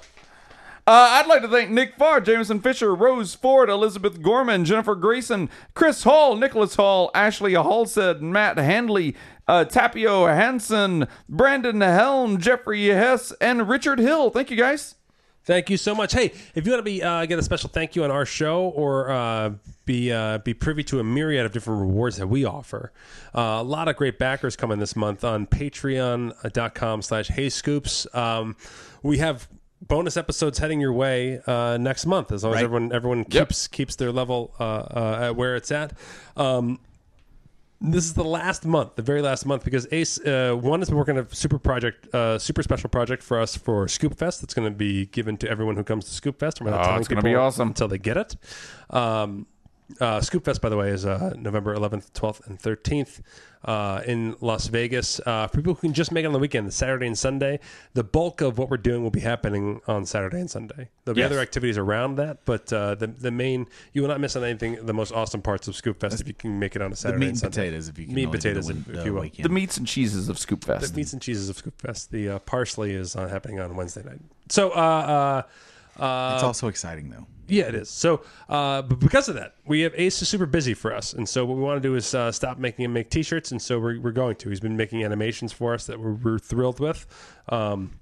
C: Uh, I'd like to thank Nick Farr, Jameson Fisher, Rose Ford, Elizabeth Gorman, Jennifer Grayson, Chris Hall, Nicholas Hall, Ashley Halstead, Matt Handley, uh, Tapio Hansen, Brandon Helm, Jeffrey Hess, and Richard Hill. Thank you guys.
A: Thank you so much. Hey, if you want to be uh, get a special thank you on our show or uh, be uh, be privy to a myriad of different rewards that we offer, uh, a lot of great backers coming this month on patreon.com slash hey scoops. Um, we have bonus episodes heading your way uh, next month as long as everyone everyone keeps keeps their level uh, uh, at where it's at. Um, this is the last month, the very last month, because Ace uh, one has been working on a super project, uh, super special project for us for Scoop Fest. That's going to be given to everyone who comes to Scoop Fest. We're not
C: Oh,
A: telling
C: it's gonna
A: people
C: be awesome.
A: until they get it. Um, uh, Scoop Fest, by the way, is uh, November 11th, 12th, and 13th uh, in Las Vegas. Uh, for people who can just make it on the weekend, Saturday and Sunday, the bulk of what we're doing will be happening on Saturday and Sunday. There'll be other activities around that, but uh, the, the main, you will not miss on anything, the most awesome parts of Scoop Fest if you can make it on a
B: The
A: Saturday and
B: meat and
A: Sunday
B: potatoes, if you can
A: meat and
B: only do the
A: potatoes,
B: win-
A: if,
B: the
A: if you will.
B: weekend.
C: The meats and cheeses of Scoop Fest.
A: Meats and cheeses of Scoop Fest. The uh, parsley is uh, happening on Wednesday night. So, uh, uh, uh,
B: it's also exciting though.
A: yeah, it is. So, uh, but because of that, we have Ace is super busy for us, and so what we want to do is uh, stop making him make T-shirts, and so we're, we're going to. He's been making animations for us that we're, we're thrilled with. Um,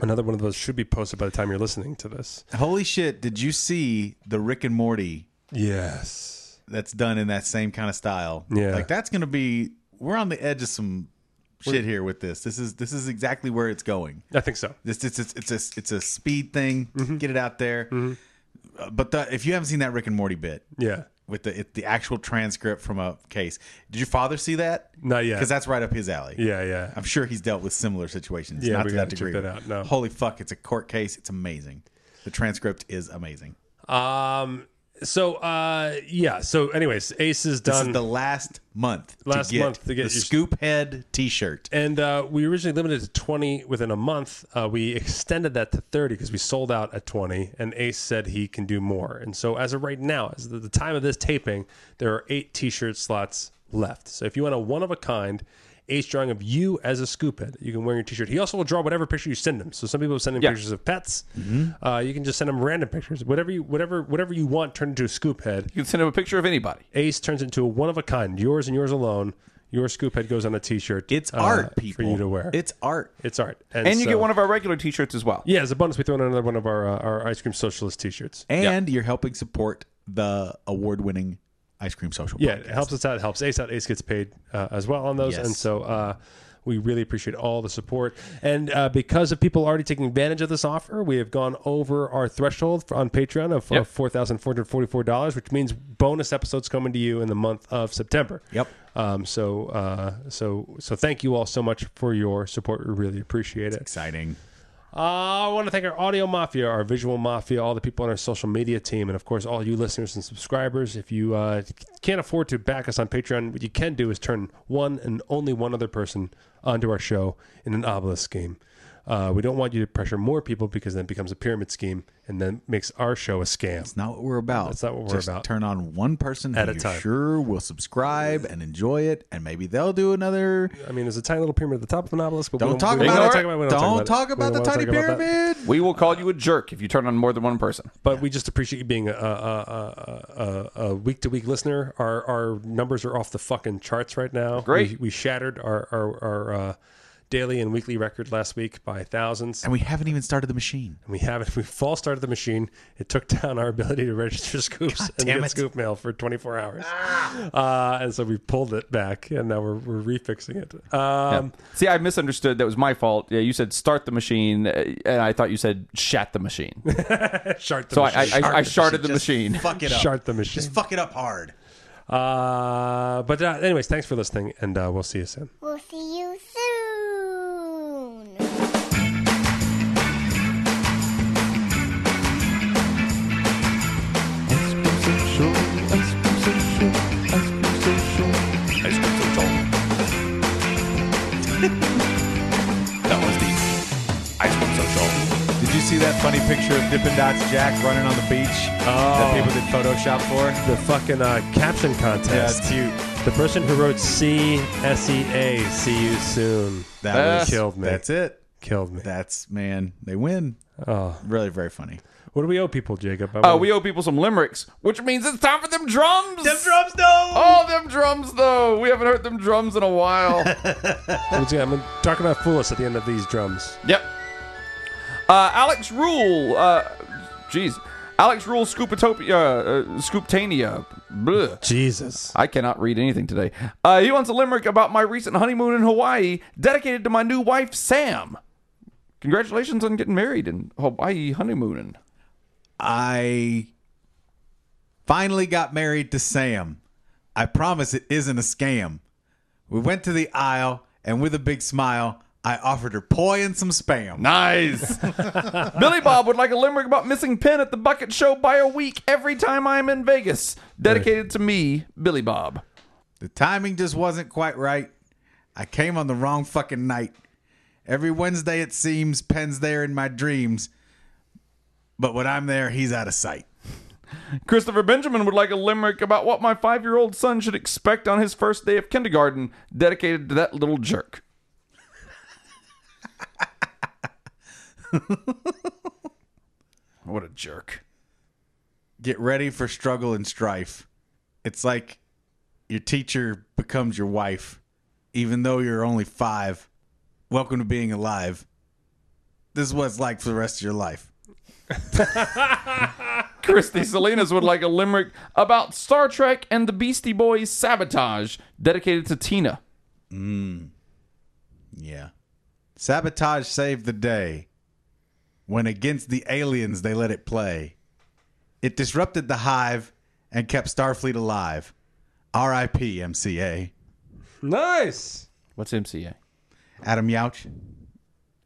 A: another one of those should be posted by the time you're listening to this.
B: Holy shit! Did you see the Rick and Morty
A: Yes.
B: that's done in that same kind of style?
A: Yeah.
B: like that's gonna be. We're on the edge of some shit here with this. This is this is exactly where it's going.
A: I think so.
B: This it's it's it's a, it's a speed thing.
A: Mm-hmm.
B: Get it out there. Uh, but the, if you haven't seen that Rick and Morty bit,
A: Yeah.
B: with the it, the actual transcript from a case. Did your father see that?
A: Not yet.
B: because that's right up his alley.
A: Yeah, yeah.
B: I'm sure he's dealt with similar situations.
A: Yeah,
B: not
A: we
B: to
A: gotta
B: that
A: check
B: degree.
A: that out, no.
B: Holy fuck! It's a court case. It's amazing. The transcript is amazing.
A: Um. So, uh, yeah. So, anyways, Ace is
B: This
A: done.
B: is the last month.
A: Last
B: to get
A: month to get
B: the
A: your-
B: scoop head T-shirt.
A: And uh, we originally limited it to 20 within a month. Uh, we extended that to 30 because we sold out at 20, and Ace said he can do more. And so, as of right now, as of the time of this taping, there are eight t shirt slots left. So, if you want a one of a kind, Ace drawing of you as a scoop head. You can wear your T-shirt. He also will draw whatever picture you send him. So some people send him
C: Yeah.
A: pictures of pets.
B: Mm-hmm.
A: Uh, you can just send him random pictures. Whatever you, whatever, whatever you want, turn into a scoop head.
C: you can send him a picture of anybody.
A: Ace turns into a one of a kind. Yours and yours alone. Your scoop head goes on a T-shirt.
B: It's
A: uh,
B: art, people.
A: for you to wear.
B: It's art.
A: It's art,
C: And you
A: so-
C: get one of our regular T-shirts as well.
A: yeah. As a bonus, we throw in another one of our uh, our ice cream socialist T-shirts.
B: And you're helping support the award-winning ice cream social.
A: Yeah,
B: podcast.
A: it helps us out. It helps Ace out. Ace gets paid uh, as well on those,
B: Yes.
A: and so uh, we really appreciate all the support. And uh, because of people already taking advantage of this offer, we have gone over our threshold for, on Patreon of,
C: Yep.
A: of four thousand four hundred forty-four dollars, which means bonus episodes coming to you in the month of September.
B: Yep.
A: Um, so, uh, so, so, thank you all so much for your support. We really appreciate it.
B: Exciting.
A: Uh, I want to thank our audio mafia, our visual mafia, all the people on our social media team, and of course, all you listeners and subscribers. If you uh, can't afford to back us on Patreon, what you can do is turn one and only one other person onto our show in an obelisk game. Uh, we don't want you to pressure more people because then it becomes a pyramid scheme and then makes our show a scam.
B: It's not what we're about.
A: That's not what we're
B: Just
A: about.
B: Turn on one person
A: At
B: who
A: a
B: you're
A: time.
B: Sure, will subscribe and enjoy it, and maybe they'll do another.
A: I mean, there's a tiny little pyramid at the top of an obelisk, but we
B: Don't talk
A: we
B: about
A: wanna
B: it.
A: talk about- we
B: don't,
A: wanna
B: talk
A: it.
B: about,
A: We
B: the
A: wanna
B: tiny
A: talk about that.
B: pyramid.
C: We will call you a jerk if you turn on more than one person.
A: But we just appreciate you being a a- a- a week to week listener. Our our numbers are off the fucking charts right now.
C: Great.
A: we, we shattered our our, our uh, daily and weekly record last week by thousands.
B: And we haven't even started the machine.
A: And we haven't. We false started the machine. It took down our ability to register scoops and
B: damn
A: get
B: it. Ah.
A: scoop mail for 24 hours. Uh, and so we pulled it back, and now we're we're refixing it. Um,
C: See, I misunderstood. That was my fault. Yeah, you said start the machine, uh, and I thought you said shat the machine.
A: Shart the
C: So I, I,
A: machine.
C: I, I sharted the
B: Just
C: machine.
B: Fuck it up.
A: Shart the machine.
B: Just fuck it up hard.
A: uh, but uh, anyways, thanks for listening, and uh, we'll see you soon.
F: We'll see you soon.
E: That was deep. Ice cream social.
B: Did you see that funny picture of Dippin' Dots Jack running on the beach?
E: Oh.
B: That people did Photoshop for?
A: The fucking uh, caption contest.
B: Yeah, it's cute.
A: The person who wrote C S E A, see you soon,
B: That
C: Uh,
B: was
A: Killed me.
B: That's it.
A: killed me.
B: That's man. They win. Oh, really, very funny.
A: What do we owe people, Jacob? I
C: Uh,
A: wanna-
C: we owe people some limericks, which means it's time for them drums.
B: Them drums, though.
C: Oh, them drums though. We haven't heard them drums in a while.
A: I'm just gonna- I'm talking about fool us at the end of these drums.
C: Yep. Uh, Alex Rule. Uh, jeez. Alex Rule Scoopatopia, uh, Scooptania. Bleh.
A: Jesus.
C: I cannot read anything today. Uh, he wants a limerick about my recent honeymoon in Hawaii, dedicated to my new wife, Sam. Congratulations on getting married in Hawaii honeymooning.
B: I finally got married to Sam. I promise it isn't a scam. We went to the aisle, and with a big smile, I offered her poi and some spam.
C: Nice. Billy Bob would like a limerick about missing pin at the bucket show by a week every time I'm in Vegas, dedicated to me, Billy Bob.
B: The timing just wasn't quite right. I came on the wrong fucking night. Every Wednesday, it seems, Penn's there in my dreams. But when I'm there, he's out of sight.
C: Christopher Benjamin would like a limerick about what my five year old son should expect on his first day of kindergarten, dedicated to that little jerk. what a jerk.
B: Get ready for struggle and strife. It's like your teacher becomes your wife, even though you're only five. Welcome to being alive. This is what it's like for the rest of your life.
C: Christy Salinas would like a limerick about Star Trek and the Beastie Boys sabotage, dedicated to Tina.
B: Yeah. Sabotage saved the day. When against the aliens, they let it play. It disrupted the hive and kept Starfleet alive. RIP, MCA.
A: Nice.
C: What's MCA?
B: Adam Yauch.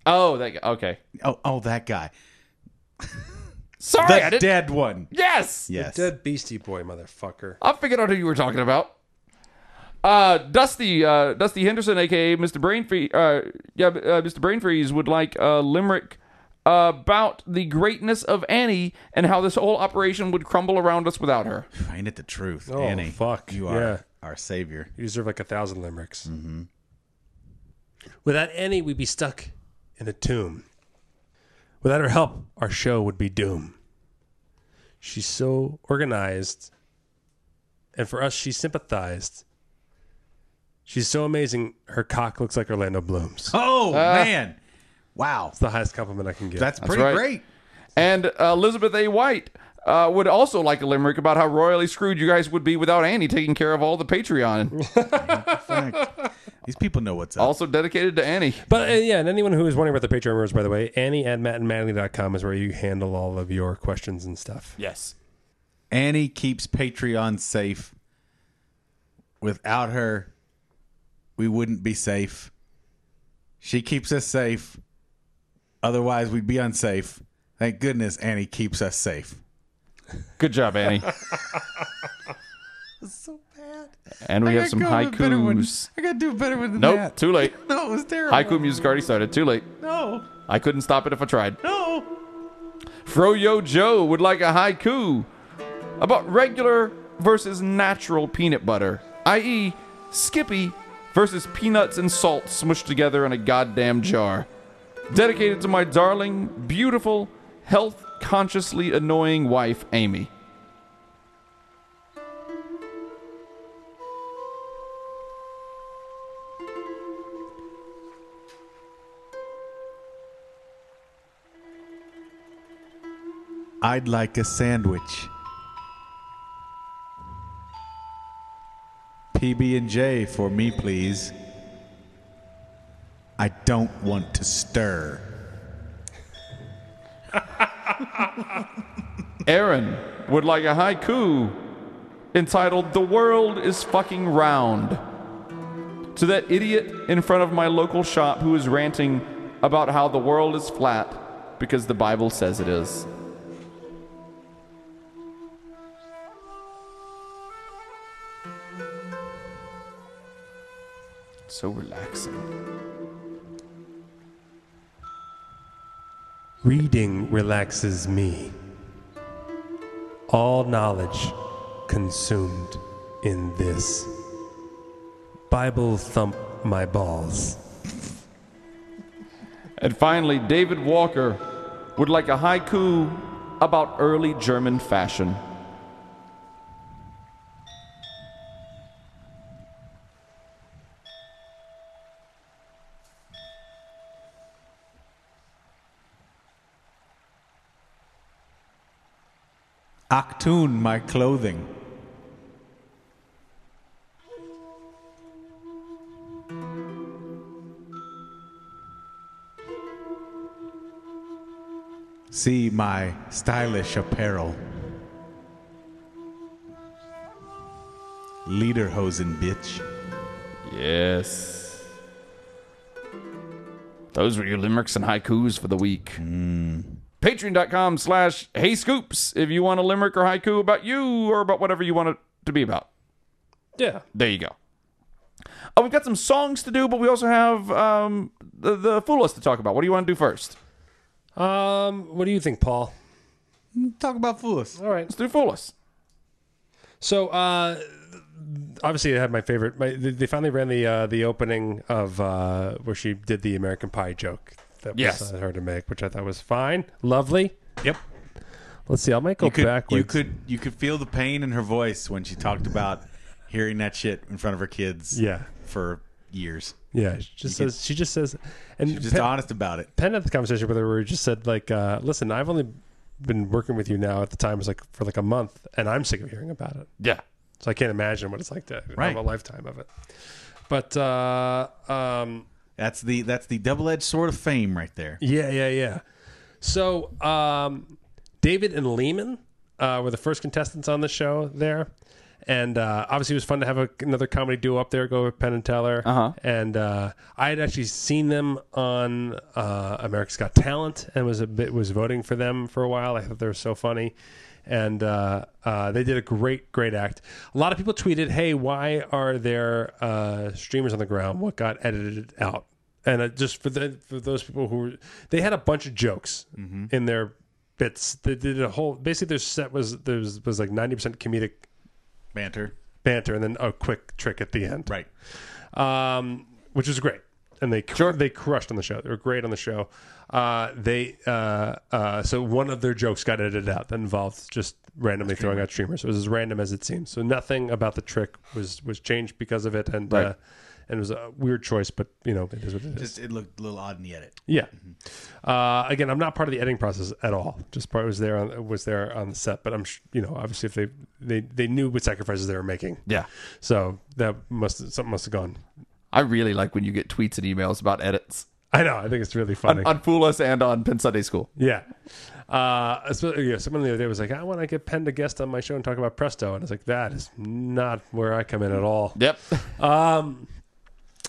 C: Oh, that guy. Okay.
B: Oh, oh, that guy.
C: Sorry,
B: The
C: I didn't.
B: dead one.
C: Yes.
B: Yes.
A: Dead Beastie Boy, motherfucker.
C: I figured out who you were talking about. Uh, Dusty, uh, Dusty Henderson, aka Mr. Brainfreeze, uh, yeah, uh, Mr. Brainfreeze would like a limerick about the greatness of Annie and how this whole operation would crumble around us without her.
B: Ain't it the truth,
A: Oh,
B: Annie?
A: fuck,
B: You are
A: yeah.
B: our savior.
A: You deserve like a thousand limericks. Mm-hmm. Without Annie, we'd be stuck in a tomb. Without her help, our show would be doomed. She's so organized, and for us, she sympathized. She's so amazing. Her cock looks like Orlando Bloom's. It's
B: Oh man, wow,
A: the highest compliment I can give.
B: that's pretty
C: right.
B: great.
C: And uh, Elizabeth A. White uh, would also like a limerick about how royally screwed you guys would be without Annie taking care of all the Patreon.
B: Fact. These people know what's up.
C: also dedicated to Annie.
A: But uh, yeah, and anyone who is wondering about the Patreon members, by the way, Annie at mattandmadly.com is where you handle all of your questions and stuff.
C: Yes.
B: Annie keeps Patreon safe. Without her, we wouldn't be safe. She keeps us safe. Otherwise, we'd be unsafe. Thank goodness Annie keeps us safe.
C: Good job, Annie.
B: So bad.
C: And we have some haikus.
B: I gotta do better with
C: Nope, too late.
B: No, it was terrible.
C: Haiku music already started. Too late.
B: No,
C: I couldn't stop it if I tried.
B: no.
C: Froyo Joe would like a haiku about regular versus natural peanut butter, i.e., Skippy versus peanuts and salt smushed together in a goddamn jar. Dedicated to my darling, beautiful, health consciously annoying wife, Amy.
B: I'd like a sandwich. PB&J for me, please. I don't want to stir.
C: Aaron would like a haiku entitled The World is Fucking Round. To that idiot in front of my local shop who is ranting about how the world is flat because the Bible says it is. So relaxing.
A: Reading relaxes me. All knowledge consumed in this. Bible thump my balls.
C: And finally, David Walker would like a haiku about early German fashion?
B: Achtung, my clothing. See my stylish apparel. Lederhosen, bitch.
C: Yes. Those were your limericks and haikus for the week. Hmm. Patreon.com slash Hey Scoops if you want a limerick or haiku about you or about whatever you want it to be about.
A: Yeah.
C: There you go. Oh, we've got some songs to do, but we also have um, the, the Fool Us to talk about. What do you want to do first?
A: Um, what do you think, Paul?
B: Talk about fools.
A: All right.
C: Let's do Fool Us.
A: So uh, obviously, I had my favorite. My, they they finally ran the uh, the opening of uh, where she did the American Pie joke that was
C: Yes.
A: uh, her to make, which I thought was fine, lovely.
B: Yep.
A: Let's see. I might go
B: You could,
A: backwards.
B: you could you could feel the pain in her voice when she talked about hearing that shit in front of her kids
A: Yeah.
B: for years.
A: Yeah. She just
B: You could-
A: says. she just says. And
B: She was just
A: Pe-
B: honest about it.
A: Penn had the conversation with her where he just said like, uh, "Listen, I've only been working with you now at the time was like for like a month, and I'm sick of hearing about it.
C: Yeah.
A: So I can't imagine what it's like to
B: Right.
A: have a lifetime of it." But uh, um,
B: That's the that's the double edged sword of fame right there.
A: yeah, yeah, yeah. So um, David and Lehman uh, were the first contestants on the show there. And uh, obviously, it was fun to have a, another comedy duo up there go with Penn and Teller. Uh-huh. And uh, I had actually seen them on uh, America's Got Talent and was a bit was voting for them for a while. I thought they were so funny, and uh, uh, they did a great great act. A lot of people tweeted, "Hey, why are there uh, streamers on the ground? What got edited out?" and uh, just for the for those people who were, they had a bunch of jokes in their bits. They did a whole basically their set was there was, was like ninety percent comedic
B: Banter.
A: banter and then a quick trick at the end,
B: Right.
A: um, which was great. And they they crushed on the show. They were great on the show. Uh, they uh, uh, so one of their jokes got edited out that involved just randomly throwing out streamers. It was as random as it seems. So nothing about the trick was was changed because of it, and uh, and it was a weird choice. But you know, it is what it is.
B: Just it looked a little odd in the edit.
A: Yeah. Uh, again, I'm not part of the editing process at all. Just part was there on was there on the set, but I'm sh- you know obviously if they they they knew what sacrifices they were making.
C: Yeah.
A: So that must something must have gone.
C: I really like when you get tweets and emails about edits
A: I know. I think it's really funny.
C: on, on Fool Us and on Penn Sunday School.
A: yeah. Uh, so, yeah. Someone the other day was like, I want to get Penn to guest on my show and talk about Presto, and I was like, that is not where I come in at all.
C: Yep.
A: Um.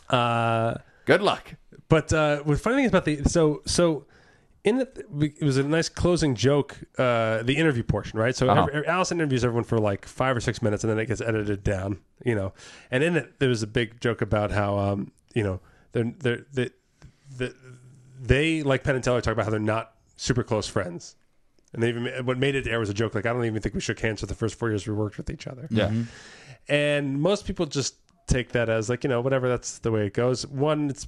A: Uh.
C: Good luck.
A: But uh, the funny thing is about the so so in the, we- it was a nice closing joke, uh, the interview portion, right? So every- Allison interviews everyone for like five or six minutes, and then it gets edited down, you know. And in it, there was a big joke about how um, you know they're they're they, they, they like Penn and Teller talk about how they're not super close friends. And they even what made it to air was a joke. Like I don't even think we shook hands for the first four years we worked with each other
C: Yeah.
A: and most people just take that as like you know whatever that's the way it goes one it's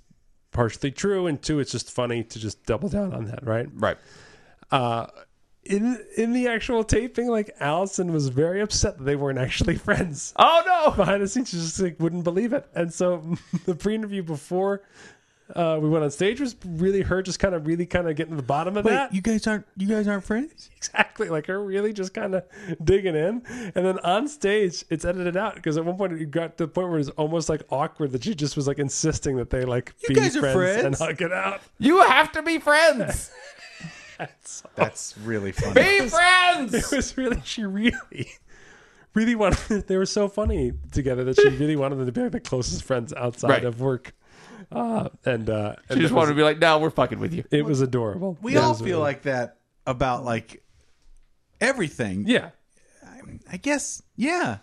A: partially true and two it's just funny to just double down on that right
C: Right.
A: in in the actual taping like allison was very upset that they weren't actually friends
C: Oh no.
A: behind the scenes she just like wouldn't believe it and so the pre-interview before uh, we went on stage was really her just kind of really kind of getting to the bottom of that
B: guys aren't you guys aren't friends?
A: exactly like her really just kind of digging in and then on stage it's edited out because at one point it got to the point where it's almost like awkward that she just was like insisting that they like be
B: guys are
A: and
B: friends.
A: hug it out
C: You have to be friends.
B: That's really funny.
C: Be
A: it
C: friends.
A: was really she really really wanted they were so funny together that she really wanted them to be like the closest friends outside
C: Right.
A: of work uh, and uh
C: You
A: and it,
C: just wanted
A: was,
C: to be like, no, we're fucking with you.
A: it was adorable
B: We
A: It
B: all
A: was
B: feel
A: really-
B: like that about like everything.
A: yeah
B: I guess. Yeah.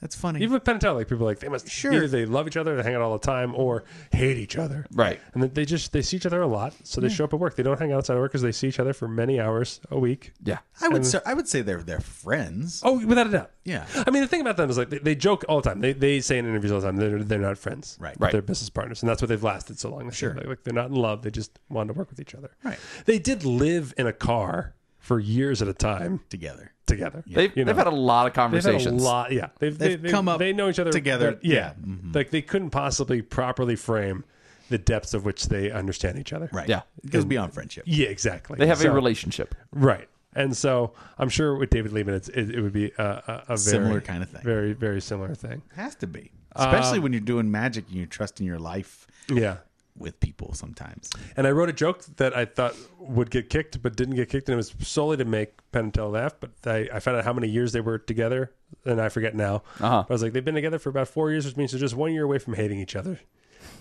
B: That's funny.
A: even with Pentel, like people are like they must
B: Sure.
A: either they love each other they hang out all the time or hate each other
C: Right.
A: and then they just they see each other a lot so they show up at work they don't hang out outside of work because they see each other for many hours a week
C: Yeah.
B: I would say, I would say they're they're friends.
A: oh without a doubt
B: Yeah.
A: i mean the thing about them is like they, they joke all the time they, they say in interviews all the time they're, they're not friends
B: Right.
A: But they're business partners and that's what they've lasted so long sure like, like they're not in love they just wanted to work with each other
B: Right.
A: they did live in a car for years at a time
B: together.
A: together.
C: They've,
A: You know.
C: they've had a lot of
A: They've had
C: conversations.
A: a lot. Yeah, they've, they-
B: They've
A: they-
B: come up
A: They know each other
B: together. mm-hmm.
A: that- yeah, like they couldn't possibly properly frame the depths of which they understand each other.
B: Right.
C: Yeah.
B: It goes beyond friendship.
A: Yeah, exactly.
C: They have
A: So-
C: a relationship.
A: Right. And so I'm sure with David Lehman, it's, it, it would be a, a, a very,
B: Similar kind of thing.
A: Very, very similar thing.
B: has to be.
A: Uh,
B: Especially when you're doing magic and you're trusting your life
A: Yeah.
B: with people sometimes.
A: And I wrote a joke that I thought would get kicked, but didn't get kicked. And it was solely to make Penn and Teller laugh. But I, I found out how many years they were together. And I forget now.
C: Uh-huh.
A: But I was like, they've been together for about four years, which means they're just one year away from hating each other.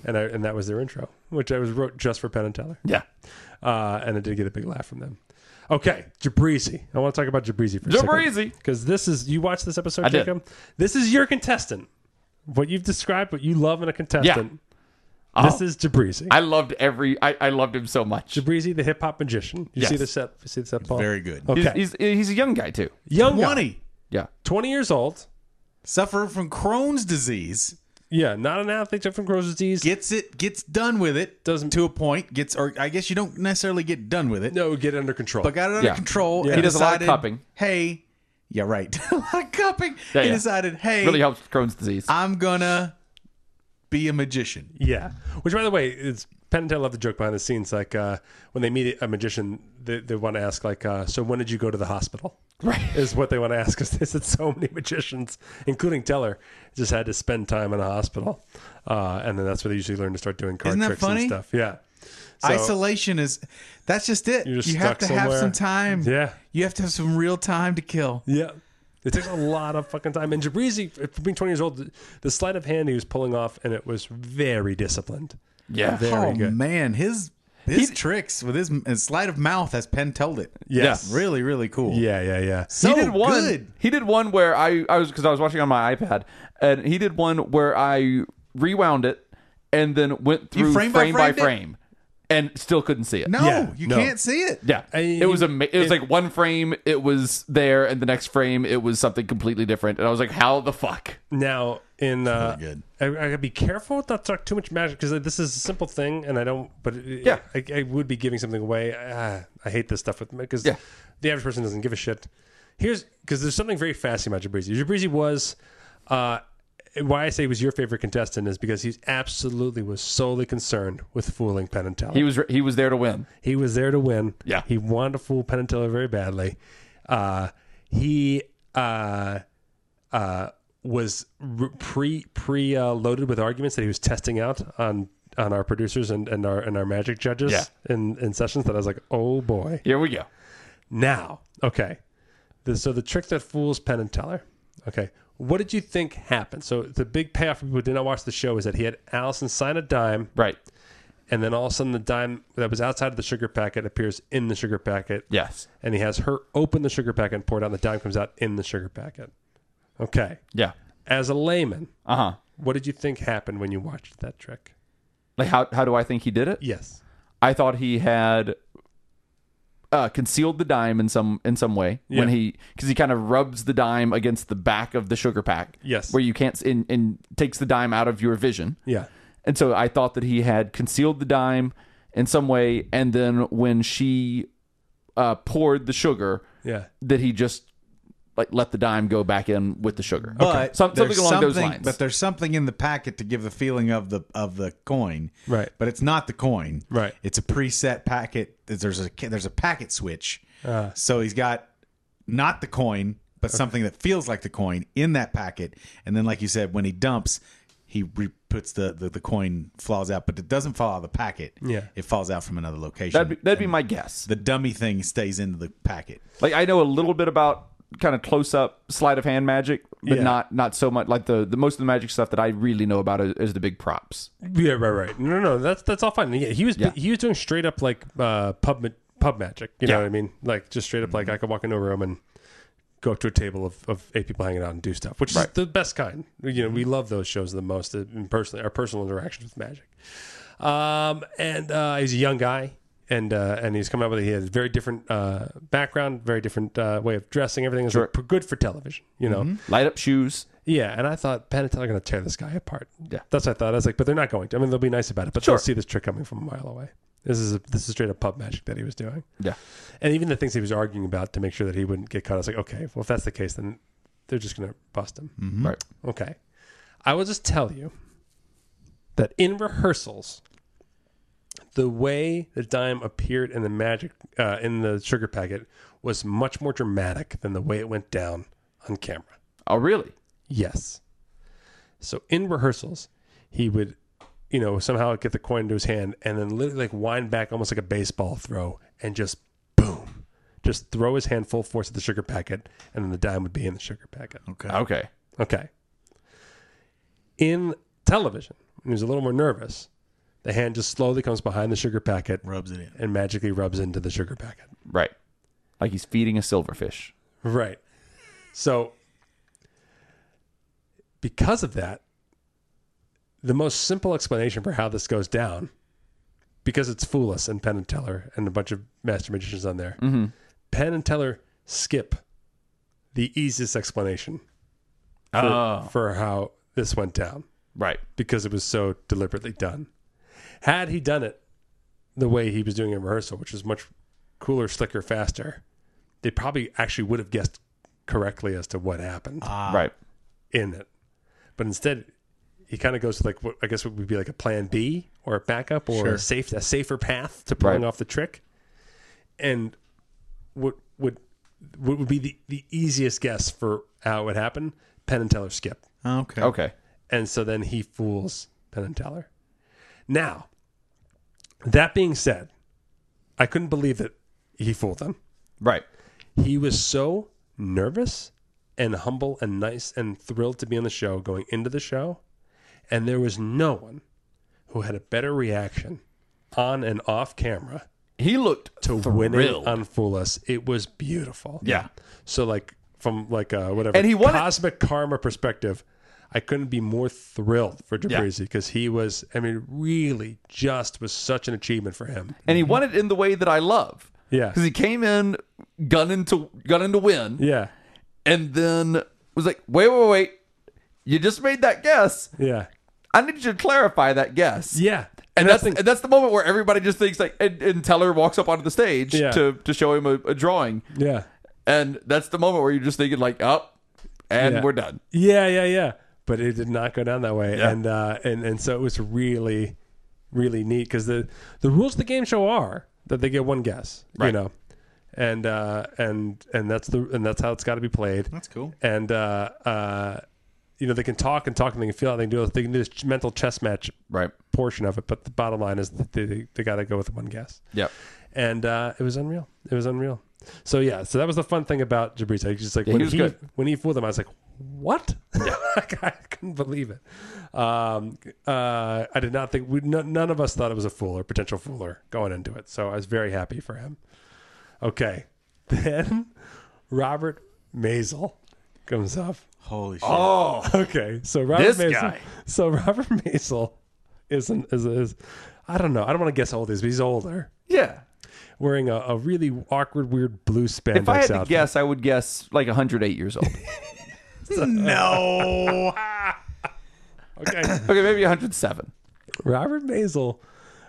A: And I, and that was their intro, which I was wrote just for Penn and Teller.
C: Yeah.
A: Uh, and I did get a big laugh from them. Okay, Jabrizi. I want to talk about Jabrizi for a second.
C: Jabrizi.
A: Because this is, you watched this episode,
C: I did.
A: Jacob? This is your contestant. What you've described, what you love in a contestant. This
C: Oh.
A: is Jabrizi.
C: I loved every. I, I loved him so much.
A: Jabrizi, the hip hop magician. You
C: Yes.
A: see the set? You see the set? Paul?
B: Very good.
A: Okay.
C: He's, he's he's a young guy too.
A: young, guy,
B: 20.
C: Yeah.
A: 20 years old.
B: Suffered from Crohn's disease.
A: Yeah, not an athlete from Crohn's disease.
B: Gets it, gets done with it.
A: Doesn't-
B: to a point. Gets or I guess you don't necessarily get done with it.
A: no, get it under control.
B: But got it under
C: Yeah.
B: control.
A: Yeah.
B: and
A: He
C: does a lot of
B: decided,
C: cupping.
B: Hey. Yeah, right. a lot of cupping.
C: Yeah,
B: he
C: yeah.
B: decided, hey,
C: Really helps Crohn's disease.
B: I'm gonna be a magician.
A: Yeah. Which, by the way, is Penn and Teller love the joke behind the scenes. Like uh, when they meet a magician, they, they want to ask, like, uh, so when did you go to the hospital? Right. Is what they want to ask because they said so many magicians, including Teller, just had to spend time in a hospital. Uh, and then that's where they usually learn to start doing card
B: Isn't that
A: tricks
B: funny?
A: and stuff. Yeah.
B: Isolation is that's just it.
A: You're just
B: you have
A: stuck
B: to have
A: somewhere.
B: some time.
A: Yeah.
B: You have to have some real time to kill.
A: Yeah. It takes a lot of fucking time. And Jabrizi, for being 20 years old, the sleight of hand he was pulling off, and it was very disciplined.
C: yeah.
A: Very
B: oh
A: good.
B: man, his his tricks with his, his sleight of mouth as Penn told it.
A: Yes.
B: Really, really cool.
A: Yeah, yeah, yeah.
B: So
C: he did one.
B: good.
C: He did one where I, I was because I was watching on my iPad, and he did one where I rewound it and then went through
B: frame
C: frame,
B: by
C: by,
B: framed it?
C: frame, and still couldn't see it.
B: No,
A: Yeah,
B: you
A: no.
B: can't see it.
C: Yeah,
A: I-
C: it was ama- It was like one frame, it was there, and the next frame, it was something completely different. And I was like, "How the fuck?"
A: Now, in uh,
B: really good.
A: I, I gotta be careful not to talk too much magic because this is a simple thing, and I don't. But it,
C: Yeah.
A: I, I would be giving something away. Ah, I hate this stuff with because
C: Yeah.
A: the average person doesn't give a shit. Here's because there's something very fascinating about Jabrizi. Jabrizi was. Uh, why I say he was your favorite contestant is because he absolutely was solely concerned with fooling Penn and Teller.
C: He was he was there to win.
A: He was there to win.
C: Yeah.
A: He wanted to fool Penn and Teller very badly. Uh, he uh, uh, was r pre pre uh, loaded with arguments that he was testing out on on our producers and, and our and our magic judges
C: Yeah.
A: in, in sessions that I was like, oh boy.
C: Here we go.
A: Now, okay. The, so the trick that fools Penn and Teller. Okay. What did you think happened? So the big payoff for people who did not watch the show is that he had Allison sign a dime
C: Right.
A: and then all of a sudden the dime that was outside of the sugar packet appears in the sugar packet.
C: Yes.
A: And he has her open the sugar packet and pour it out. And the dime comes out in the sugar packet. Okay.
C: Yeah.
A: As a layman,
C: Uh huh.
A: what did you think happened when you watched that trick?
C: Like how how do I think he did it?
A: Yes.
C: I thought he had uh, concealed the dime in some in some way when
A: Yeah.
C: he because he kind of rubs the dime against the back of the sugar pack.
A: Yes.
C: where you can't s- and, and takes the dime out of your vision.
A: Yeah.
C: And so I thought that he had concealed the dime in some way, and then when she uh, poured the sugar,
A: Yeah.
C: that he just like let the dime go back in with the sugar.
B: But
C: Some- something
B: there's
C: along those
B: something-
C: lines.
B: But there's something in the packet to give the feeling of the of the coin.
A: Right.
B: But it's not the coin.
A: Right.
B: It's a preset packet. There's a there's a packet switch.
C: Ah.
B: so he's got not the coin, but something that feels like the coin in that packet. And then, like you said, when he dumps, he re- puts the, the the coin falls out, but it doesn't fall out of the packet.
A: Yeah.
B: It falls out from another location.
C: That'd be, that'd be my guess.
B: the dummy thing stays in the packet.
C: Like I know a little bit about kind of close up sleight of hand magic, but
A: Yeah.
C: not not so much. Like the, the most of the magic stuff that I really know about is, is the big props.
A: Yeah, right, right. No, no, no. That's that's all fine. Yeah, he was
C: Yeah.
A: he was doing straight up like uh, pub ma- pub magic. You know what I mean? Like just straight up like I could walk into a room and go up to a table of, of eight people hanging out and do stuff, which is the best kind. You know, we love those shows the most. uh, In personally, our personal interactions with magic. Um, and uh, he's a young guy, and uh, and he's coming up with he has a very different uh, background, very different uh, way of dressing. Everything is like, good for television. You know.
C: Light up shoes.
A: Yeah, and I thought Penn and Teller are going to tear this guy apart.
C: Yeah.
A: that's what I thought. I was like, but they're not going to. I mean, they'll be nice about it, but they'll see this trick coming from a mile away. This is a, this is straight up pub magic that he was doing.
C: Yeah.
A: and even the things he was arguing about to make sure that he wouldn't get caught. I was like, okay, well if that's the case, then they're just gonna bust him.
B: Mm-hmm.
C: Right.
A: Okay, I will just tell you that in rehearsals, the way the dime appeared in the magic uh, in the sugar packet was much more dramatic than the way it went down on camera.
C: Oh, really?
A: Yes. So in rehearsals, he would, you know, somehow get the coin into his hand and then literally like wind back almost like a baseball throw and just boom, just throw his hand full force at the sugar packet and then the dime would be in the sugar packet.
B: Okay.
C: Okay.
A: Okay. In television, when he was a little more nervous, the hand just slowly comes behind the sugar packet
B: Rubs it in.
A: and magically rubs into the sugar packet.
C: Right. Like he's feeding a silverfish.
A: Right. So, because of that, the most simple explanation for how this goes down, because it's Foolus and Penn and Teller and a bunch of master magicians on there, Penn and Teller skip the easiest explanation for, for how this went down
C: Right.
A: because it was so deliberately done. Had he done it the way he was doing in rehearsal, which was much cooler, slicker, faster, they probably actually would have guessed correctly as to what happened
B: Ah.
C: right.
A: in it. But instead, he kind of goes to like what I guess what would be like a plan B or a backup or
B: Sure.
A: a safe a safer path to pulling
C: Right.
A: off the trick. And what would what would be the, the easiest guess for how it would happen? Penn and Teller skip.
B: Okay.
C: Okay.
A: And so then he fools Penn and Teller. Now, that being said, I couldn't believe that he fooled them.
C: Right.
A: He was so nervous and humble and nice and thrilled to be on the show going into the show. And there was no one who had a better reaction on and off camera
C: He looked
A: to um, winning on Fool Us. It was beautiful.
C: Yeah.
A: So like from like uh whatever
C: And he wanted-
A: cosmic karma perspective, I couldn't be more thrilled for Jabrizi because he was I mean really just was such an achievement for him.
C: and he won it in the way that I love.
A: Yeah.
C: Because he came in gunning to gunning to win,
A: Yeah.
C: and then was like, "Wait, wait, wait! You just made that guess.
A: Yeah.
C: I need you to clarify that guess."
A: Yeah.
C: And that's, and that's the moment where everybody just thinks like, and, and Teller walks up onto the stage
A: Yeah.
C: to, to show him a, a drawing,
A: yeah.
C: and that's the moment where you're just thinking like, oh, and
A: Yeah.
C: we're done.
A: Yeah, yeah, yeah. But it did not go down that way,
C: Yeah.
A: and uh, and and so it was really, really neat because the the rules of the game show are that they get one guess, you
C: Right.
A: know, and uh, and and that's the and that's how it's got to be played.
B: That's cool.
A: And uh, uh, you know they can talk and talk and they can feel out, they can do they can do this mental chess match
C: Right.
A: portion of it, but the bottom line is that they they, got to go with one guess
C: Yep.
A: and uh, it was unreal. It was unreal. So yeah, so that was the fun thing about Jabrita. He's Just like when
C: he
A: he,
C: was good.
A: when he fooled them, I was like, "What?" Like, I couldn't believe it. Um, uh, I did not think we, no, none of us thought it was a fool or potential fooler going into it. So I was very happy for him. Okay, then Robert Mazel comes up.
B: Holy shit.
A: Oh, okay. So Robert
C: This
A: Maisel.
C: guy.
A: So Robert Maisel is an is, is I don't know. I don't want to guess how old he is, but he's older
C: Yeah.
A: wearing a, a really awkward, weird blue spandex
C: If I had to
A: outfit.
C: guess, I would guess like 108 years old.
B: No.
A: Okay.
C: okay, maybe 107.
A: Robert Mazel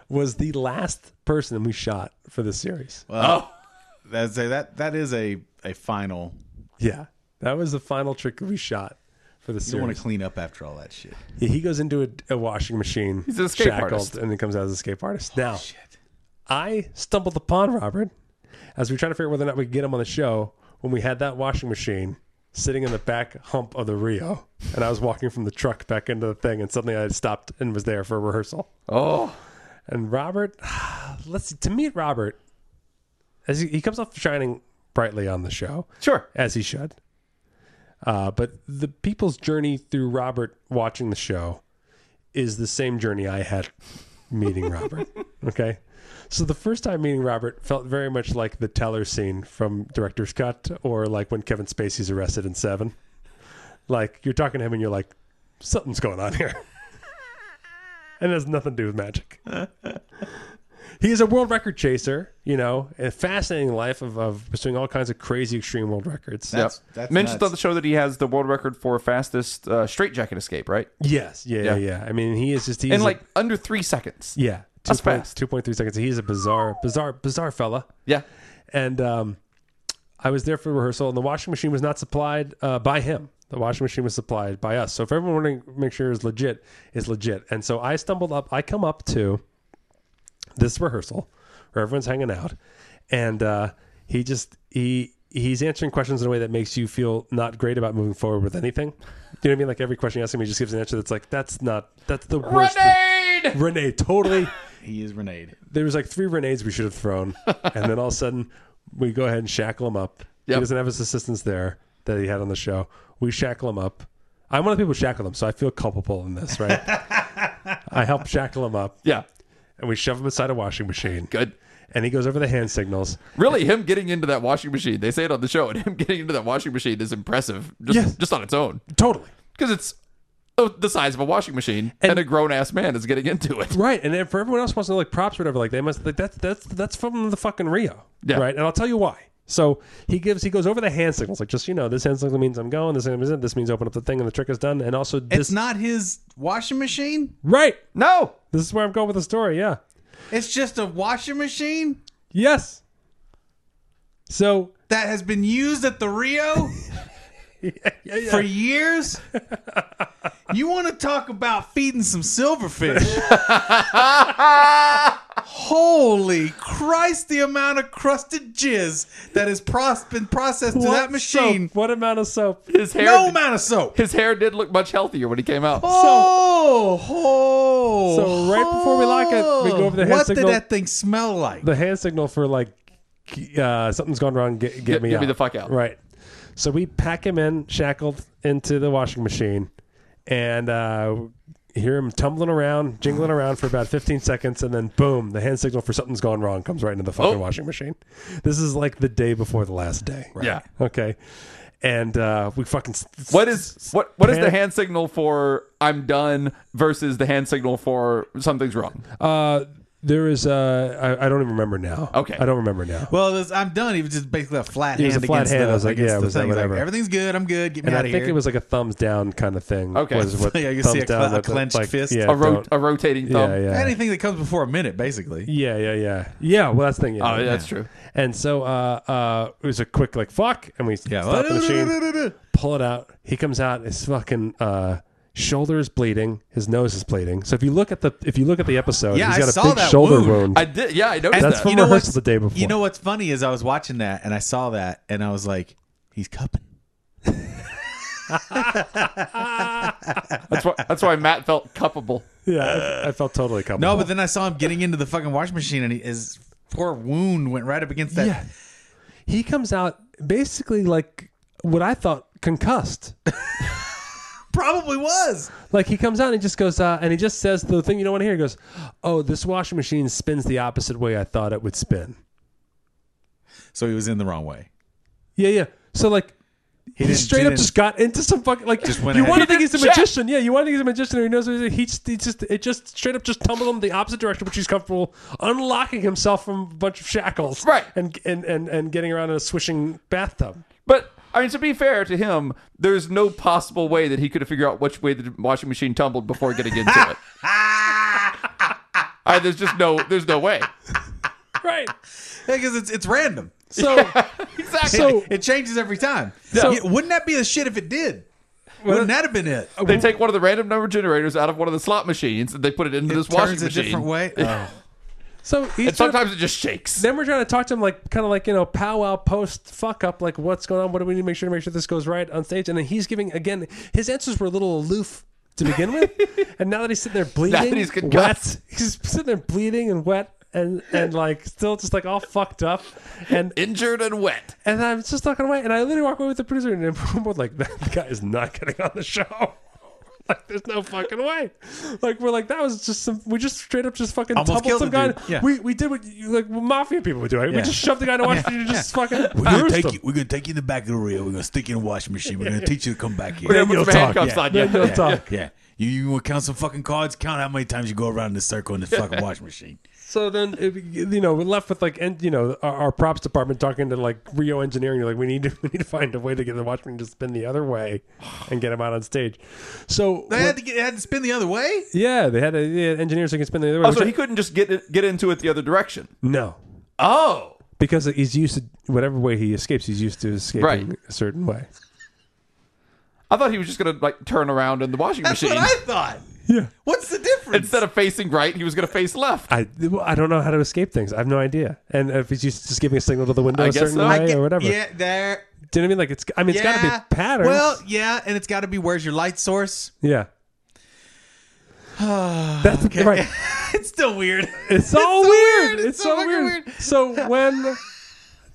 A: was the last person we shot for this series.
B: That's a, that that is a a final.
A: Yeah. That was the final trick we shot for the
B: You don't want
A: series.
B: to clean up after all that shit.
A: Yeah, he goes into a, a washing machine.
C: He's an escape
A: shackled,
C: artist.
A: And he comes out as an escape artist. Now, I stumbled upon Robert as we try to figure out whether or not we could get him on the show when we had that washing machine sitting in the back hump of the Rio. And I was walking from the truck back into the thing, and suddenly I had stopped and was there for a rehearsal.
C: Oh,
A: And Robert, let's see, to meet Robert, as he, he comes off shining brightly on the show,
C: sure.
A: as he should. Uh, but the people's journey through Robert watching the show is the same journey I had meeting Robert. Okay. So the first time meeting Robert felt very much like the teller scene from Director's Cut or like when Kevin Spacey's arrested in Seven. Like you're talking to him and you're like, something's going on here. and it has nothing to do with magic. He is a world record chaser, you know, a fascinating life of, of pursuing all kinds of crazy extreme world records.
B: That's that's
C: Mentioned
B: nuts.
C: on the show that he has the world record for fastest uh, straightjacket escape, right?
A: Yes. Yeah, yeah.
C: Yeah.
A: Yeah. I mean, he is just he's
C: In
A: a-
C: like under three seconds.
A: yeah.
C: That's fast.
A: Two point three seconds. He's a bizarre, bizarre, bizarre fella.
C: Yeah.
A: And um, I was there for rehearsal, and the washing machine was not supplied uh, by him. The washing machine was supplied by us. So if everyone wanted to make sure it's legit, it's legit. And so I stumbled up. I come up to this rehearsal where everyone's hanging out, and uh, he just he he's answering questions in a way that makes you feel not great about moving forward with anything. Do you know what I mean? Like every question you ask him, he just gives an answer that's like that's not that's the worst. Renee, Renee, totally
B: He is Renee.
A: there was like three grenades we should have thrown, and then all of a sudden we go ahead and shackle him up. He
C: Yep.
A: doesn't have his assistants there that he had on the show. We shackle him up. I'm one of the people who shackle him, so I feel culpable in this, right? I help shackle him up,
C: Yeah.
A: and we shove him inside a washing machine.
C: Good.
A: And he goes over the hand signals.
C: Really, him getting into that washing machine. They say it on the show, and him getting into that washing machine is impressive. Just,
A: Yes.
C: just on its own,
A: Totally.
C: because it's uh, the size of a washing machine, and, a grown ass man is getting into it.
A: Right, and then for everyone else who wants to know, like props or whatever, like they must like that's that's that's from the fucking Rio,
C: Yeah.
A: right? And I'll tell you why. So he gives he goes over the hand signals, like just you know, this hand signal means I'm going, this hand signal this means open up the thing, and the trick is done, and also this
B: It's not his washing machine.
A: right.
C: No,
A: This is where I'm going with the story. Yeah,
B: It's just a washing machine
A: yes. So
B: that has been used at the Rio for years. You want to talk about feeding some silverfish? Holy Christ! The amount of crusted jizz that has pros- been processed to
A: what
B: that machine.
A: soap? what amount of soap?
C: his hair,
B: No amount of soap.
C: his hair did look much healthier when he came out.
B: Oh, oh,
A: So right before we lock it, we go over the hand
B: What
A: signal.
B: did that thing smell like?
A: the hand signal for like uh, something's gone wrong. Get, get
C: Get-
A: me
C: get me
A: out.
C: the fuck out.
A: Right. So we pack him in, shackled into the washing machine, and uh, hear him tumbling around, jingling around for about 15 seconds, and then boom, the hand signal for something's gone wrong comes right into the fucking
C: Oh.
A: washing machine. This is like the day before the last day.
C: Yeah.
A: Okay. And uh, we fucking. s- s-
C: What is what? What is the
A: Hand-
C: hand signal for "I'm done" versus the hand signal for "Something's wrong"?
A: Uh, there is. Uh, I, I don't even remember now.
C: Okay.
A: I don't remember now.
B: Well, this, I'm done. He was just basically a flat
A: He was
B: hand
A: a flat
B: against
A: hand.
B: the,
A: I was like,
B: against
A: yeah,
B: the
A: was that
B: thing. He's like,
A: whatever.
B: Everything's good. I'm good. Get me
A: And I
B: out of
A: think
B: here.
A: it was like a thumbs down kind of thing.
C: Okay.
A: was what
B: Yeah, you
A: thumbs
B: see a cl-
A: down,
B: a
A: that- that,
B: clenched
A: like,
B: fist.
A: yeah,
C: A, ro-
A: don't-
C: a rotating thumb.
A: yeah, yeah.
B: anything that comes before a minute, basically.
A: Yeah, yeah, yeah, yeah. Well, that's the thing. Yeah.
C: Oh, yeah, that's true.
A: And so uh, uh, it was a quick like fuck, and we
B: Yeah.
A: stop the machine, pull it out. He comes out. His fucking uh, shoulder is bleeding. His nose is bleeding. So if you look at the if you look at the episode,
B: Yeah,
A: he's
B: I
A: got a
B: saw
A: big
B: that
A: shoulder
B: wound.
A: wound.
C: I did. Yeah, I noticed
A: That's
C: that.
A: from
B: You know
A: rehearsal
B: what's-
A: the day before.
B: You know what's funny is I was watching that and I saw that and I was like, he's cupping.
C: That's why. That's why Matt felt culpable.
A: yeah, I, I felt totally comfortable.
B: No, but then I saw him getting into the fucking washing machine and he, his poor wound went right up against that.
A: yeah, he comes out basically like what I thought concussed.
B: Probably was.
A: Like he comes out and he just goes, uh, and he just says the thing you don't want to hear. He goes, "Oh, this washing machine spins the opposite way I thought it would spin."
B: So he was in the wrong way.
A: Yeah, yeah. So like he,
B: didn't-
A: straight up
B: didn't-
A: just got into some fucking like
B: Just went
A: you
B: ahead.
A: want to
B: He
A: think he's a
C: didn't check.
A: magician. Yeah, you want to think he's a magician and he knows what he's he just he just it just straight up just tumbled him the opposite direction which he's comfortable unlocking himself from a bunch of shackles.
C: Right.
A: And and and, and getting around in a swishing bathtub.
C: But I mean, to be fair to him, there's no possible way that he could have figured out which way the washing machine tumbled before getting into it. I, there's just no. There's no way.
A: Right.
B: Because it's, it's random.
A: So
C: Exactly.
A: so
B: It changes every time. Yeah, wouldn't that be the shit if it did? Wouldn't that have been it?
C: they take one of the random number generators out of one of the slot machines and they put it into this washing
B: turns a
C: machine.
B: different way. Oh.
A: so he's
C: And
A: trying to-
C: sometimes it just shakes.
A: then we're trying to talk to him like kind of like you know powwow post fuck up like what's going on what do we need to make sure to make sure this goes right on stage and then he's giving again his answers were a little aloof to begin with and now that he's sitting there bleeding
C: Now that he's
A: wet
C: concussed.
A: he's sitting there bleeding and wet and and like still just like all fucked up and
C: Injured and wet.
A: and I'm just walking away and I literally walk away with the producer and everyone was like that guy is not getting on the show. Like there's no fucking way. Like we're like that was just some. We just straight up just fucking tumbled
B: Almost killed
A: some
B: the
A: guy.
B: dude. Yeah.
A: We we did what you, like what mafia people would do. Right? We
B: Yeah.
A: just shoved the guy to Washington and just fucking.
B: We're gonna,
A: bruised
B: take
A: him.
B: you, we're gonna take you in the back of the reel. We're gonna stick you in a washing machine. We're gonna teach you to come back here.
C: Put some
A: you'll talk.
C: handcuffs
B: Yeah.
C: on
A: Then
C: you.
A: you'll talk.
B: Yeah, You, you want to count some fucking cards? Count how many times you go around in the circle in this fucking washing machine.
A: So then, if- you know, we're left with like, and you know, our, our props department talking to like Rio Engineering. Like, we need to, we need to find a way to get the Watchmen to spin the other way and get him out on stage. So
B: They had to get, had to spin the other way.
A: yeah, they had, a, they had engineers that can spin the other way.
C: Oh,
A: which
C: so
A: I-
C: he couldn't just get it, get into it the other direction.
A: no,
C: Oh,
A: because he's used to whatever way he escapes. He's used to escaping
C: Right.
A: a certain way.
C: I thought he was just gonna like turn around in the washing
B: That's
C: machine
B: what I thought.
A: Yeah,
B: What's the difference?
C: instead of facing right, he was gonna face left.
A: I well, I don't know how to escape things. I have no idea. And if he's used to just giving a signal to the window
C: I
A: a
C: guess
A: certain
C: so.
A: way
C: I
A: or whatever,
B: Yeah, there.
A: do you know what I mean? Like it's, I mean, it's
B: Yeah.
A: got to be patterns.
B: Well, yeah, and it's got to be where's your light source?
A: yeah. That's right.
B: it's still weird.
A: It's so,
B: so
A: weird.
B: weird.
A: It's,
B: It's
A: so,
B: so fucking
A: weird.
B: weird.
A: So when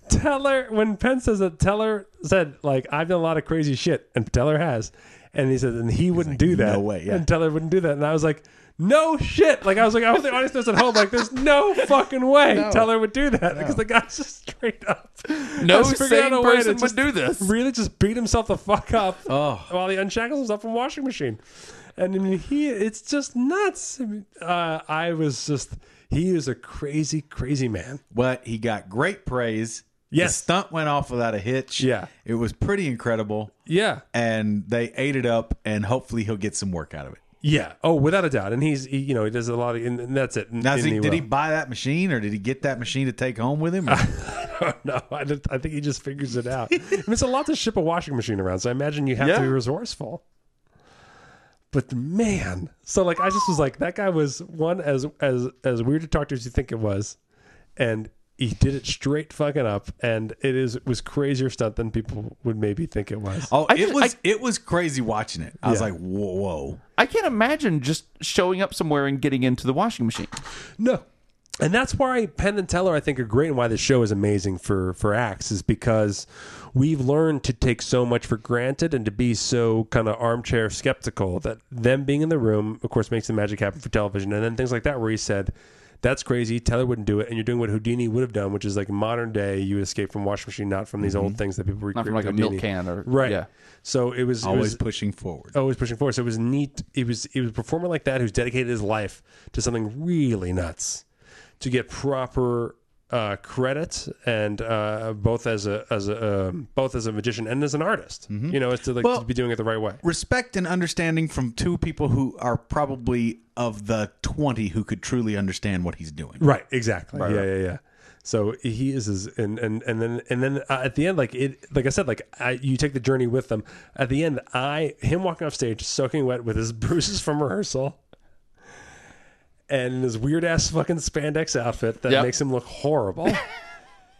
A: Teller, when Penn says that Teller said like I've done a lot of crazy shit, and Teller has, and he said and he wouldn't do that.
B: "No way," yeah.
A: And Teller wouldn't do that, and I was like. No shit! Like I was like, I was the audience at home. Like, there's no fucking way Teller would do that because the guy's just straight up.
C: No
A: has figured out
C: sane
A: a way to
C: person would
A: just
C: do this.
A: Really, just beat himself the fuck up
B: Oh.
A: while he unshackles himself from washing machine. And I mean, he it's just nuts. I, mean, uh, I was just he is a crazy, crazy man.
B: But he got great praise.
A: Yes.
B: The stunt went off without a hitch.
A: Yeah.
B: It was pretty incredible.
A: Yeah,
B: And they ate it up, and hopefully he'll get some work out of it.
A: yeah. Oh, without a doubt. And he's he, you know he does a lot of and, and that's it. And,
B: Now, is
A: and
B: he, did he
A: will.
B: buy that machine or did he get that machine to take home with him? Or-
A: no, I, don't- I think he just figures it out. I mean, it's a lot to ship a washing machine around, so I imagine you have to
C: Yeah.
A: be resourceful. But man, so like I just was like that guy was one as as as weird to talk to as you think it was, and he did it straight fucking up, and it is was crazier stunt than people would maybe think it was.
B: oh,
C: I
B: it
C: just-
B: was
C: I-
B: it was crazy watching it. I was
A: Yeah.
B: like, whoa, whoa.
C: I can't imagine just showing up somewhere and getting into the washing machine.
A: No. And that's why Penn and Teller, I think, are great, and why this show is amazing for for acts is because we've learned to take so much for granted and to be so kind of armchair skeptical that them being in the room, of course, makes the magic happen for television, and then things like that, where he said, "That's crazy, Teller wouldn't do it," and you're doing what Houdini would have done, which is like modern day, you escape from washing machine, not from these old things that people
C: Mm-hmm.
A: recreate
C: from like a
A: with
C: milk
A: Houdini.
C: can or-
A: right.
C: yeah.
A: So it was it
B: Always
A: was-
B: pushing forward.
A: always pushing forward. So it was neat. It was it was a performer like that who's dedicated his life to something really nuts to get proper uh, credit and uh, both as a as a um, both as a magician and as an artist. You know, it's to like
B: Mm-hmm. Well-
A: to be doing it the right way.
B: Respect and understanding from two people who are probably of the 20 who could truly understand what he's doing.
A: Right. Exactly. yeah. Yeah. Yeah. So he is, is and and and then and then uh, at the end, like it, like I said, like I, you take the journey with them. At the end, I him walking off stage soaking wet with his bruises from rehearsal, and his weird ass fucking spandex outfit that
C: Yep.
A: makes him look horrible.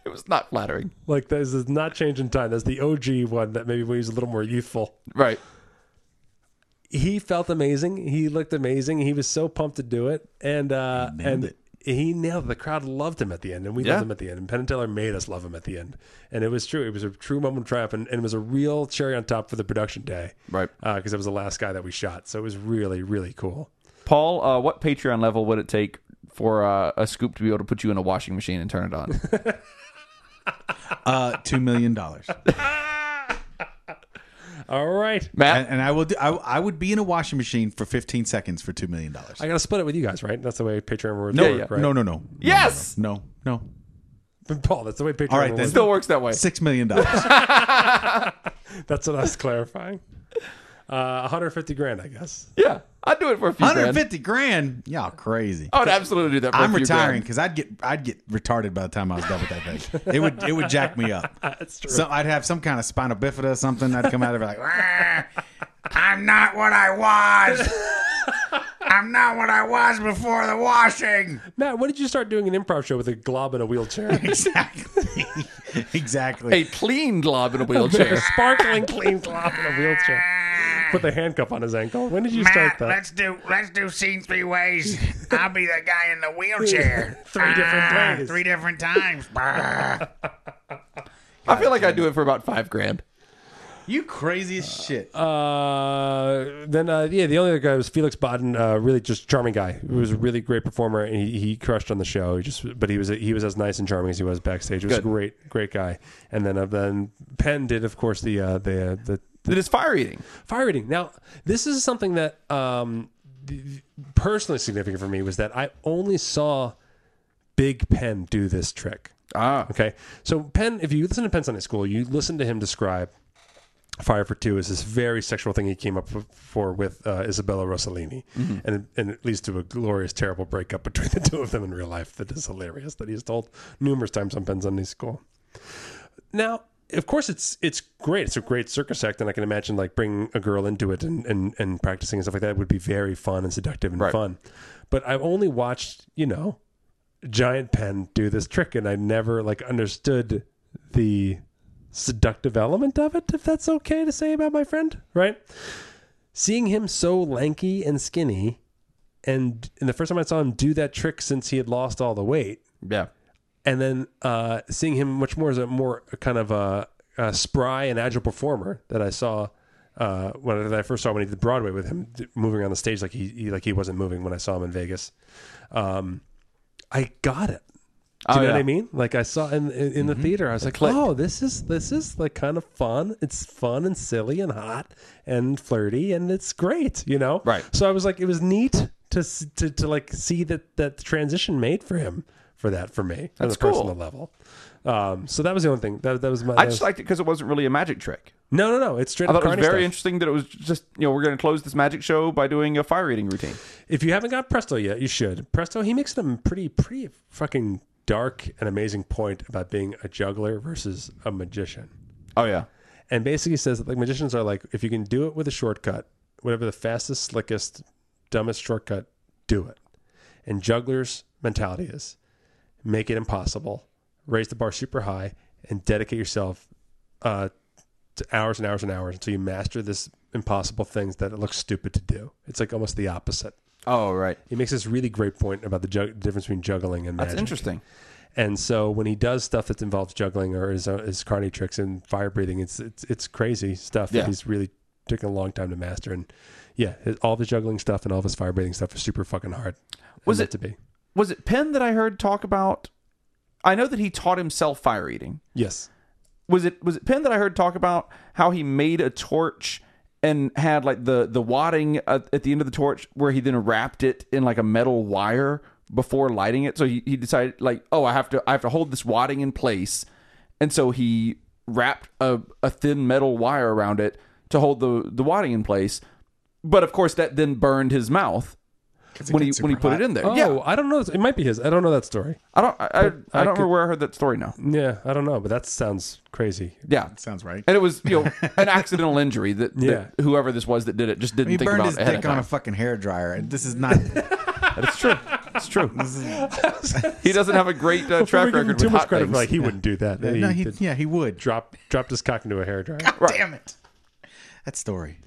C: It was not flattering.
A: like this is not changing time. That's the OG one that maybe when he was a little more youthful.
C: Right.
A: he felt amazing. He looked amazing. He was so pumped to do it, and uh, and
B: it.
A: he nailed it. The crowd loved him at the end, and we
C: Yeah.
A: loved him at the end. And Penn and Teller made us love him at the end, and it was true. It was a true moment of triumph, and, and it was a real cherry on top for the production day,
C: Right.
A: Because it was the last guy that we shot, so it was really really cool.
C: Paul, uh, what Patreon level would it take for uh, a scoop to be able to put you in a washing machine and turn it on?
B: Uh, $2 million. and,
A: All right,
C: Matt,
B: and I will do, I, I would be in a washing machine for 15 seconds for $2 million.
A: I gotta split it with you guys, right? That's the way Patreon works.
C: No,
A: work,
C: yeah.
A: right?
B: No, no, no.
C: Yes!
B: No, no.
A: But Paul, that's the way Patreon
B: All right,
A: works.
B: then.
C: uh, still works that way.
B: $6 million. dollars.
A: That's what I was clarifying. Uh, 150 grand, I guess.
C: Yeah, I'd do it for a few grand.
B: 150 grand? Y'all crazy.
C: I would absolutely do that. For a
B: I'm
C: few
B: retiring
C: Oh, grand.
B: because I'd get I'd get retarded by the time I was done with that thing. It would it would jack me up. That's true. So I'd have some kind of spinal bifida or something. I'd come out of it like, "Rah, I'm not what I was. I'm not what I was before the washing.
A: Matt, when did you start doing an improv show with a glob in a wheelchair?
B: Exactly. exactly.
C: A clean glob in a
A: A
C: wheelchair.
A: sparkling clean glove in a wheelchair. Put the handcuff on his ankle. When did you
B: Ah,
A: start
G: Matt,
A: that?
G: let's do let's do scene three ways. I'll be the guy in the wheelchair.
A: Three different
G: Ah,
A: ways.
G: Three different times. Brr.
C: I feel like I'd do it for about five grand.
B: you crazy as shit.
A: Uh, then uh, yeah, the only other guy was Felix Baden. Uh, really, just charming guy. He was a really great performer, and he, he crushed on the show. He just, but he was he was as nice and charming as he was backstage. He was a
C: Good.
A: great, great guy. And then uh, then Penn did, of course, the uh, the uh, the
C: that is fire eating.
A: fire eating. Now, this is something that um, th- th- personally significant for me was that I only saw Big Penn do this trick.
C: Ah.
A: Okay. So Penn, if you listen to Penn Sunday School, you listen to him describe Fire for Two as this very sexual thing he came up f- for with uh, Isabella Rossellini, and and it leads to a glorious, terrible breakup between the two of them in real life. That is hilarious. That he's told numerous times on Penn Sunday School. Now, of course, it's it's great. It's a great circus act, and I can imagine like bringing a girl into it and and, and practicing and stuff like that would be very fun and seductive and
C: Right.
A: fun. But I've only watched you know Giant Pen do this trick, and I never like understood the seductive element of it. If that's okay to say about my friend, right? Seeing him so lanky and skinny, and, and the first time I saw him do that trick since he had lost all the weight,
C: Yeah. Oh,
A: and then uh, seeing him much more as a more kind of a, a spry and agile performer that I saw uh, when that I first saw when he did Broadway with him d- moving on the stage like he, he like he wasn't moving when I saw him in Vegas. Um, I got it. Do
C: Oh,
A: you know what
C: yeah. Mm-hmm.
A: I mean? Like I saw in in, in the theater, I was like,
C: clicked.
A: "Oh, this is this is like kind of fun. It's fun and silly and hot and flirty and it's great." You know,
C: Right.
A: So I was like, it was neat to s- to, to like see that that transition made for him for that for me on
C: That's
A: a
C: cool.
A: personal level. Um, so that was the only thing that that was my.
C: I
A: that
C: just
A: was-
C: liked it because it wasn't really a magic trick.
A: no no no. It's straight
C: I
A: up
C: thought it was
A: carny
C: very
A: stuff.
C: interesting that it was just you know we're going to close this magic show by doing a fire eating routine.
A: If you haven't got Presto yet, you should. Presto, he makes them pretty, pretty fucking dark and amazing point about being a juggler versus a magician.
C: Oh yeah,
A: And basically says that like magicians are like, if you can do it with a shortcut, whatever the fastest, slickest, dumbest shortcut, do it. And jugglers' mentality is make it impossible, raise the bar super high, and dedicate yourself uh, to hours and hours and hours until you master this impossible things that it looks stupid to do. It's like almost the opposite.
C: oh right,
A: He makes this really great point about the jug- difference between juggling and magic.
C: that's interesting.
A: And so when he does stuff that involves juggling or his, his carny tricks and fire breathing, it's it's, it's crazy stuff
C: Yeah.
A: that he's really taken a long time to master. And yeah, his, all the juggling stuff and all of his fire breathing stuff is super fucking hard.
C: Was
A: meant
C: it-
A: to be?
C: Was it Penn that I heard talk about? I know that he taught himself fire eating.
A: Yes.
C: was it was it Penn that I heard talk about how he made a torch and had like the the wadding at, at the end of the torch where he then wrapped it in like a metal wire before lighting it. So he, he decided like, oh, I have to I have to hold this wadding in place, and so he wrapped a, a thin metal wire around it to hold the the wadding in place. But of course, that then burned his mouth when he when he put it in there.
A: Oh,
C: Yeah,
A: I don't know. It might be his. I don't know that story.
C: I don't I, I, I don't
A: I
C: remember
A: could-
C: where I heard that story now.
A: Yeah, I don't know, but that sounds crazy.
C: Yeah,
B: Sounds right.
C: And it was, you know, an accidental injury that, that
A: Yeah.
C: whoever this was that did it just didn't
B: He
C: think
B: burned
C: about
B: his
C: ahead of
B: dick on a
C: time.
B: fucking hairdryer. and This is not.
C: It's true. It's true. he doesn't have a great uh,
A: We're
C: track
A: giving
C: record
A: too
C: with
A: much
C: hot
A: credit.
C: things.
A: for, Like he wouldn't do that.
B: no, he,
A: did-
B: yeah, he would.
A: dropped dropped his cock into a hairdryer.
B: God damn it! That story.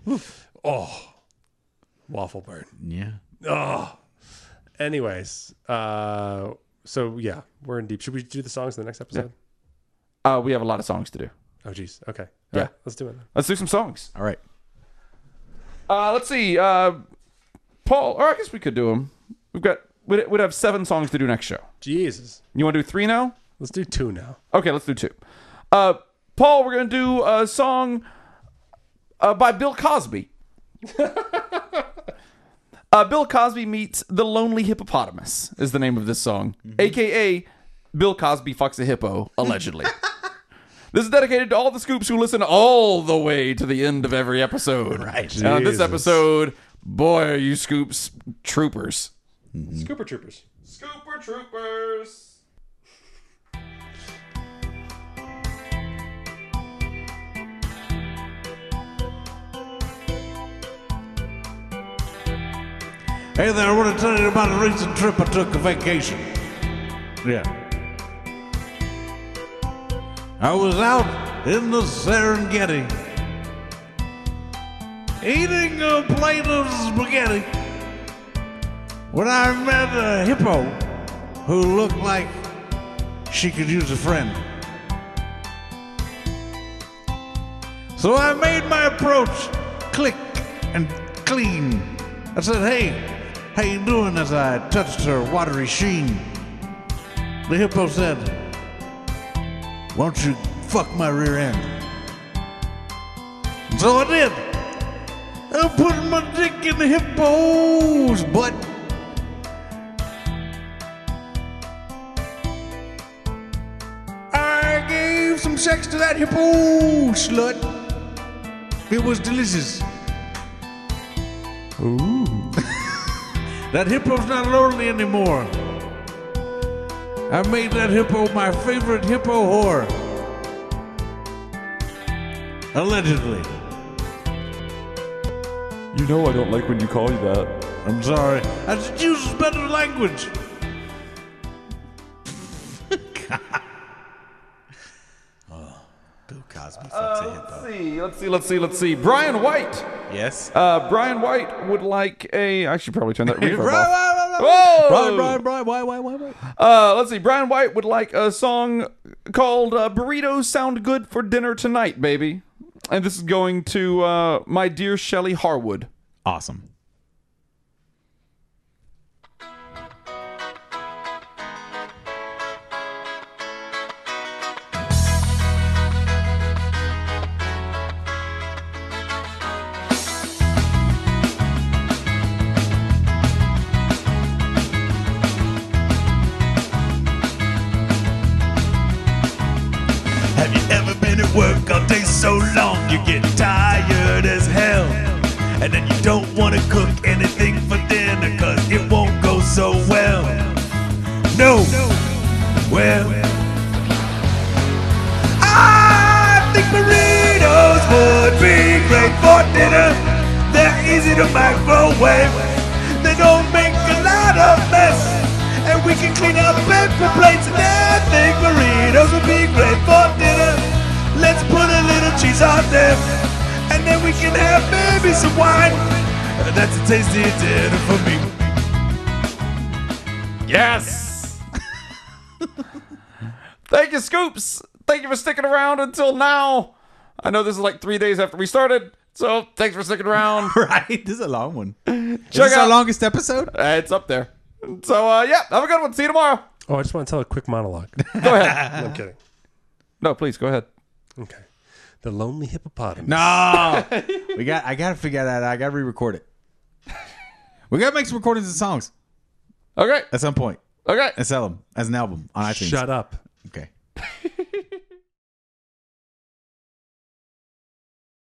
A: Waffle burn. Oh.
B: Yeah.
A: Anyways, uh, so yeah, we're in deep. Should we do the songs in the next episode?
C: uh, we have a lot of songs to do.
A: Oh, geez. Okay. All
C: Yeah.
A: right, let's do it.
C: Let's do some songs.
B: All right.
C: Uh, let's see. Uh, Paul, or I guess we could do them. We've got, we'd, we'd have seven songs to do next show.
A: Jesus.
C: You want to do three now?
A: Let's do two now.
C: Okay, let's do two. Uh, Paul, we're going to do a song uh, by Bill Cosby. uh, Bill Cosby meets the lonely hippopotamus is the name of this song, aka Bill Cosby fucks a hippo allegedly. this is dedicated to all the scoops who listen all the way to the end of every episode. Right. And on this
A: Jesus.
C: episode, boy, are you scoops troopers.
A: Scooper Troopers.
C: Scooper troopers.
H: Hey there, I want to tell you about a recent trip I took a vacation. Yeah. I was out in the Serengeti eating a plate of spaghetti when I met a hippo who looked like she could use a friend. So I made my approach click and clean. I said, hey, how you doing? As I touched her watery sheen. The hippo said, why don't you fuck my rear end? And so I did. I put my dick in the hippo's butt. I gave some sex to that hippo slut. It was delicious. That hippo's not lonely anymore. I made that hippo my favorite hippo whore. Allegedly.
C: You know I don't like when you call you that.
H: I'm sorry. I should use better language.
B: Oh, Bill Cosby fucks a hippo.
C: Uh, Let's see, let's see, let's see, let's see. Brian White.
B: Yes.
C: Uh, Brian White would like a. I should probably turn that reverb
B: Brian,
C: off.
B: Brian,
C: Whoa!
B: Brian, Brian, Brian, why, why, why, why?
C: Uh, let's see. Brian White would like a song called uh, "Burritos Sound Good for Dinner Tonight, Baby," and this is going to uh, my dear Shelley Harwood.
B: Awesome.
H: Have you ever been at work all day so long you get tired as hell? And then you don't want to cook anything for dinner cause it won't go so well. No! Well, I think burritos would be great for dinner. They're easy to microwave, they don't make a lot of mess. And we can clean out paper plates and I think burritos would be great for dinner. Let's put a little cheese on them, and then we can have maybe some wine. That's a tasty dinner for me.
C: Yes. Thank you, Scoops. Thank you for sticking around until now. I know this is like three days after we started, so thanks for sticking around.
B: Right? This is a long one. Is
C: Check
B: this our
C: out-
B: longest episode?
C: Uh, it's up there. So uh, yeah, have a good one. See you tomorrow.
A: Oh, I just want to tell a quick monologue.
C: Go ahead.
A: No, I'm kidding.
C: No, please go ahead.
A: Okay. The Lonely Hippopotamus.
B: No. we got. I gotta figure that out. I gotta re-record it. We gotta make some recordings of songs
C: Okay.
B: at some point
C: Okay.
B: and sell them as an album on iTunes.
A: Shut up.
B: Okay.